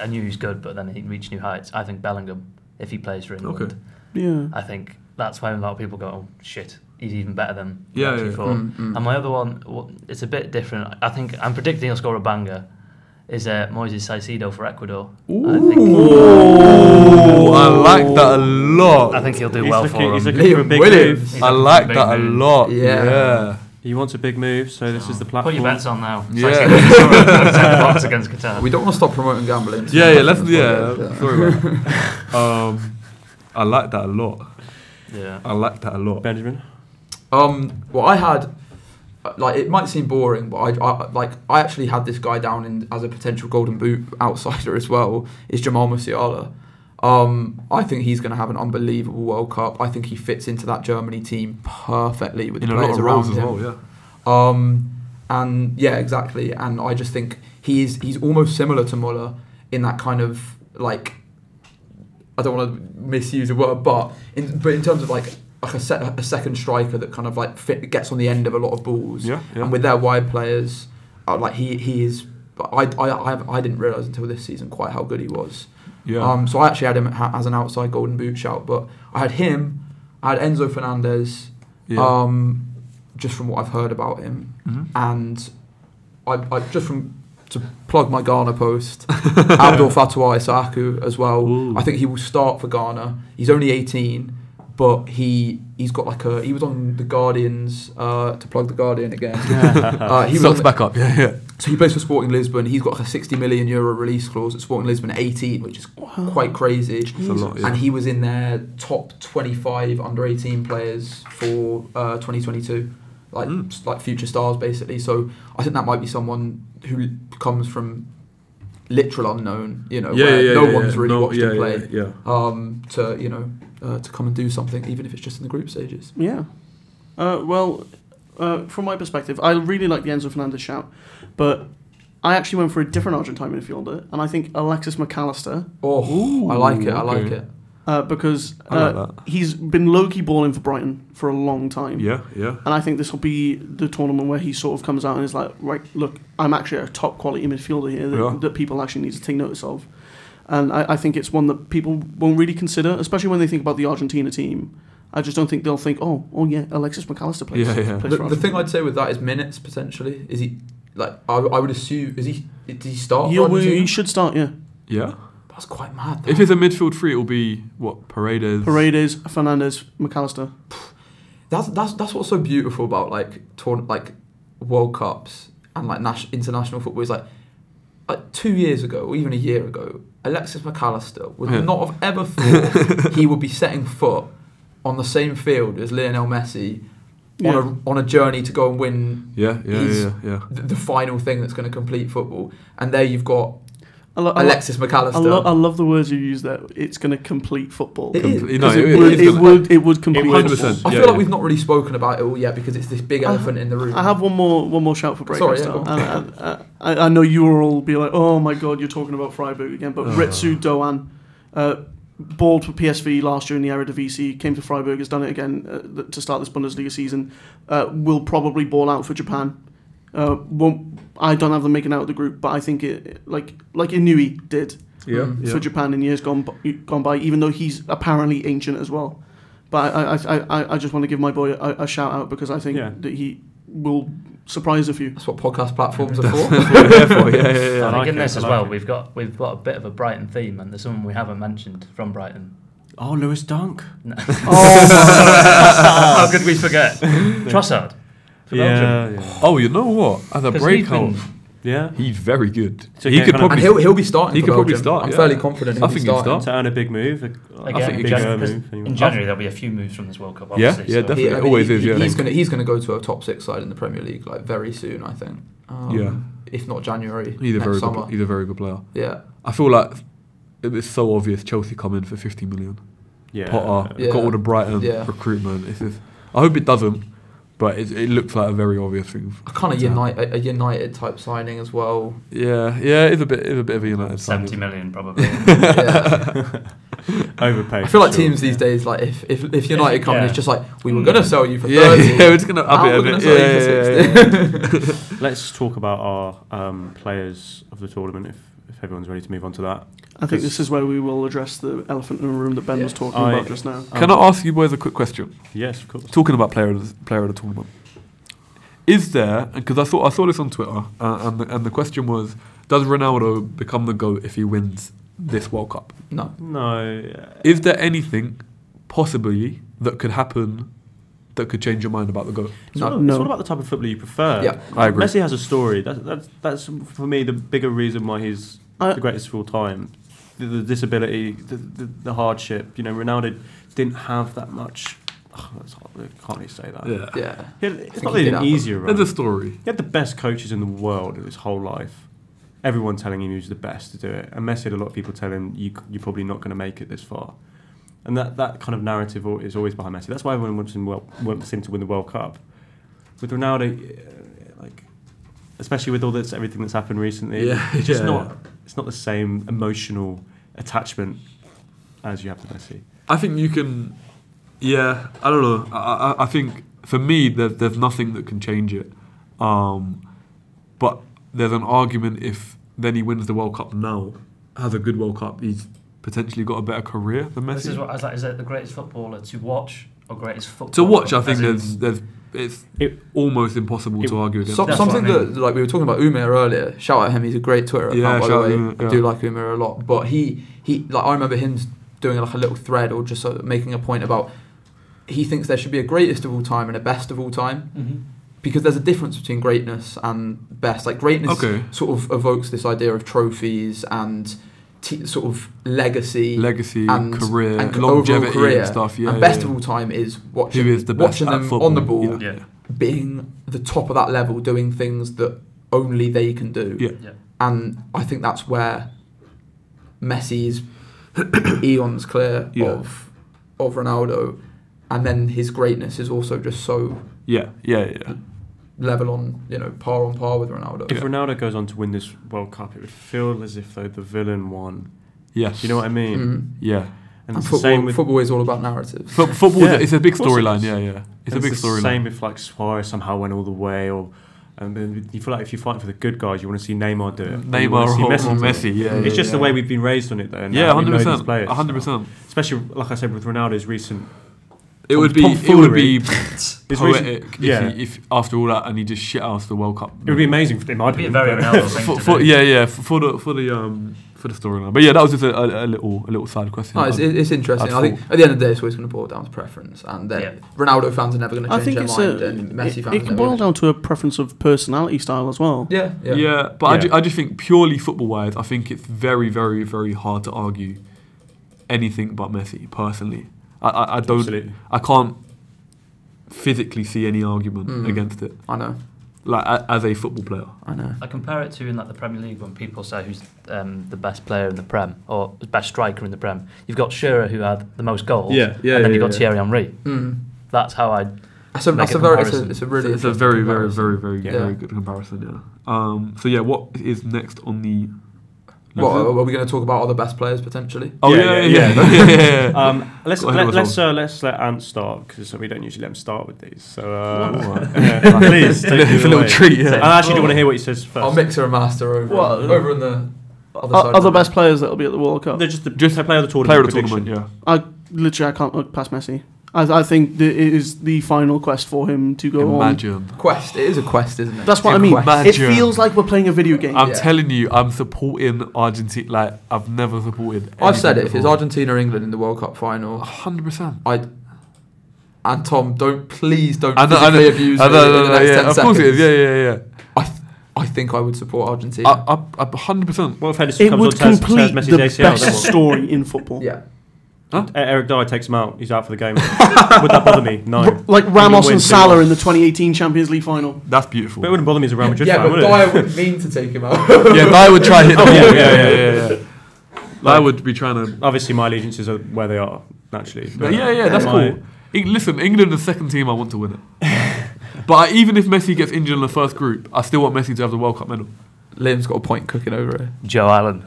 Speaker 5: I knew he was good, but then he reached new heights. I think Bellingham, if he plays for England,
Speaker 3: Okay.
Speaker 4: Yeah.
Speaker 5: I think that's why a lot of people go, oh, shit, he's even better than
Speaker 3: Yeah, Mm.
Speaker 5: yeah, actually
Speaker 3: yeah.
Speaker 5: thought.
Speaker 2: Mm,
Speaker 5: And my other one, w- it's a bit different. I think I'm predicting he'll score a banger. Is uh, Moises Caicedo for Ecuador? I think
Speaker 3: Oh, I like that a lot.
Speaker 5: I think he'll do
Speaker 1: He's
Speaker 5: well
Speaker 1: looking,
Speaker 5: for
Speaker 1: he's
Speaker 5: them.
Speaker 1: looking for a
Speaker 2: Liam
Speaker 1: big
Speaker 2: Williams.
Speaker 1: move.
Speaker 5: He's
Speaker 3: I
Speaker 5: looking
Speaker 3: like
Speaker 5: for big
Speaker 3: that a
Speaker 5: moves.
Speaker 3: lot.
Speaker 2: Yeah.
Speaker 3: Yeah. yeah.
Speaker 1: He wants a big move, so this is the platform.
Speaker 5: Put your bets on now. It's
Speaker 3: Yeah.
Speaker 5: like second- second box against Qatar.
Speaker 2: We don't want to stop promoting gambling.
Speaker 3: Yeah, yeah, let's
Speaker 2: That's
Speaker 3: yeah.
Speaker 2: what it is,
Speaker 3: Sorry about that. Um, I like that a lot.
Speaker 5: yeah.
Speaker 3: I like that a lot.
Speaker 1: Benjamin.
Speaker 2: Um, well, I had uh, like it might seem boring, but I, I like I actually had this guy down in as a potential Golden Boot outsider as well. Is Jamal Musiala? Um, I think he's going to have an unbelievable World Cup. I think he fits into that Germany team perfectly with
Speaker 3: In
Speaker 2: the
Speaker 3: a lot
Speaker 2: players
Speaker 3: of
Speaker 2: around
Speaker 3: roles as
Speaker 2: him.
Speaker 3: well. Yeah.
Speaker 2: Um, and yeah, exactly. And I just think he's he's almost similar to Muller in that kind of like I don't want to misuse a word, but in, but in terms of like like a, se- a second striker that kind of like fit, gets on the end of a lot of balls.
Speaker 3: Yeah.
Speaker 2: And
Speaker 3: Yeah.
Speaker 2: with their wide players, uh, like he he is. I I I, I didn't realize until this season quite how good he was.
Speaker 3: yeah.
Speaker 2: Um, so I actually had him ha- as an outside golden boot shout, but I had him, I had Enzo Fernandez,
Speaker 3: Yeah.
Speaker 2: um, just from what I've heard about him,
Speaker 3: Mhm.
Speaker 2: and I, I just from to plug my Ghana post, Abdul Fatwa Isaku as well.
Speaker 3: Ooh.
Speaker 2: I think he will start for Ghana. He's only 18, but he he's got like a he was on the Guardians uh, to plug the Guardian again. uh, he was on
Speaker 3: Sucks
Speaker 2: the-
Speaker 3: back up. Yeah. Yeah.
Speaker 2: so he plays for Sporting Lisbon. He's got like a 60 million euro release clause at Sporting Lisbon at 18, which is quite crazy.
Speaker 3: It's a lot. Yeah.
Speaker 2: And he was in their top 25 under 18 players for uh, 2022, like
Speaker 3: Mm.
Speaker 2: s- like future stars basically. So I think that might be someone who comes from literal unknown, you know,
Speaker 3: yeah,
Speaker 2: where
Speaker 3: yeah,
Speaker 2: no
Speaker 3: yeah,
Speaker 2: one's
Speaker 3: yeah.
Speaker 2: really
Speaker 3: No,
Speaker 2: watched
Speaker 3: yeah,
Speaker 2: him play,
Speaker 3: Yeah, yeah,
Speaker 2: Um, to you know, uh, to come and do something, even if it's just in the group stages.
Speaker 4: Yeah. Uh, well, uh, from my perspective, I really like the Enzo Fernandez shout, but I actually went for a different Argentine midfielder, and I think Alexis McAllister
Speaker 2: Oh, I like it. I like
Speaker 3: okay.
Speaker 2: it.
Speaker 4: uh, because
Speaker 3: I
Speaker 4: uh,
Speaker 3: like
Speaker 4: he's been low key balling for Brighton for a long time.
Speaker 3: yeah, yeah.
Speaker 4: And I think this will be the tournament where he sort of comes out and is like, right, look, I'm actually a top quality midfielder here that,
Speaker 3: Yeah.
Speaker 4: that people actually need to take notice of. And I, I think it's one that people won't really consider, especially when they think about the Argentina team. I just don't think they'll think, oh, oh yeah, Alexis McAllister plays.
Speaker 3: Yeah, yeah.
Speaker 4: plays
Speaker 2: The,
Speaker 4: for
Speaker 2: the thing
Speaker 4: Argentina."
Speaker 2: I'd say with that is minutes potentially. Is he like I, I would assume is he did he start?
Speaker 4: He'll-
Speaker 2: for Argentina?
Speaker 4: he should start, yeah.
Speaker 3: Yeah.
Speaker 2: That's quite mad.
Speaker 3: If
Speaker 2: that.
Speaker 3: it's a midfield three, it'll be what Paredes.
Speaker 4: Paredes, Fernandez, McAllister.
Speaker 2: that's that's that's what's so beautiful about like tour, like World Cups and like nas- international football is like like two years ago or even a year ago, Alexis McAllister would
Speaker 3: Yeah.
Speaker 2: not have ever thought he would be setting foot on the same field as Lionel Messi
Speaker 4: Yeah.
Speaker 2: on a on a journey to go and win
Speaker 3: Yeah, yeah,
Speaker 2: He's-
Speaker 3: yeah, yeah.
Speaker 2: the, the final thing that's going to complete football. And there you've got
Speaker 4: I, lo- I, lo-
Speaker 2: Alexis McAllister.
Speaker 4: I, lo- I love the words you use there. It's going to complete football.
Speaker 2: It is,
Speaker 3: Completely-
Speaker 4: 'Cause
Speaker 3: no,
Speaker 4: it,
Speaker 3: it-
Speaker 4: would,
Speaker 3: it
Speaker 4: it,
Speaker 3: is gonna-
Speaker 4: would, it would complete
Speaker 3: 100%.
Speaker 4: football.
Speaker 2: I
Speaker 3: Yeah,
Speaker 2: feel
Speaker 3: yeah.
Speaker 2: like we've not really spoken about it all yet because it's this big
Speaker 4: I-
Speaker 2: elephant in the room.
Speaker 4: I have one more one more shout for
Speaker 2: Sorry,
Speaker 4: breakfast.
Speaker 2: yeah, go on.
Speaker 4: and, and, I, I know you will all be like, "Oh my god, you're talking about Freiburg again." But
Speaker 3: Oh.
Speaker 4: Ritsu Doan, uh, balled for PSV last year in the Eredivisie, came to Freiburg, has done it again uh, th- to start this Bundesliga season. Uh, will probably ball out for Japan. Uh, won't, I don't have them making out of the group, but I think it like like Inui did
Speaker 3: Yeah,
Speaker 2: Mm.
Speaker 3: yeah.
Speaker 4: for Japan in years gone by, gone by, even though he's apparently ancient as well. But I, I, I- I, I just want to give my boy a, a shout out because I think
Speaker 1: Yeah.
Speaker 4: that he will surprise a few.
Speaker 2: That's what podcast platforms are for.
Speaker 3: Therefore, yeah, yeah, yeah.
Speaker 1: I
Speaker 5: I think
Speaker 1: like
Speaker 5: in
Speaker 1: it,
Speaker 5: this
Speaker 1: I
Speaker 5: as
Speaker 1: like
Speaker 5: well,
Speaker 1: it.
Speaker 5: we've got we've got a bit of a Brighton theme, and there's someone we haven't mentioned from Brighton.
Speaker 1: Oh, Lewis Dunk.
Speaker 5: No.
Speaker 1: Oh.
Speaker 5: How could we forget Trossard for Belgium?
Speaker 1: Yeah, yeah.
Speaker 3: Oh, you know what? As a
Speaker 5: 'Cause he's been-
Speaker 3: breakout,
Speaker 1: yeah.
Speaker 3: he's very good.
Speaker 1: So
Speaker 3: he
Speaker 1: yeah,
Speaker 3: could
Speaker 1: kind of-
Speaker 2: and he'll,
Speaker 3: probably.
Speaker 2: he'll be starting.
Speaker 3: He
Speaker 2: for
Speaker 3: could probably
Speaker 2: Belgium.
Speaker 3: start,
Speaker 2: I'm
Speaker 3: yeah.
Speaker 2: fairly confident. He'll
Speaker 3: I
Speaker 2: be
Speaker 3: think he'll
Speaker 2: starting.
Speaker 1: To earn a big move, a,
Speaker 5: Again,
Speaker 1: a
Speaker 3: think
Speaker 1: big
Speaker 5: just-
Speaker 1: uh,
Speaker 5: there's-
Speaker 1: move. anyway.
Speaker 5: in January there'll be a few moves from this World Cup.
Speaker 3: Yeah,
Speaker 5: Obviously,
Speaker 3: yeah,
Speaker 5: so-
Speaker 3: definitely.
Speaker 2: He, I mean,
Speaker 3: Always
Speaker 2: he-
Speaker 3: is, yeah.
Speaker 2: He's going to he's going to go to a top six side in the Premier League like very soon, I think. Um,
Speaker 3: Yeah.
Speaker 2: If not January,
Speaker 3: He's a
Speaker 2: next
Speaker 3: very good,
Speaker 2: summer.
Speaker 3: pl- he's a very good player.
Speaker 2: yeah.
Speaker 3: I feel like it's so obvious Chelsea come in for 50 million.
Speaker 1: yeah.
Speaker 3: Potter
Speaker 2: Yeah.
Speaker 3: got all the Brighton
Speaker 2: Yeah.
Speaker 3: recruitment. It's just, I hope it doesn't, but it, it looks like a very obvious thing.
Speaker 2: A kind of United, a, a United type signing as well.
Speaker 3: Yeah, yeah, it's a bit, it's a bit of a United signing.
Speaker 5: Seventy million probably.
Speaker 2: Yeah.
Speaker 1: Overpaid.
Speaker 2: I feel like
Speaker 1: for sure.
Speaker 2: teams these days, like if if, if United come in,
Speaker 5: Yeah.
Speaker 2: it's just like we were
Speaker 5: Mm.
Speaker 2: going to sell you for
Speaker 3: Hmm. Yeah,
Speaker 2: thirty.
Speaker 3: yeah, we're just gonna up
Speaker 2: now
Speaker 3: it a
Speaker 2: we're
Speaker 3: bit.
Speaker 2: gonna sell you for
Speaker 3: Yeah, yeah,
Speaker 2: 60.
Speaker 3: yeah,
Speaker 1: Let's talk about our um, players of the tournament if, if everyone's ready to move on to that.
Speaker 4: I think this is where we will address the elephant in the room that Ben was
Speaker 2: Yeah.
Speaker 4: talking
Speaker 1: I-
Speaker 4: about just now.
Speaker 1: Um,
Speaker 3: Can I ask you boys a quick question?
Speaker 1: Yes, of course.
Speaker 3: Talking about player of the, player of the tournament, is there? Because I saw I saw this on Twitter, uh, and the, and the question was, does Ronaldo become the goat if he wins this World Cup?
Speaker 2: No,
Speaker 1: No. uh,
Speaker 3: Is there anything possibly that could happen that could change your mind about the goal.
Speaker 1: It's,
Speaker 2: No.
Speaker 1: all, it's
Speaker 4: No.
Speaker 1: all about the type of football you prefer.
Speaker 2: Yeah.
Speaker 3: I agree.
Speaker 1: Messi has a story. That's, that's, that's for me the bigger reason why he's
Speaker 4: I-
Speaker 1: the greatest of all time. The, the disability, the, the, the hardship. You know, Ronaldo didn't have that much. Oh, that's hard, I can't really say that.
Speaker 3: Yeah.
Speaker 2: Yeah.
Speaker 1: He had- it's
Speaker 2: think
Speaker 1: not
Speaker 2: he
Speaker 1: really
Speaker 2: did
Speaker 1: an
Speaker 2: have
Speaker 1: easier run.
Speaker 3: There's a story.
Speaker 1: He had the best coaches in the world of his whole life. Everyone telling him he was the best to do it. And Messi had a lot of people tell him, you, you're probably not going to make it this far. And that, that kind of narrative al- is always behind Messi. That's why everyone wants him, well, wants him to win the World Cup. With Ronaldo, uh, like, especially with all this, everything that's happened recently,
Speaker 3: Yeah,
Speaker 1: it's just
Speaker 3: yeah.
Speaker 1: not, it's not the same emotional attachment as you have to Messi.
Speaker 3: I think you can. Yeah, I don't know. I, I, I think for me, there, there's nothing that can change it. Um, but there's an argument if then he wins the World Cup now, has a good World Cup, he's potentially got a better career than Messi.
Speaker 5: This is what I was like. Is it the greatest footballer to watch or greatest footballer?
Speaker 3: to watch, I think
Speaker 5: As in-
Speaker 3: there's there's it's
Speaker 1: It-
Speaker 3: almost impossible
Speaker 1: it-
Speaker 3: to argue against.
Speaker 2: So,
Speaker 5: That's
Speaker 2: something
Speaker 5: what I mean.
Speaker 2: that, like we were talking about Umar earlier. Shout out him; he's a great Twitter account.
Speaker 3: Yeah,
Speaker 2: by
Speaker 3: shout
Speaker 2: the
Speaker 3: out
Speaker 2: way,
Speaker 3: Umar,
Speaker 2: I
Speaker 3: yeah.
Speaker 2: do like Umar a lot. But he, he, like I remember him doing like a little thread or just sort of making a point about he thinks there should be a greatest of all time and a best of all time
Speaker 5: Mm-hmm.
Speaker 2: because there's a difference between greatness and best. Like greatness
Speaker 3: Okay.
Speaker 2: sort of evokes this idea of trophies and t- sort of legacy.
Speaker 3: Legacy,
Speaker 2: And-
Speaker 3: career,
Speaker 2: and overall
Speaker 3: longevity,
Speaker 2: career,
Speaker 3: and stuff. Yeah,
Speaker 2: and best
Speaker 3: yeah,
Speaker 2: of
Speaker 3: yeah.
Speaker 2: all time is watching
Speaker 3: who is the best
Speaker 2: watching
Speaker 3: at
Speaker 2: them
Speaker 3: football.
Speaker 2: on the ball
Speaker 3: Yeah,
Speaker 5: Yeah.
Speaker 2: being the top of that level, doing things that only they can do.
Speaker 3: Yeah.
Speaker 5: Yeah.
Speaker 2: And I think that's where Messi's eons clear
Speaker 3: Yeah.
Speaker 2: of of Ronaldo, and then his greatness is also just so
Speaker 3: yeah, yeah, yeah.
Speaker 2: level on you know par on par with Ronaldo.
Speaker 1: If Ronaldo goes on to win this World Cup, it would feel as if though the villain won.
Speaker 3: Yes.
Speaker 1: Do you know what I mean?
Speaker 2: Mhm.
Speaker 3: Yeah.
Speaker 1: And
Speaker 2: And
Speaker 1: it's
Speaker 2: football,
Speaker 1: the same with
Speaker 2: football is all about narratives.
Speaker 3: Fo- football,
Speaker 1: Yeah,
Speaker 3: it's a big
Speaker 1: of course it
Speaker 3: storyline.
Speaker 1: is.
Speaker 3: Yeah, yeah. It's a
Speaker 1: And
Speaker 3: big
Speaker 1: the Same
Speaker 3: storyline.
Speaker 1: if like Suarez somehow went all the way, or um, but you feel like if you're fighting for the good guys, you want to see Neymar do it. You
Speaker 3: Neymar
Speaker 1: wanna see
Speaker 3: or Messi.
Speaker 1: do it.
Speaker 3: Messi yeah,
Speaker 1: It's
Speaker 3: yeah,
Speaker 1: just the
Speaker 3: yeah.
Speaker 1: way we've been raised on it, though. and
Speaker 3: Yeah,
Speaker 1: how we know
Speaker 3: hundred
Speaker 1: these
Speaker 3: percent,
Speaker 1: players.
Speaker 3: hundred percent.
Speaker 1: Especially like I said with Ronaldo's recent.
Speaker 3: It
Speaker 1: Tom-
Speaker 3: would be,
Speaker 1: Tom
Speaker 3: it would be
Speaker 1: His
Speaker 3: poetic
Speaker 1: recent-
Speaker 3: if,
Speaker 1: yeah.
Speaker 3: he, if after all that and he just shit out the World Cup.
Speaker 1: It would be amazing. In my
Speaker 5: It'd be a
Speaker 1: opinion,
Speaker 5: very
Speaker 1: but-
Speaker 5: Ronaldo thing
Speaker 3: for,
Speaker 5: to
Speaker 3: for,
Speaker 5: do.
Speaker 3: yeah, yeah, for, for the for the um for the storyline. But yeah, that was just a, a, a little a little side question.
Speaker 2: No, Oh, it's,
Speaker 3: Um,
Speaker 2: it's interesting.
Speaker 3: I'd
Speaker 2: I think at the end of the day, it's always going to boil down to preference, and then
Speaker 5: Yeah.
Speaker 2: Ronaldo fans are never going to
Speaker 4: I
Speaker 2: change
Speaker 4: think
Speaker 2: their
Speaker 4: it's
Speaker 2: mind,
Speaker 4: a.
Speaker 2: and Messi
Speaker 4: It,
Speaker 2: fans.
Speaker 4: it can boil down to a preference of personality style as well.
Speaker 2: Yeah,
Speaker 3: yeah.
Speaker 2: yeah,
Speaker 3: but I,
Speaker 1: Yeah.
Speaker 3: ju- I just think purely football wise, I think it's very very very hard to argue anything but Messi. Personally, I I, I don't
Speaker 1: Absolutely.
Speaker 3: I can't physically see any argument
Speaker 2: Mm.
Speaker 3: against it.
Speaker 2: I know,
Speaker 3: Like a, as a football player.
Speaker 2: I know.
Speaker 5: I compare it to in like the Premier League when people say who's um, the best player in the Prem or best striker in the Prem. You've got Shearer who had the most goals.
Speaker 3: Yeah, yeah,
Speaker 5: Oh. And then
Speaker 3: yeah,
Speaker 5: you've got
Speaker 3: yeah.
Speaker 5: Thierry Henry.
Speaker 2: Mm.
Speaker 5: That's how I.
Speaker 2: That's a,
Speaker 5: Make
Speaker 2: that's
Speaker 5: a
Speaker 2: a very, it's a,
Speaker 5: comparison.
Speaker 2: it's a really,
Speaker 3: it's a
Speaker 2: interesting
Speaker 3: very, very,
Speaker 2: comparison.
Speaker 3: very, very,
Speaker 1: Yeah.
Speaker 3: very good comparison. Yeah. Um. So yeah, what is next on the?
Speaker 2: What are we going to talk about? Other best players potentially?
Speaker 3: Oh yeah,
Speaker 1: Yeah,
Speaker 3: yeah,
Speaker 1: yeah,
Speaker 3: yeah, yeah, yeah.
Speaker 1: Um, let's
Speaker 3: Go ahead,
Speaker 1: let,
Speaker 3: Russell.
Speaker 1: let's uh, let's let Ant start because we don't usually let him start with these. So uh,
Speaker 3: Oh.
Speaker 1: yeah, please, take
Speaker 3: It's a
Speaker 1: it
Speaker 3: little
Speaker 1: away.
Speaker 3: treat, yeah.
Speaker 1: I actually do want to hear what he says
Speaker 2: Our
Speaker 1: first.
Speaker 2: mixer and master over,
Speaker 4: What?
Speaker 2: over on the other
Speaker 4: O-
Speaker 2: side.
Speaker 4: other best players that'll be at the World Cup.
Speaker 1: They're just the just player of the tournament.
Speaker 3: Player of the
Speaker 1: prediction.
Speaker 3: tournament. Yeah.
Speaker 4: I literally I can't look past Messi. I, I think th- it is the final quest for him to go
Speaker 3: Imagine.
Speaker 2: quest. It is a quest, isn't it?
Speaker 4: on. That's
Speaker 2: It's
Speaker 4: what
Speaker 2: a
Speaker 4: I mean.
Speaker 2: quest.
Speaker 3: Imagine.
Speaker 4: It feels like we're playing a video game.
Speaker 3: I'm
Speaker 2: Yeah.
Speaker 3: telling you, I'm supporting Argentina. Like I've never supported.
Speaker 2: I've said it. If it's Argentina or England in the World Cup final,
Speaker 3: hundred percent.
Speaker 2: I and Tom, don't please don't
Speaker 3: I know, I know,
Speaker 2: physically abuse
Speaker 3: I
Speaker 2: me
Speaker 3: know,
Speaker 2: in
Speaker 3: I
Speaker 2: the
Speaker 3: know,
Speaker 2: next
Speaker 3: yeah,
Speaker 2: ten
Speaker 3: of
Speaker 2: seconds.
Speaker 3: course it is. Yeah, yeah,
Speaker 2: I, th- I think I would support Argentina.
Speaker 3: yeah.
Speaker 4: Uh,
Speaker 3: I, I, I, hundred percent.
Speaker 1: Well, if Henderson
Speaker 4: it
Speaker 1: comes
Speaker 4: would
Speaker 1: on, tears-
Speaker 4: complete
Speaker 1: tears
Speaker 4: the
Speaker 1: Messi's ACL, then
Speaker 4: best
Speaker 1: what?
Speaker 4: story in football.
Speaker 2: yeah,
Speaker 1: E- Eric Dyer takes him out. He's out for the game. Would that bother me? No.
Speaker 4: R- like
Speaker 1: England
Speaker 4: Ramos
Speaker 1: win
Speaker 4: and
Speaker 1: 2-1.
Speaker 4: Salah in the 2018 Champions League final.
Speaker 3: That's beautiful.
Speaker 1: But it wouldn't bother me as a Real Madrid
Speaker 2: yeah,
Speaker 1: fan,
Speaker 2: but
Speaker 1: would it?
Speaker 2: Dyer would mean to take him out.
Speaker 3: yeah, I would try and hit.
Speaker 1: Oh,
Speaker 3: the
Speaker 1: yeah,
Speaker 3: ball.
Speaker 1: yeah, yeah,
Speaker 3: yeah. I would be trying to.
Speaker 1: Obviously, my allegiances are where they are naturally.
Speaker 3: But yeah, yeah, that's
Speaker 1: my-
Speaker 3: cool. Eng- listen, England are the second team I want to win it. but I, even if Messi gets injured in the first group, I still want Messi to have the World Cup medal.
Speaker 2: Liam's got a point cooking over here.
Speaker 5: Joe Allen.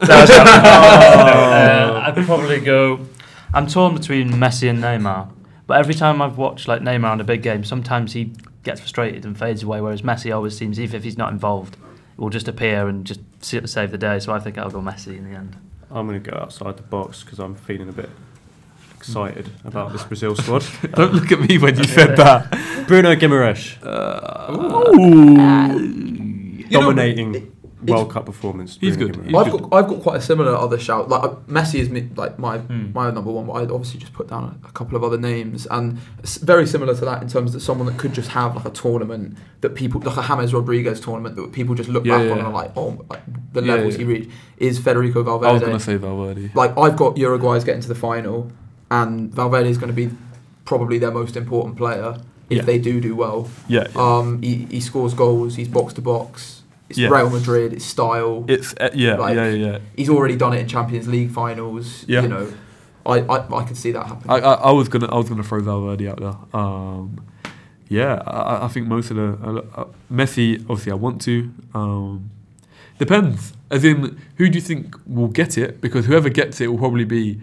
Speaker 5: uh, I'd probably go. I'm torn between Messi and Neymar, but every time I've watched like Neymar in a big game, sometimes he gets frustrated and fades away. Whereas Messi always seems, even if he's not involved, will just appear and just sa- save the day. So I think I'll go Messi in the end.
Speaker 1: I'm going to go outside the box because I'm feeling a bit excited about this Brazil squad.
Speaker 3: Don't look at me when you said that.
Speaker 1: Bruno Guimaraes
Speaker 3: Uh,
Speaker 2: Ooh. You know,
Speaker 1: dominating World Cup performance.
Speaker 3: he's
Speaker 1: really
Speaker 3: good.
Speaker 1: him
Speaker 3: He's
Speaker 1: around.
Speaker 2: I've got I've got quite a similar other shout. Like uh, Messi is mi- like my
Speaker 5: Hmm.
Speaker 2: my number one, but I obviously just put down a, a couple of other names and s- very similar to that in terms that someone that could just have like a tournament that people like a James Rodriguez tournament that people just look
Speaker 3: Yeah,
Speaker 2: back on
Speaker 3: yeah.
Speaker 2: and are like oh like, the
Speaker 3: Yeah,
Speaker 2: levels
Speaker 3: yeah.
Speaker 2: he reached is Federico
Speaker 3: I was
Speaker 2: Valverde.
Speaker 3: going to say Valverde.
Speaker 2: like I've got Uruguay's getting to the final, and Valverde is going to be probably their most important player if
Speaker 3: Yeah.
Speaker 2: they do do well.
Speaker 3: Yeah, yeah.
Speaker 2: Um, he, he scores goals. He's box to box. It's
Speaker 3: Yeah.
Speaker 2: Real Madrid. It's style.
Speaker 3: it's uh, yeah,
Speaker 2: like-
Speaker 3: yeah, yeah.
Speaker 2: He's already done it in Champions League finals.
Speaker 3: Yeah.
Speaker 2: You know, I I, I could see that happening.
Speaker 3: I, I, I was gonna I was gonna throw Valverde out there. Um, yeah, I, I- I think most of the uh, uh, Messi. Obviously, I want to. Um, depends. As in, who do you think will get it? Because whoever gets it will probably be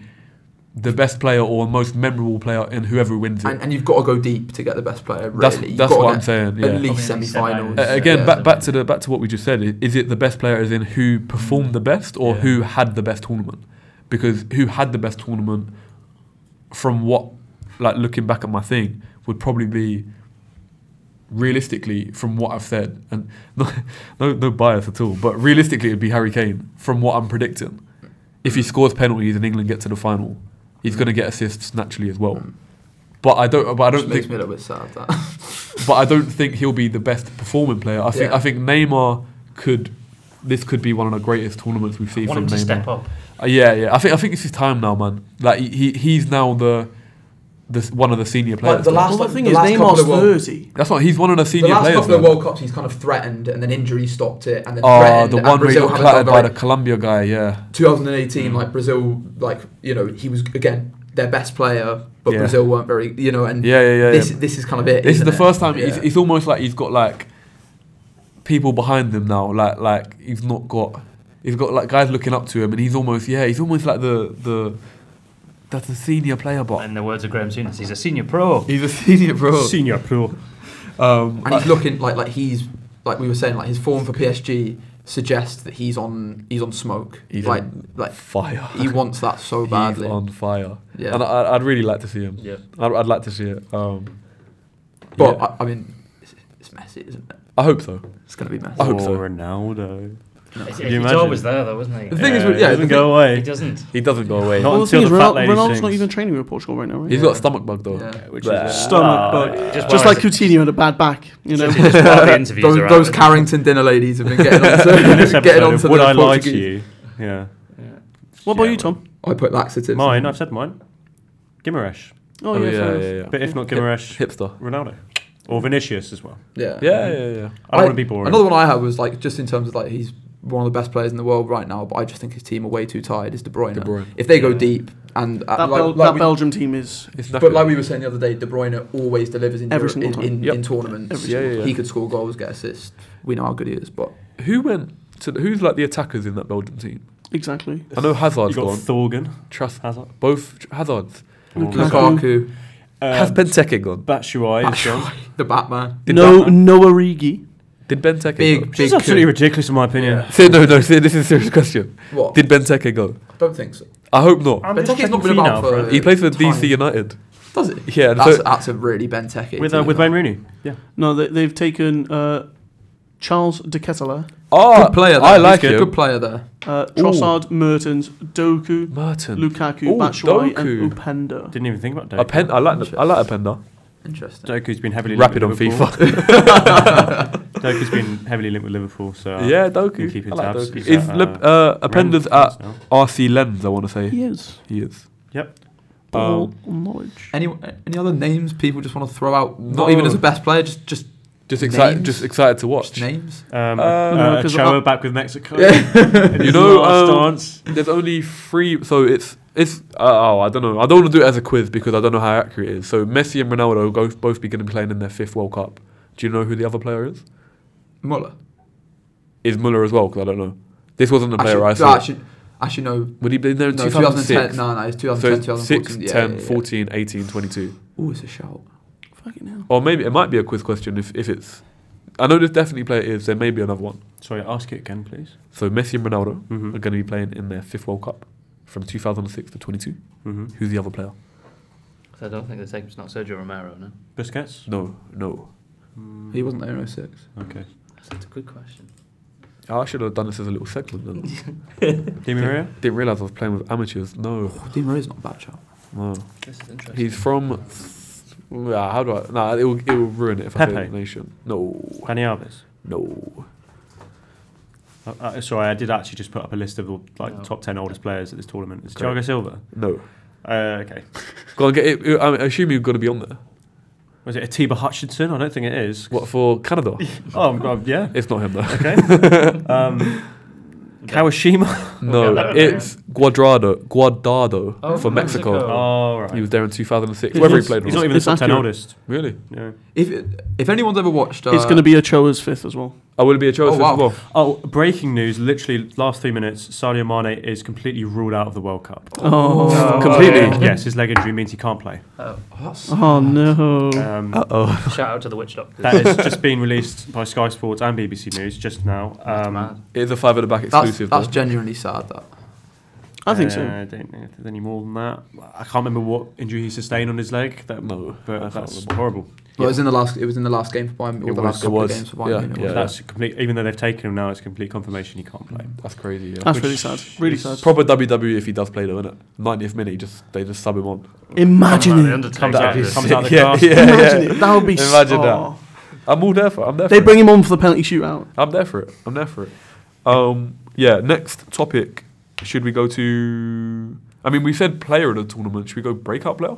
Speaker 3: the best player or most memorable player, and whoever wins it.
Speaker 2: and, and you've got to go deep to get the best player. Really,
Speaker 3: that's
Speaker 2: You've
Speaker 3: that's
Speaker 2: got to
Speaker 3: what I'm
Speaker 2: get
Speaker 3: saying.
Speaker 2: At
Speaker 3: Yeah.
Speaker 2: least
Speaker 5: Probably
Speaker 2: semi-finals.
Speaker 5: semi-
Speaker 3: Uh, again,
Speaker 2: Yeah.
Speaker 3: back back to the back to what we just said. i- Is it the best player as in who performed the best or
Speaker 5: Yeah.
Speaker 3: who had the best tournament? Because who had the best tournament, from what, like looking back at my thing, would probably be. Realistically, from what I've said, and no, no, no bias at all, but realistically, it'd be Harry Kane. From what I'm predicting, if he scores penalties and England get to the final, he's going to get assists naturally as well.
Speaker 2: Mm.
Speaker 3: But I don't. But I
Speaker 2: Which
Speaker 3: don't
Speaker 2: makes
Speaker 3: think
Speaker 2: me a little bit sad. That
Speaker 3: but I don't think he'll be the best performing player. I think
Speaker 2: Yeah.
Speaker 3: I think Neymar could. This could be one of the greatest tournaments we've
Speaker 5: I
Speaker 3: seen
Speaker 5: want him
Speaker 3: from
Speaker 5: to
Speaker 3: Neymar.
Speaker 5: step up.
Speaker 3: Uh, yeah, yeah. I think I think it's his time now, man. Like he, he he's now the, the s- one of the senior players.
Speaker 2: the
Speaker 3: now.
Speaker 2: last-
Speaker 4: well, the
Speaker 2: like,
Speaker 4: thing
Speaker 2: the
Speaker 4: is,
Speaker 2: last couple
Speaker 4: Neymar's
Speaker 2: of World-
Speaker 4: thirty.
Speaker 3: That's what he's one of the
Speaker 2: the
Speaker 3: senior
Speaker 2: last
Speaker 3: players.
Speaker 2: couple of
Speaker 3: now.
Speaker 2: World Cups, he's kind of threatened, and then injury stopped it, and then
Speaker 3: Oh,
Speaker 2: threatened,
Speaker 3: the
Speaker 2: and
Speaker 3: one where he
Speaker 2: Brazil
Speaker 3: got
Speaker 2: haven't done
Speaker 3: clattered by Mm.
Speaker 2: very-
Speaker 3: the Colombia guy. Yeah,
Speaker 2: 2018, like Brazil, like you know, he was again their best player, but
Speaker 3: Yeah.
Speaker 2: Brazil weren't very, you know, and
Speaker 3: yeah, yeah, yeah.
Speaker 2: this
Speaker 3: yeah.
Speaker 2: this is kind of it.
Speaker 3: This is
Speaker 2: isn't
Speaker 3: the
Speaker 2: it?
Speaker 3: first time. It's,
Speaker 2: Yeah.
Speaker 3: it's almost like he's got like people behind him now. Like like he's not got. He's got like guys looking up to him, and he's almost yeah. He's almost like the the that's the senior player, but
Speaker 5: In the words of Graham Souness, he's a senior pro.
Speaker 3: he's a senior bro.
Speaker 1: Senior pro.
Speaker 3: Um,
Speaker 2: and he's looking like like he's like we were saying, like his form for PSG suggests that he's on he's on smoke.
Speaker 3: He's
Speaker 2: like
Speaker 3: on
Speaker 2: like
Speaker 3: fire.
Speaker 2: he wants that so badly.
Speaker 3: He's on fire,
Speaker 2: yeah,
Speaker 3: and I, I'd really like to see him.
Speaker 5: Yeah.
Speaker 3: I'd, I'd like to see it. Um,
Speaker 2: but
Speaker 3: yeah.
Speaker 2: I, I mean, it's, it's messy, isn't it?
Speaker 3: I hope so.
Speaker 2: It's gonna be messy.
Speaker 3: I hope so.
Speaker 1: Or Ronaldo.
Speaker 5: It's,
Speaker 1: Oh, Can
Speaker 5: it's
Speaker 1: you
Speaker 5: always there, though, isn't
Speaker 2: The
Speaker 5: he?
Speaker 2: thing is,
Speaker 1: Yeah,
Speaker 2: with-
Speaker 1: it
Speaker 2: yeah,
Speaker 1: doesn't
Speaker 2: the
Speaker 1: go
Speaker 5: He
Speaker 1: away.
Speaker 5: doesn't.
Speaker 3: He doesn't go away.
Speaker 1: Not
Speaker 4: Well, the
Speaker 1: until
Speaker 4: thing is,
Speaker 1: the
Speaker 4: Ronal-
Speaker 1: fat lady
Speaker 4: Ronaldo's not
Speaker 1: sings.
Speaker 4: even training with Portugal right now, right?
Speaker 3: He's got a stomach bug though.
Speaker 2: Yeah.
Speaker 1: Which
Speaker 3: Blah.
Speaker 1: is
Speaker 4: Stomach bug.
Speaker 5: Just,
Speaker 4: Just
Speaker 1: Oh,
Speaker 5: while
Speaker 4: like Coutinho had a bad back, you know.
Speaker 5: Just while the interviews
Speaker 2: Those,
Speaker 5: are out.
Speaker 2: those Carrington dinner ladies have been getting
Speaker 1: In this
Speaker 2: on to
Speaker 1: episode
Speaker 2: getting on
Speaker 1: of
Speaker 2: to
Speaker 1: Would
Speaker 2: the
Speaker 1: I lie to
Speaker 2: Portuguese.
Speaker 1: you? Yeah.
Speaker 4: what about
Speaker 1: Yeah,
Speaker 4: you, Tom?
Speaker 2: I put laxatives.
Speaker 1: Mine, I've said mine. Gimaresh.
Speaker 4: Oh,
Speaker 3: Oh,
Speaker 4: yeah,
Speaker 3: yeah,
Speaker 4: fair
Speaker 3: yeah,
Speaker 4: enough.
Speaker 3: yeah,
Speaker 1: But if not Gimaresh,
Speaker 3: Hipster.
Speaker 1: Ronaldo. Or Vinicius as well.
Speaker 2: Yeah.
Speaker 3: Yeah, yeah, yeah.
Speaker 1: I don't want to be boring.
Speaker 2: Another one I had was like just in terms of like he's one of the best players in the world right now, but I just think his team are way too tired. Is De Bruyne?
Speaker 3: De Bruyne.
Speaker 2: If they go deep and uh,
Speaker 4: That,
Speaker 2: like,
Speaker 4: Bel-
Speaker 2: like
Speaker 4: that
Speaker 2: we-
Speaker 4: Belgium team is.
Speaker 3: It's
Speaker 2: but like we were saying the other day, De Bruyne always delivers in
Speaker 4: Every
Speaker 2: Euro-
Speaker 4: single
Speaker 2: in, in,
Speaker 4: time.
Speaker 3: Yep.
Speaker 2: in tournaments.
Speaker 4: Every
Speaker 3: Yeah, single yeah, time. yeah.
Speaker 2: He could score goals, get assists. We know how good he is, but
Speaker 3: Who went to the, who's like the attackers in that Belgium team?
Speaker 4: Exactly.
Speaker 3: I know
Speaker 1: you
Speaker 3: Hazard's
Speaker 1: got
Speaker 3: gone.
Speaker 1: Thorgan,
Speaker 3: Trust
Speaker 1: Hazard.
Speaker 3: both Tr- Hazards.
Speaker 4: Lukaku.
Speaker 2: Lukaku,
Speaker 1: Um,
Speaker 3: Has Benteke gone?
Speaker 1: Uh, Batshuayi is gone.
Speaker 2: the Batman,
Speaker 3: Did
Speaker 4: no,
Speaker 3: Batman-
Speaker 4: no Origi.
Speaker 3: Did Benteke
Speaker 2: big,
Speaker 3: go?
Speaker 1: She's
Speaker 2: big.
Speaker 1: absolutely
Speaker 2: coup.
Speaker 1: ridiculous in my opinion.
Speaker 2: Yeah.
Speaker 3: Say no, no. Say this is a serious question.
Speaker 2: What?
Speaker 3: Did Benteke go?
Speaker 2: Don't think so.
Speaker 3: I hope not.
Speaker 1: I'm
Speaker 2: Benteke's
Speaker 1: just checking
Speaker 2: not been
Speaker 1: for you
Speaker 2: about
Speaker 1: now,
Speaker 2: for-
Speaker 1: Fred.
Speaker 3: He plays for
Speaker 2: Tiny.
Speaker 3: DC United.
Speaker 2: Does it?
Speaker 3: Yeah,
Speaker 2: That's,
Speaker 3: so-
Speaker 2: that's a really Ben Teke.
Speaker 1: with uh,
Speaker 2: team,
Speaker 1: with
Speaker 2: though.
Speaker 1: Wayne Rooney. Yeah,
Speaker 4: No, they, they've taken uh, Charles de Ketelaere,
Speaker 1: Ah,
Speaker 3: Oh,
Speaker 2: Good player. There.
Speaker 3: I
Speaker 2: He's
Speaker 3: like
Speaker 2: good.
Speaker 3: him.
Speaker 2: Good player there.
Speaker 4: uh, Trossard, Mertens, Doku,
Speaker 3: Merton.
Speaker 4: Lukaku,
Speaker 3: Ooh,
Speaker 4: Batshuayi,
Speaker 3: Doku.
Speaker 4: and Upenda.
Speaker 1: didn't even think about Doku.
Speaker 3: Apen- I like. I like Apenda.
Speaker 2: Interesting.
Speaker 1: Doku's been heavily
Speaker 3: Rapid on
Speaker 1: linked with Liverpool.
Speaker 3: FIFA.
Speaker 1: Doku's been heavily linked with Liverpool, so uh,
Speaker 3: yeah,
Speaker 1: been
Speaker 3: Doku.
Speaker 1: keeping
Speaker 3: I like
Speaker 1: tabs.
Speaker 3: Doku.
Speaker 1: He's
Speaker 3: Is
Speaker 1: at,
Speaker 3: Lip-
Speaker 1: uh,
Speaker 3: uh,
Speaker 1: Rennes
Speaker 3: Apenda's at
Speaker 1: now.
Speaker 3: RC Lens? I want to say
Speaker 4: He is.
Speaker 3: he is.
Speaker 1: Yep.
Speaker 4: Ball
Speaker 1: Um,
Speaker 4: knowledge.
Speaker 2: Any any other names people just want to throw out? Not
Speaker 3: No.
Speaker 2: even as a best player, just just
Speaker 3: Just excited.
Speaker 2: Names?
Speaker 3: Just excited to watch.
Speaker 2: just names.
Speaker 1: Um,
Speaker 3: Uh,
Speaker 1: uh,
Speaker 3: no,
Speaker 4: 'cause
Speaker 1: Ochoa
Speaker 4: I-
Speaker 1: back with Mexico. In
Speaker 3: You
Speaker 1: his
Speaker 3: know,
Speaker 1: last
Speaker 3: um,
Speaker 1: dance.
Speaker 3: There's only three, so it's it's uh, oh I don't know. I don't want to do it as a quiz because I don't know how accurate it is. So Messi and Ronaldo will both both be going to be playing in their fifth World Cup. Do you know who the other player is?
Speaker 2: Muller.
Speaker 3: Is Muller as well? Because I don't know. This wasn't the player I
Speaker 2: Actually,
Speaker 3: saw.
Speaker 2: actually, actually, no.
Speaker 3: Would he be in there in
Speaker 2: no,
Speaker 3: 2006?
Speaker 2: 2010. No, no, it's
Speaker 3: so
Speaker 2: 2010,
Speaker 3: it's 6,
Speaker 2: 2014.
Speaker 3: 10, 14, 18, 22.
Speaker 2: Oh, it's a shout.
Speaker 4: Fucking hell.
Speaker 3: Or maybe it might be a quiz question if, if it's. I know this definitely player is. There may be another one.
Speaker 1: Sorry, ask it again, please.
Speaker 3: So Messi and Ronaldo
Speaker 1: Mm-hmm.
Speaker 3: are going to be playing in their fifth World Cup from 2006 to 22.
Speaker 1: Mm-hmm.
Speaker 3: Who's the other player?
Speaker 5: I don't think they take him. It's not Sergio Romero, no?
Speaker 1: Busquets.
Speaker 3: No, no.
Speaker 2: He wasn't there in 06.
Speaker 1: Okay.
Speaker 5: That's a good question.
Speaker 3: I should have done this as a little segment. Then.
Speaker 1: Di Maria?
Speaker 3: Didn't realize I was playing with amateurs. No,
Speaker 2: Oh, Di Maria's not a bad shout.
Speaker 3: no.
Speaker 5: This is interesting.
Speaker 3: He's from. Nah, how do I? Nah, it will it will ruin it if I say
Speaker 1: Pepe.
Speaker 3: the nation. No,
Speaker 1: Danny Alves?
Speaker 3: no.
Speaker 1: Uh, uh, sorry, I did actually just put up a list of the like
Speaker 5: No.
Speaker 1: top ten oldest players at this tournament. It's
Speaker 3: Correct.
Speaker 1: Thiago Silva.
Speaker 3: No.
Speaker 1: Uh, okay.
Speaker 3: Go on, get it. I assume you've got to be on there.
Speaker 1: Was it Atiba Hutchinson? I don't think it is.
Speaker 3: What for Canada?
Speaker 1: Oh, um, um, yeah.
Speaker 3: it's not him though.
Speaker 1: Okay. um, Kawashima.
Speaker 3: No,
Speaker 5: Okay.
Speaker 3: it's Guadrado. Guardado
Speaker 5: Oh,
Speaker 3: for
Speaker 5: from
Speaker 3: Mexico.
Speaker 5: Mexico.
Speaker 1: Oh, right.
Speaker 3: He was there in 2006.
Speaker 4: He's
Speaker 3: Whether he
Speaker 4: not-
Speaker 3: played or
Speaker 1: He's
Speaker 3: not.
Speaker 1: not even the
Speaker 4: It's
Speaker 1: top ten
Speaker 4: accurate.
Speaker 1: oldest.
Speaker 3: Really?
Speaker 1: Yeah.
Speaker 2: If if anyone's ever watched, uh,
Speaker 4: it's going to be Ochoa's fifth as well.
Speaker 3: I will be a choice
Speaker 2: Oh, wow.
Speaker 3: as well.
Speaker 1: Oh, breaking news! Literally, last three minutes, Sadio Mane is completely ruled out of the World Cup.
Speaker 4: Oh,
Speaker 5: Oh.
Speaker 3: Completely.
Speaker 5: yeah.
Speaker 1: Yes, his leg injury means he can't play.
Speaker 5: Oh,
Speaker 2: That's,
Speaker 4: oh no.
Speaker 1: Um,
Speaker 3: oh.
Speaker 5: shout out to the witch doctors.
Speaker 1: that has just been released by Sky Sports and BBC News just now.
Speaker 5: That's
Speaker 1: Um,
Speaker 5: mad.
Speaker 3: It is a five at the back
Speaker 2: that's,
Speaker 3: exclusive.
Speaker 2: that's
Speaker 3: though.
Speaker 2: genuinely sad. That
Speaker 4: I think
Speaker 1: uh,
Speaker 4: so.
Speaker 1: I don't think there's any more than that. I can't remember what injury he sustained on his leg. That,
Speaker 3: No, I
Speaker 1: but
Speaker 3: can't
Speaker 1: that's
Speaker 3: remember.
Speaker 1: horrible.
Speaker 2: well, it was in the last. It was in the last game for Bayern. Or the
Speaker 3: It was,
Speaker 2: last
Speaker 3: it
Speaker 2: couple of
Speaker 3: was.
Speaker 2: games for Bayern.
Speaker 3: Yeah,
Speaker 2: Munich,
Speaker 3: yeah.
Speaker 2: wasn't it?
Speaker 1: That's complete. Even though they've taken him now, it's complete confirmation he can't play.
Speaker 3: that's crazy. Yeah.
Speaker 4: That's really sad. Really sad.
Speaker 3: Proper WWE if he does play though, isn't it? 90th minute, he just they just sub him on.
Speaker 4: Imagine it.
Speaker 1: Comes out,
Speaker 3: That'd be
Speaker 1: comes
Speaker 3: sick.
Speaker 1: out the
Speaker 3: Yeah,
Speaker 1: cast.
Speaker 3: yeah.
Speaker 4: Imagine it. That would be. s-
Speaker 3: Imagine that.
Speaker 4: oh.
Speaker 3: I'm all there for. I'm there.
Speaker 4: They
Speaker 3: for
Speaker 4: bring
Speaker 3: It.
Speaker 4: him on for the penalty shootout.
Speaker 3: I'm there for it. I'm there for it. Um, yeah. Next topic. Should we go to? I mean, we said player of the tournament. Should we go breakout player?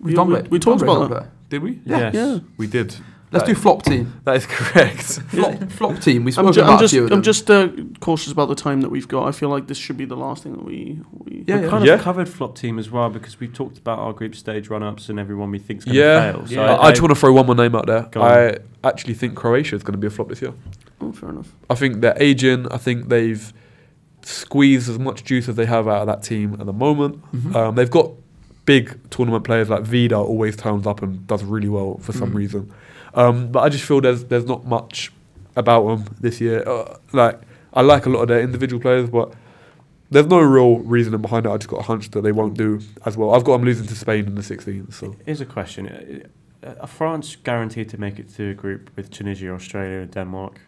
Speaker 4: We, we, we talked about that.
Speaker 3: Did we?
Speaker 1: Yes.
Speaker 4: Yeah.
Speaker 3: We did.
Speaker 2: Let's
Speaker 3: That-
Speaker 2: do flop team.
Speaker 3: That is correct.
Speaker 2: Flop, flop team. We spoke
Speaker 4: I'm, ju-
Speaker 2: about
Speaker 4: I'm just,
Speaker 2: a few of
Speaker 4: I'm
Speaker 2: them.
Speaker 4: just uh, cautious about the time that we've got. I feel like this should be the last thing that we. we
Speaker 2: Yeah,
Speaker 1: Yeah,
Speaker 2: yeah.
Speaker 1: kind
Speaker 3: Yeah.
Speaker 1: of covered flop team as well because we talked about our group stage run-ups and everyone we think's going to
Speaker 3: Yeah.
Speaker 1: fail. So
Speaker 5: Yeah.
Speaker 3: I, I just want to throw one more name out there.
Speaker 1: Go on.
Speaker 3: I actually think Croatia is going to be a flop this year.
Speaker 4: Oh, fair enough.
Speaker 3: I think they're aging. I think they've squeezed as much juice as they have out of that team at the moment.
Speaker 2: Mhm.
Speaker 3: Um, they've got big tournament players like Vida always turns up and does really well for some
Speaker 2: Mm.
Speaker 3: reason. Um, but I just feel there's there's not much about them this year. Uh, like I like a lot of their individual players, but there's no real reasoning behind it. I just got a hunch that they won't do as well. I've got them losing to Spain in the 16th. So
Speaker 1: Here's a question: Uh, Are France guaranteed to make it through a group with Tunisia, Australia, and Denmark?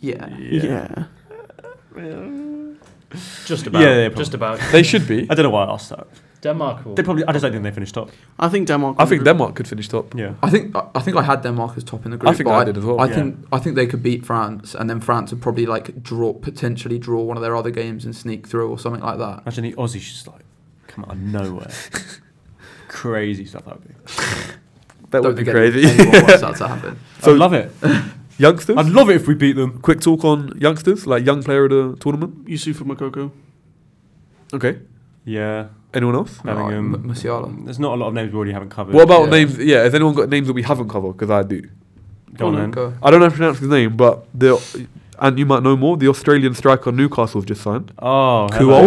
Speaker 2: yeah.
Speaker 4: Yeah.
Speaker 5: Just about.
Speaker 1: Yeah, yeah,
Speaker 5: just about.
Speaker 3: they should be.
Speaker 1: I don't know why I asked that.
Speaker 5: Denmark will.
Speaker 1: They probably. I just don't think they finished top.
Speaker 4: I think Denmark.
Speaker 3: I think Denmark could finish top.
Speaker 1: Yeah.
Speaker 2: I think I I think I had Denmark as top in the group.
Speaker 3: think
Speaker 2: but
Speaker 3: I did as well.
Speaker 2: I
Speaker 1: Yeah.
Speaker 2: think I think they could beat France, and then France would probably like draw potentially draw one of their other games and sneak through or something like that.
Speaker 1: Imagine the Aussies just like come out of nowhere. Crazy stuff that would be.
Speaker 3: That
Speaker 2: Don't
Speaker 3: would be
Speaker 2: think
Speaker 3: crazy.
Speaker 2: anyone wants that to happen.
Speaker 3: So-
Speaker 1: I'd love it.
Speaker 3: Youngsters.
Speaker 1: I'd love it if we beat them.
Speaker 3: Quick talk on youngsters, like young player of the tournament.
Speaker 4: Yusufa Makoko.
Speaker 3: Okay.
Speaker 1: Yeah.
Speaker 3: Anyone else?
Speaker 1: Bellingham.
Speaker 2: Oh, M- Musiala.
Speaker 1: There's not a lot of names we already haven't covered.
Speaker 3: What about
Speaker 2: Yeah.
Speaker 3: names? Yeah, has anyone got names that we haven't covered? Because I do.
Speaker 1: Go on then.
Speaker 2: Go.
Speaker 3: I don't know how to pronounce his name, but the and you might know more. The Australian striker Newcastle have just signed.
Speaker 1: Oh, hello.
Speaker 4: Oh,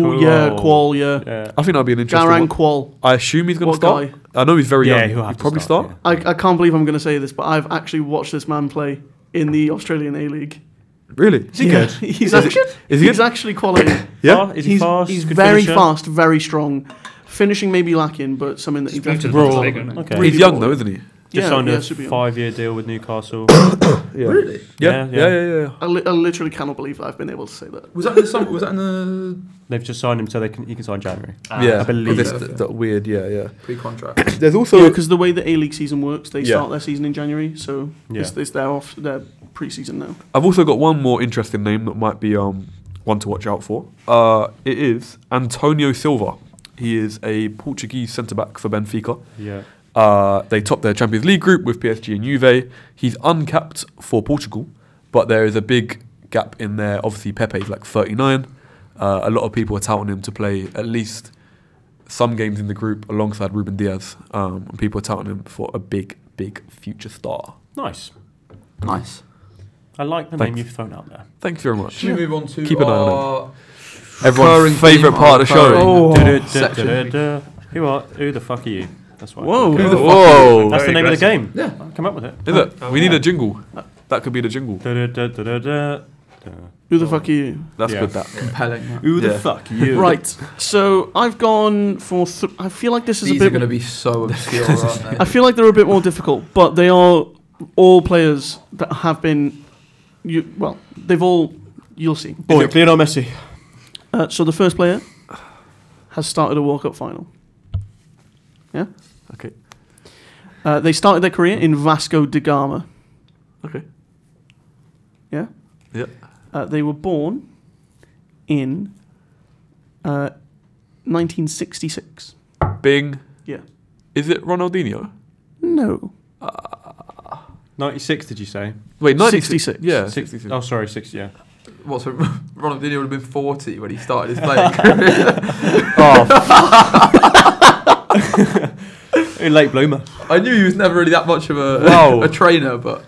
Speaker 1: Cool.
Speaker 4: yeah, Qual, yeah.
Speaker 1: Yeah.
Speaker 3: I think that'd be an interesting.
Speaker 4: Garan
Speaker 3: One.
Speaker 4: Qual.
Speaker 3: I assume he's going to
Speaker 4: What
Speaker 3: start.
Speaker 4: guy?
Speaker 3: I know he's very
Speaker 1: Yeah,
Speaker 3: young.
Speaker 1: he'll have to
Speaker 3: probably
Speaker 1: start, yeah.
Speaker 4: I, I can't believe I'm going to say this, but I've actually watched this man play in the Australian A League.
Speaker 3: Really?
Speaker 1: Is he good?
Speaker 3: Is
Speaker 4: He's,
Speaker 3: he-
Speaker 4: actually,
Speaker 3: is he
Speaker 4: he's
Speaker 3: good?
Speaker 4: actually quality.
Speaker 3: Yeah.
Speaker 1: Far- Is he
Speaker 4: he's,
Speaker 1: fast?
Speaker 4: He's
Speaker 1: Good
Speaker 4: very
Speaker 1: finisher?
Speaker 4: fast, very strong. Finishing maybe lacking, but something that he
Speaker 5: Speed to
Speaker 4: definitely
Speaker 5: the ball.
Speaker 4: developed in.
Speaker 1: Okay.
Speaker 4: Really
Speaker 3: he's young
Speaker 4: good.
Speaker 3: though, isn't he?
Speaker 1: Just
Speaker 4: Yeah,
Speaker 1: signed
Speaker 4: yeah,
Speaker 1: a
Speaker 4: should be on.
Speaker 1: five-year deal with Newcastle.
Speaker 3: Yeah.
Speaker 2: Really?
Speaker 1: Yeah,
Speaker 3: Yeah. Yeah. Yeah.
Speaker 1: yeah.
Speaker 3: Yeah. yeah,
Speaker 4: I, li- I literally cannot believe that I've been able to say that.
Speaker 2: Was that in the summer? Was that in the
Speaker 1: They've just signed him so they can. He can sign January.
Speaker 5: Ah,
Speaker 3: Yeah,
Speaker 1: I believe
Speaker 3: this,
Speaker 2: so,
Speaker 3: th-
Speaker 2: yeah.
Speaker 3: that weird. Yeah. Yeah.
Speaker 2: pre-contract?
Speaker 3: There's
Speaker 4: So,
Speaker 3: also.
Speaker 4: because the way the A League season works, they
Speaker 3: Yeah.
Speaker 4: start their season in January, so
Speaker 1: Yeah.
Speaker 4: it's, it's their off their preseason now.
Speaker 3: I've also got one more interesting name that might be um, one to watch out for. Uh, it is Antonio Silva. He is a Portuguese centre back for Benfica.
Speaker 1: Yeah.
Speaker 3: Uh, they top their Champions League group with PSG and Juve. He's uncapped for Portugal, but there is a big gap in there. Obviously, Pepe's like 39. Uh, a lot of people are touting him to play at least some games in the group alongside Ruben Diaz. Um, and people are touting him for a big, big future star.
Speaker 1: Nice.
Speaker 2: nice.
Speaker 1: I like the
Speaker 3: Thanks.
Speaker 1: name you've thrown out there.
Speaker 3: Thank you very much.
Speaker 2: Should we move on to
Speaker 3: Keep an eye on
Speaker 2: our recurring
Speaker 3: Everyone's favourite
Speaker 2: theme,
Speaker 3: part of the
Speaker 2: our
Speaker 3: show.
Speaker 2: recurring section?
Speaker 1: Du-du-du-du-du. Who are? Who the fuck are you? That's why.
Speaker 4: Whoa.
Speaker 1: Okay.
Speaker 4: Who
Speaker 2: the fuck
Speaker 3: Whoa.
Speaker 1: That's the
Speaker 5: Very
Speaker 1: name of the game.
Speaker 2: Yeah.
Speaker 1: I Come up with it.
Speaker 3: Is it?
Speaker 5: Oh,
Speaker 3: we need
Speaker 5: yeah.
Speaker 3: a jingle. That could be the jingle.
Speaker 1: Du-du-du-du-du-du.
Speaker 4: Who the fuck are you?
Speaker 3: That's
Speaker 1: Yeah.
Speaker 3: good. That.
Speaker 2: Compelling. that.
Speaker 1: Who
Speaker 3: Yeah.
Speaker 1: the fuck you?
Speaker 4: Right. So I've gone for. Th- I feel like this is
Speaker 2: These
Speaker 4: a
Speaker 2: are
Speaker 4: bit.
Speaker 2: going to be so obscure, aren't they?
Speaker 4: I feel like they're a bit more difficult, but they are all players that have been you, well, they've all. You'll see.
Speaker 6: Boy, Lionel Messi.
Speaker 4: Uh, so the first player has started a walk-up final. Yeah.
Speaker 3: Okay.
Speaker 4: Uh, they started their career in Vasco da Gama.
Speaker 3: Okay.
Speaker 4: Yeah.
Speaker 3: Yep.
Speaker 4: Uh, they were born in uh, 1966.
Speaker 3: Bing.
Speaker 4: Yeah.
Speaker 3: Is it Ronaldinho?
Speaker 4: No.
Speaker 1: 96, did you say?
Speaker 3: Wait, 96.
Speaker 4: 66.
Speaker 3: Yeah,
Speaker 1: Six-
Speaker 3: 66.
Speaker 1: Oh, sorry, 60, yeah.
Speaker 2: What, so Ronaldinho would have been 40 when he started his playing career.
Speaker 3: Oh,
Speaker 1: In late bloomer.
Speaker 2: I knew he was never really that much of a,
Speaker 3: Wow.
Speaker 2: a trainer, but.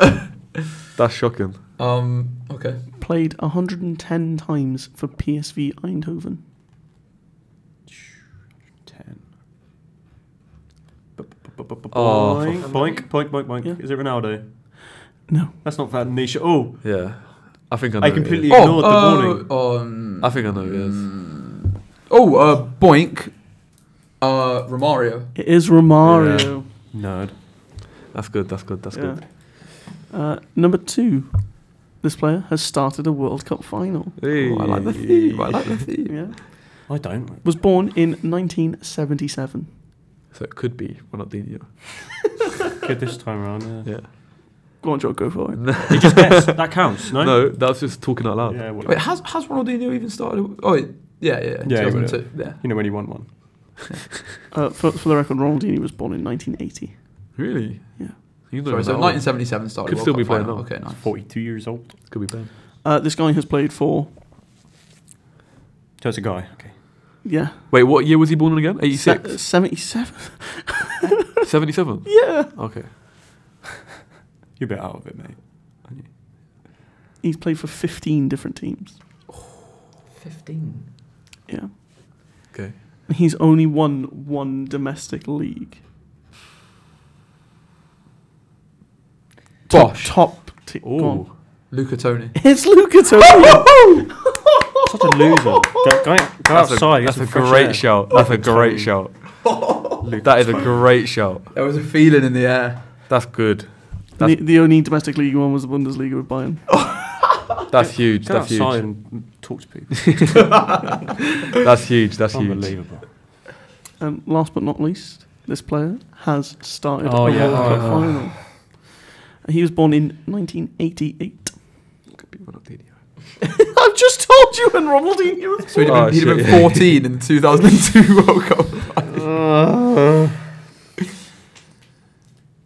Speaker 3: That's shocking.
Speaker 2: um, okay.
Speaker 4: Played 110 times for PSV Eindhoven.
Speaker 1: 10.
Speaker 3: Oh, for
Speaker 1: Boink, boink, boink, boink, boink.
Speaker 4: Yeah.
Speaker 1: Is it Ronaldo?
Speaker 4: No.
Speaker 1: That's not that niche at all.
Speaker 3: Yeah. I think I know.
Speaker 1: I
Speaker 3: who it
Speaker 1: completely
Speaker 3: is.
Speaker 1: ignored the warning.
Speaker 2: oh, um,
Speaker 3: I think I know who it is.
Speaker 2: oh, uh, Boink. Uh, Romario.
Speaker 4: It is Romario.
Speaker 1: Nerd.
Speaker 3: That's good, that's good, that's
Speaker 4: Yeah.
Speaker 3: good.
Speaker 4: Uh, number two. This player has started a World Cup final.
Speaker 3: Hey.
Speaker 2: Oh, I like the theme. I like the theme.
Speaker 4: Yeah.
Speaker 1: I don't.
Speaker 4: Was born in 1977.
Speaker 3: So it could be Ronaldinho.
Speaker 1: Good this time around. Yeah.
Speaker 3: Yeah.
Speaker 4: Go on, Joe, go for it.
Speaker 1: He just guessed. That counts, no?
Speaker 3: No, that was just talking out loud.
Speaker 1: Yeah, well,
Speaker 2: Wait, has, has Ronaldinho even started? Oh, wait, yeah, yeah.
Speaker 1: Yeah, he would
Speaker 2: 2002, yeah.
Speaker 1: you know when you want one.
Speaker 4: Uh, for, for the record, Ronaldinho was born in 1980.
Speaker 3: Really?
Speaker 4: Yeah.
Speaker 3: You know
Speaker 2: Sorry, so
Speaker 3: that
Speaker 2: 1977 started.
Speaker 3: Could
Speaker 2: World
Speaker 3: still be
Speaker 2: Cup
Speaker 3: playing
Speaker 2: final.
Speaker 3: now.
Speaker 2: Okay, nice.
Speaker 1: 42 years old.
Speaker 3: one. Could be bad.
Speaker 4: Uh, this guy has played for,
Speaker 1: So it's a guy. Okay.
Speaker 4: yeah,
Speaker 3: Wait, what year was he born in again? 86?
Speaker 4: se- 77.
Speaker 3: 77?
Speaker 4: Yeah.
Speaker 3: Okay.
Speaker 1: You're a bit out of it, mate.
Speaker 4: He's played for 15 different teams.
Speaker 5: 15.
Speaker 4: Yeah.
Speaker 3: Okay.
Speaker 4: He's only won one domestic league.
Speaker 2: Bosh.
Speaker 4: Top. T- go on.
Speaker 3: Oh.
Speaker 2: Luca Tony.
Speaker 4: It's Luca Toni.
Speaker 1: Such a loser. Go, go, go outside. get
Speaker 3: that's a
Speaker 1: some fresh
Speaker 3: great
Speaker 1: air.
Speaker 3: shout. That's a
Speaker 1: Tony.
Speaker 3: great shout. that is a great shout.
Speaker 2: There was a feeling in the air.
Speaker 3: That's good.
Speaker 4: the,
Speaker 3: That's-
Speaker 4: the only domestic league one was the Bundesliga with Bayern.
Speaker 3: That's huge.
Speaker 1: Go
Speaker 3: That's
Speaker 1: outside
Speaker 3: huge.
Speaker 1: and talk to people.
Speaker 3: That's huge. That's huge.
Speaker 1: Unbelievable.
Speaker 4: And last but not least, this player has started
Speaker 1: Oh,
Speaker 4: a
Speaker 1: yeah.
Speaker 4: World Cup
Speaker 3: Oh.
Speaker 4: final. He was born in 1988.
Speaker 3: Could be Ronaldinho.
Speaker 4: I've just told you when Ronaldinho was
Speaker 2: So he'd
Speaker 3: Oh,
Speaker 2: have been, he'd have
Speaker 3: shit,
Speaker 2: been
Speaker 3: yeah.
Speaker 2: 14 in the 2002 World Cup.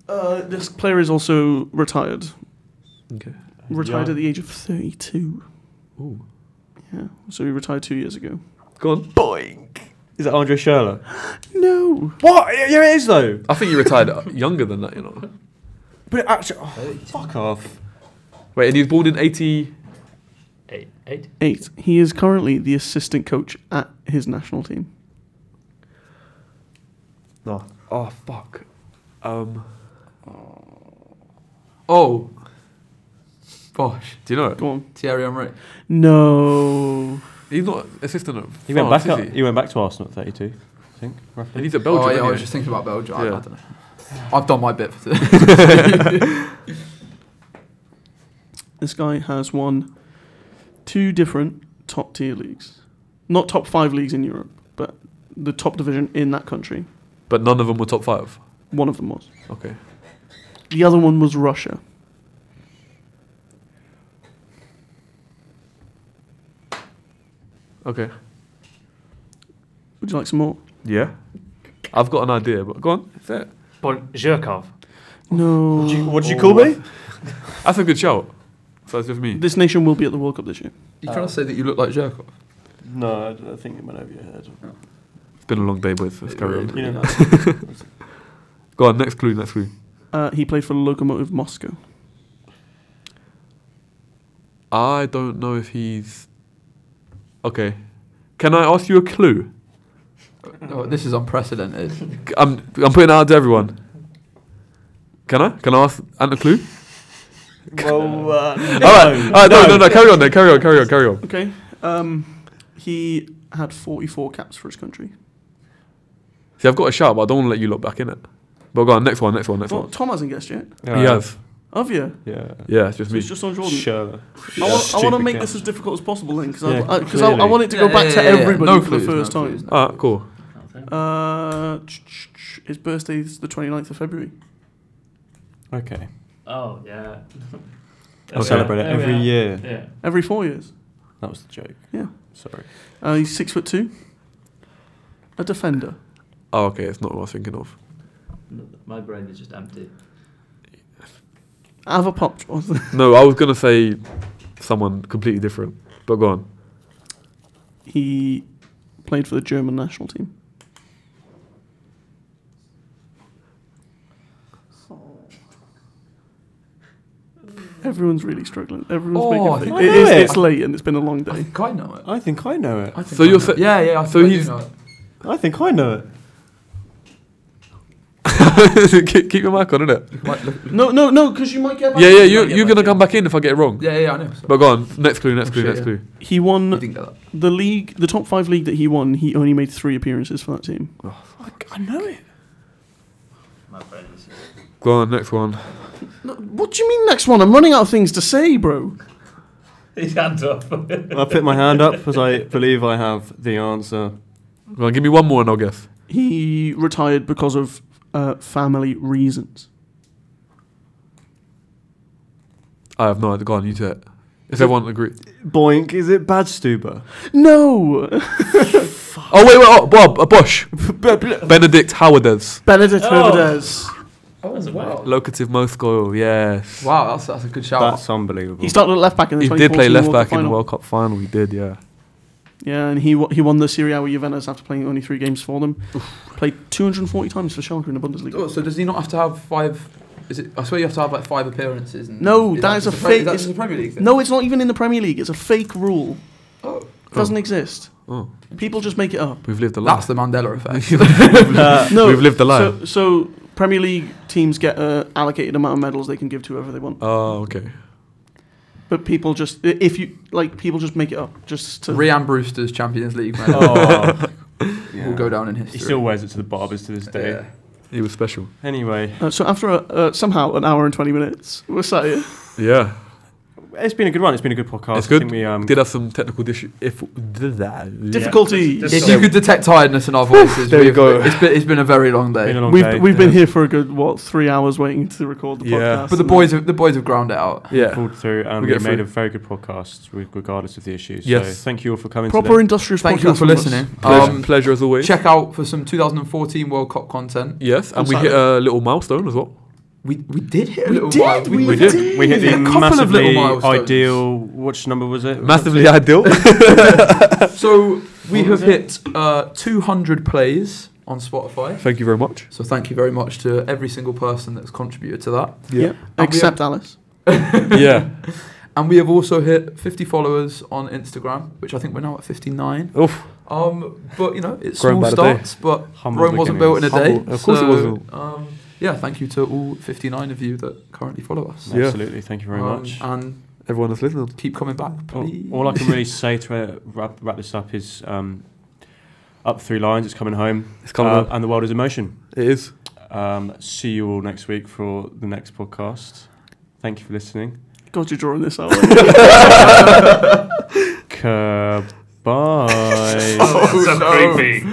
Speaker 4: Uh, this player is also retired.
Speaker 3: Okay.
Speaker 4: Retired
Speaker 1: Yeah.
Speaker 4: at the age of 32.
Speaker 3: Ooh.
Speaker 4: Yeah, so he retired two years ago.
Speaker 3: Go on. Boink.
Speaker 1: Is that Andre Schurrle?
Speaker 4: No.
Speaker 1: What? Yeah, yeah, it is though.
Speaker 3: I think you retired younger than that, you know.
Speaker 1: But it actually, oh, fuck off.
Speaker 3: Wait, and he was born in 80.
Speaker 5: Uh, Eight. Eight.
Speaker 4: Eight. He is currently the assistant coach at his national team.
Speaker 3: No. Oh, fuck. Um,
Speaker 2: Oh. Bosh.
Speaker 3: do you know it?
Speaker 4: Go on.
Speaker 2: Thierry Henry.
Speaker 4: No.
Speaker 3: He's not assistant at
Speaker 1: He went
Speaker 3: France,
Speaker 1: back up.
Speaker 3: is
Speaker 1: He?
Speaker 3: he?
Speaker 1: went back to Arsenal at 32, I think.
Speaker 3: And
Speaker 1: Roughly.
Speaker 3: he's at Belgium.
Speaker 2: oh, yeah, I
Speaker 3: anyway.
Speaker 2: was just thinking about Belgium. I, I
Speaker 3: Yeah.
Speaker 2: don't know. I've done my bit for today.
Speaker 4: This guy has won two different top tier leagues. Not top five leagues in Europe, but the top division in that country.
Speaker 3: But none of them were top five.
Speaker 4: One of them was.
Speaker 3: Okay.
Speaker 4: The other one was Russia.
Speaker 3: Okay.
Speaker 4: Would you like some more?
Speaker 3: Yeah. I've got an idea, but go on. Is that-
Speaker 5: Bon- Zhirkov.
Speaker 4: No.
Speaker 1: What did you call me?
Speaker 3: Oh, That's a good shout. So it's with me.
Speaker 4: This nation will be at the World Cup this year.
Speaker 2: You trying to say that you look like Jerkov?
Speaker 1: No, I, I think it went over your head.
Speaker 3: It's been a long day, boys. Let's carry on.
Speaker 1: You know.
Speaker 3: Go on, next clue, next clue.
Speaker 4: Uh, he played for Lokomotiv Moscow.
Speaker 3: I don't know if he's. Okay. Can I ask you a clue?
Speaker 2: Oh, this is unprecedented.
Speaker 3: C- I'm, I'm putting it out to everyone. Can I? Can I ask Ant a clue?
Speaker 1: well, uh, no.
Speaker 3: All right. All right no, no, no, Carry on then. Carry on, carry on, carry on.
Speaker 4: Okay. Um, he had 44 caps for his country.
Speaker 3: See, I've got a shout, but I don't want to let you look back in it. But go on, next one, next one, next
Speaker 4: Well,
Speaker 3: one.
Speaker 1: Oh.
Speaker 4: Tom hasn't guessed yet.
Speaker 3: He has.
Speaker 4: Have you?
Speaker 1: Yeah.
Speaker 3: Yeah, it's just
Speaker 4: So
Speaker 3: me.
Speaker 4: it's just on Jordan.
Speaker 1: Sure.
Speaker 4: I want, I want to
Speaker 1: Stupid
Speaker 4: make
Speaker 1: game.
Speaker 4: this as difficult as possible then, because
Speaker 1: Yeah,
Speaker 2: Uh,
Speaker 4: I, because I, I
Speaker 1: clearly.
Speaker 4: want it to go
Speaker 2: Yeah,
Speaker 4: back
Speaker 2: yeah,
Speaker 4: to
Speaker 2: yeah, yeah.
Speaker 4: everybody
Speaker 2: No
Speaker 4: for
Speaker 2: clues,
Speaker 4: the
Speaker 2: no
Speaker 4: first
Speaker 2: clues,
Speaker 4: time.
Speaker 3: Ah, cool.
Speaker 5: Oh,
Speaker 4: Uh, ch- ch- ch- his birthday's the 29th of February.
Speaker 1: Okay.
Speaker 5: Oh yeah.
Speaker 1: I celebrate it
Speaker 5: There we
Speaker 1: every
Speaker 5: are.
Speaker 1: year.
Speaker 5: Yeah.
Speaker 4: Every four years.
Speaker 1: That was the joke.
Speaker 4: Yeah.
Speaker 1: Sorry.
Speaker 4: Uh, he's six foot two. A defender.
Speaker 3: Oh, okay, it's not what I was thinking of.
Speaker 5: My brain is just empty.
Speaker 4: Have a pop. Jonathan.
Speaker 3: No, I was gonna say someone completely different, but go on.
Speaker 4: he played for the German national team. Everyone's really struggling. Everyone's
Speaker 2: Oh, I
Speaker 4: making
Speaker 2: think
Speaker 4: fa-
Speaker 1: I
Speaker 4: it
Speaker 1: know
Speaker 4: is,
Speaker 1: it.
Speaker 4: It's late and it's been a long
Speaker 2: I
Speaker 4: day.
Speaker 2: think I know it.
Speaker 1: I think I know it.
Speaker 2: I think
Speaker 3: So
Speaker 2: I
Speaker 3: you're
Speaker 2: know
Speaker 3: sa-
Speaker 2: it. yeah, yeah. I think
Speaker 3: so
Speaker 2: I do
Speaker 3: he's-
Speaker 2: know it.
Speaker 1: I think I know it.
Speaker 3: keep, keep your mic on, innit?
Speaker 2: You might look-
Speaker 4: No, no, no, because you might get.
Speaker 3: Yeah, yeah, you,
Speaker 2: Yeah,
Speaker 3: you're
Speaker 2: but-
Speaker 3: gonna come back in if I get it wrong.
Speaker 2: yeah, yeah. I know. So.
Speaker 3: But go on, next clue, next
Speaker 2: Oh,
Speaker 3: clue,
Speaker 2: shit,
Speaker 3: next
Speaker 2: yeah.
Speaker 3: clue.
Speaker 4: He
Speaker 2: you
Speaker 4: won
Speaker 2: didn't get that.
Speaker 4: the league, the top five league that he won. He only made three appearances for that team.
Speaker 1: I, I know it.
Speaker 5: My brain is.
Speaker 3: Go on, next one.
Speaker 4: No, what do you mean next one? I'm running out of things to say, bro.
Speaker 5: His hand up.
Speaker 1: I put my hand up because I believe I have the answer.
Speaker 3: Go on, give me one more and I'll guess.
Speaker 4: He retired because of uh, family reasons.
Speaker 3: I have no idea. Go on, you do it. Is everyone agree?
Speaker 1: Boink, is it Badstuber?
Speaker 4: No,
Speaker 3: Oh wait, wait, oh, Bob, a Bosch, Benedict Howardes,
Speaker 4: Benedict
Speaker 5: Oh.
Speaker 4: Hovardes.
Speaker 2: Oh wow!
Speaker 3: locative most goal. Yes.
Speaker 2: Wow, that's that's a good shout.
Speaker 1: That's unbelievable.
Speaker 4: He started at left back in the
Speaker 3: He did play
Speaker 4: 2014
Speaker 3: left
Speaker 4: World Cup
Speaker 3: back in the
Speaker 4: final.
Speaker 3: World Cup final. He did, yeah.
Speaker 4: Yeah, and he wa- he won the Serie A with Juventus after playing only three games for them. Played 240 times for Schalke in the Bundesliga.
Speaker 2: Oh, so does he not have to have five? Is it? I swear you have to have like five appearances. And
Speaker 4: No, that is a
Speaker 2: just Pre-
Speaker 4: fake-
Speaker 2: Is that
Speaker 4: it's-
Speaker 2: just a Premier League thing?
Speaker 4: No, it's not even in the Premier League. It's a fake rule.
Speaker 2: Oh,
Speaker 4: It doesn't exist.
Speaker 3: Oh,
Speaker 4: People just make it up.
Speaker 3: we've lived a
Speaker 2: that's
Speaker 3: life.
Speaker 2: the Mandela effect.
Speaker 4: No,
Speaker 3: we've lived a lie.
Speaker 4: So, so Premier League teams get uh, allocated amount of medals they can give to whoever they want,
Speaker 3: Oh, okay.
Speaker 4: but people just i- if you like people just make it up just to.
Speaker 2: Ryan Brewster's Champions League medal
Speaker 1: Oh,
Speaker 2: will go down in history.
Speaker 1: He still wears it to the barbers to this day.
Speaker 2: Yeah.
Speaker 3: He was special.
Speaker 1: Anyway,
Speaker 4: uh, so after a, uh, somehow an hour and 20 minutes, we're sat here.
Speaker 3: Yeah.
Speaker 1: it's been a good run. It's been a good podcast.
Speaker 3: It's good.
Speaker 1: I think we, um,
Speaker 3: Did have some technical dis- if did that.
Speaker 4: Difficulties.
Speaker 5: Just-
Speaker 2: If
Speaker 5: just
Speaker 2: you
Speaker 5: so-
Speaker 2: could detect tiredness in our voices,
Speaker 1: there we
Speaker 2: we've-
Speaker 1: go.
Speaker 2: It's been, it's been a very long day.
Speaker 1: been a long
Speaker 4: we've
Speaker 1: day.
Speaker 4: we've been here for a good what three hours waiting to record the
Speaker 3: Yeah.
Speaker 4: podcast.
Speaker 2: but the
Speaker 4: and-
Speaker 2: boys have, the boys have ground it out.
Speaker 3: Yeah.
Speaker 1: pulled through and
Speaker 3: We
Speaker 1: we,
Speaker 3: get
Speaker 1: made a
Speaker 3: through.
Speaker 1: very good podcast re- regardless of the issues.
Speaker 3: Yes.
Speaker 1: So thank you all for coming
Speaker 4: proper
Speaker 1: today.
Speaker 4: industrious.
Speaker 2: Thank you all
Speaker 4: podcast
Speaker 2: for
Speaker 4: from us.
Speaker 2: listening.
Speaker 3: Pleasure,
Speaker 2: Um,
Speaker 3: pleasure as always.
Speaker 2: check out for some 2014 World Cup content.
Speaker 3: Yes, and we
Speaker 4: On
Speaker 3: hit a little milestone as well.
Speaker 2: We we did hit a
Speaker 4: We
Speaker 2: little
Speaker 4: did,
Speaker 2: mile-
Speaker 4: we
Speaker 1: we did. We hit
Speaker 2: We hit
Speaker 1: the
Speaker 2: a couple of little
Speaker 1: massively
Speaker 2: milestones.
Speaker 1: ideal. Which number was it?
Speaker 3: Massively ideal.
Speaker 2: So we
Speaker 1: What was
Speaker 2: have hit uh, 200 plays on Spotify.
Speaker 3: Thank you very much.
Speaker 2: So thank you very much to every single person that's contributed to that.
Speaker 4: Yeah. Except Alice.
Speaker 3: yeah.
Speaker 2: And we have also hit 50 followers on Instagram, which I think we're now at 59.
Speaker 3: Oof.
Speaker 2: Um, but you know, it's
Speaker 3: Growing by
Speaker 2: small
Speaker 3: the day.
Speaker 2: starts, but
Speaker 1: Humble
Speaker 2: Rome wasn't built in a
Speaker 1: beginnings.
Speaker 2: day.
Speaker 3: Humble. Of course it
Speaker 2: so,
Speaker 3: wasn't.
Speaker 2: Um, yeah, thank you to all 59 of you that currently follow us.
Speaker 3: Yeah.
Speaker 1: Absolutely. Thank you very
Speaker 2: Um,
Speaker 1: much.
Speaker 2: And
Speaker 3: Everyone that's listening.
Speaker 2: keep coming back,
Speaker 1: All,
Speaker 2: please.
Speaker 1: all I can really say to uh, wrap, wrap this up is um, up three lines. It's coming home.
Speaker 3: It's coming
Speaker 1: Uh,
Speaker 3: up.
Speaker 1: And the world is in motion.
Speaker 3: It is.
Speaker 1: Um, see you all next week for the next podcast. Thank you for listening.
Speaker 4: God, you're drawing this out.
Speaker 1: Goodbye.
Speaker 2: Oh, no. There's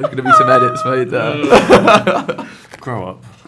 Speaker 2: going to be some edits made there.
Speaker 1: Grow up.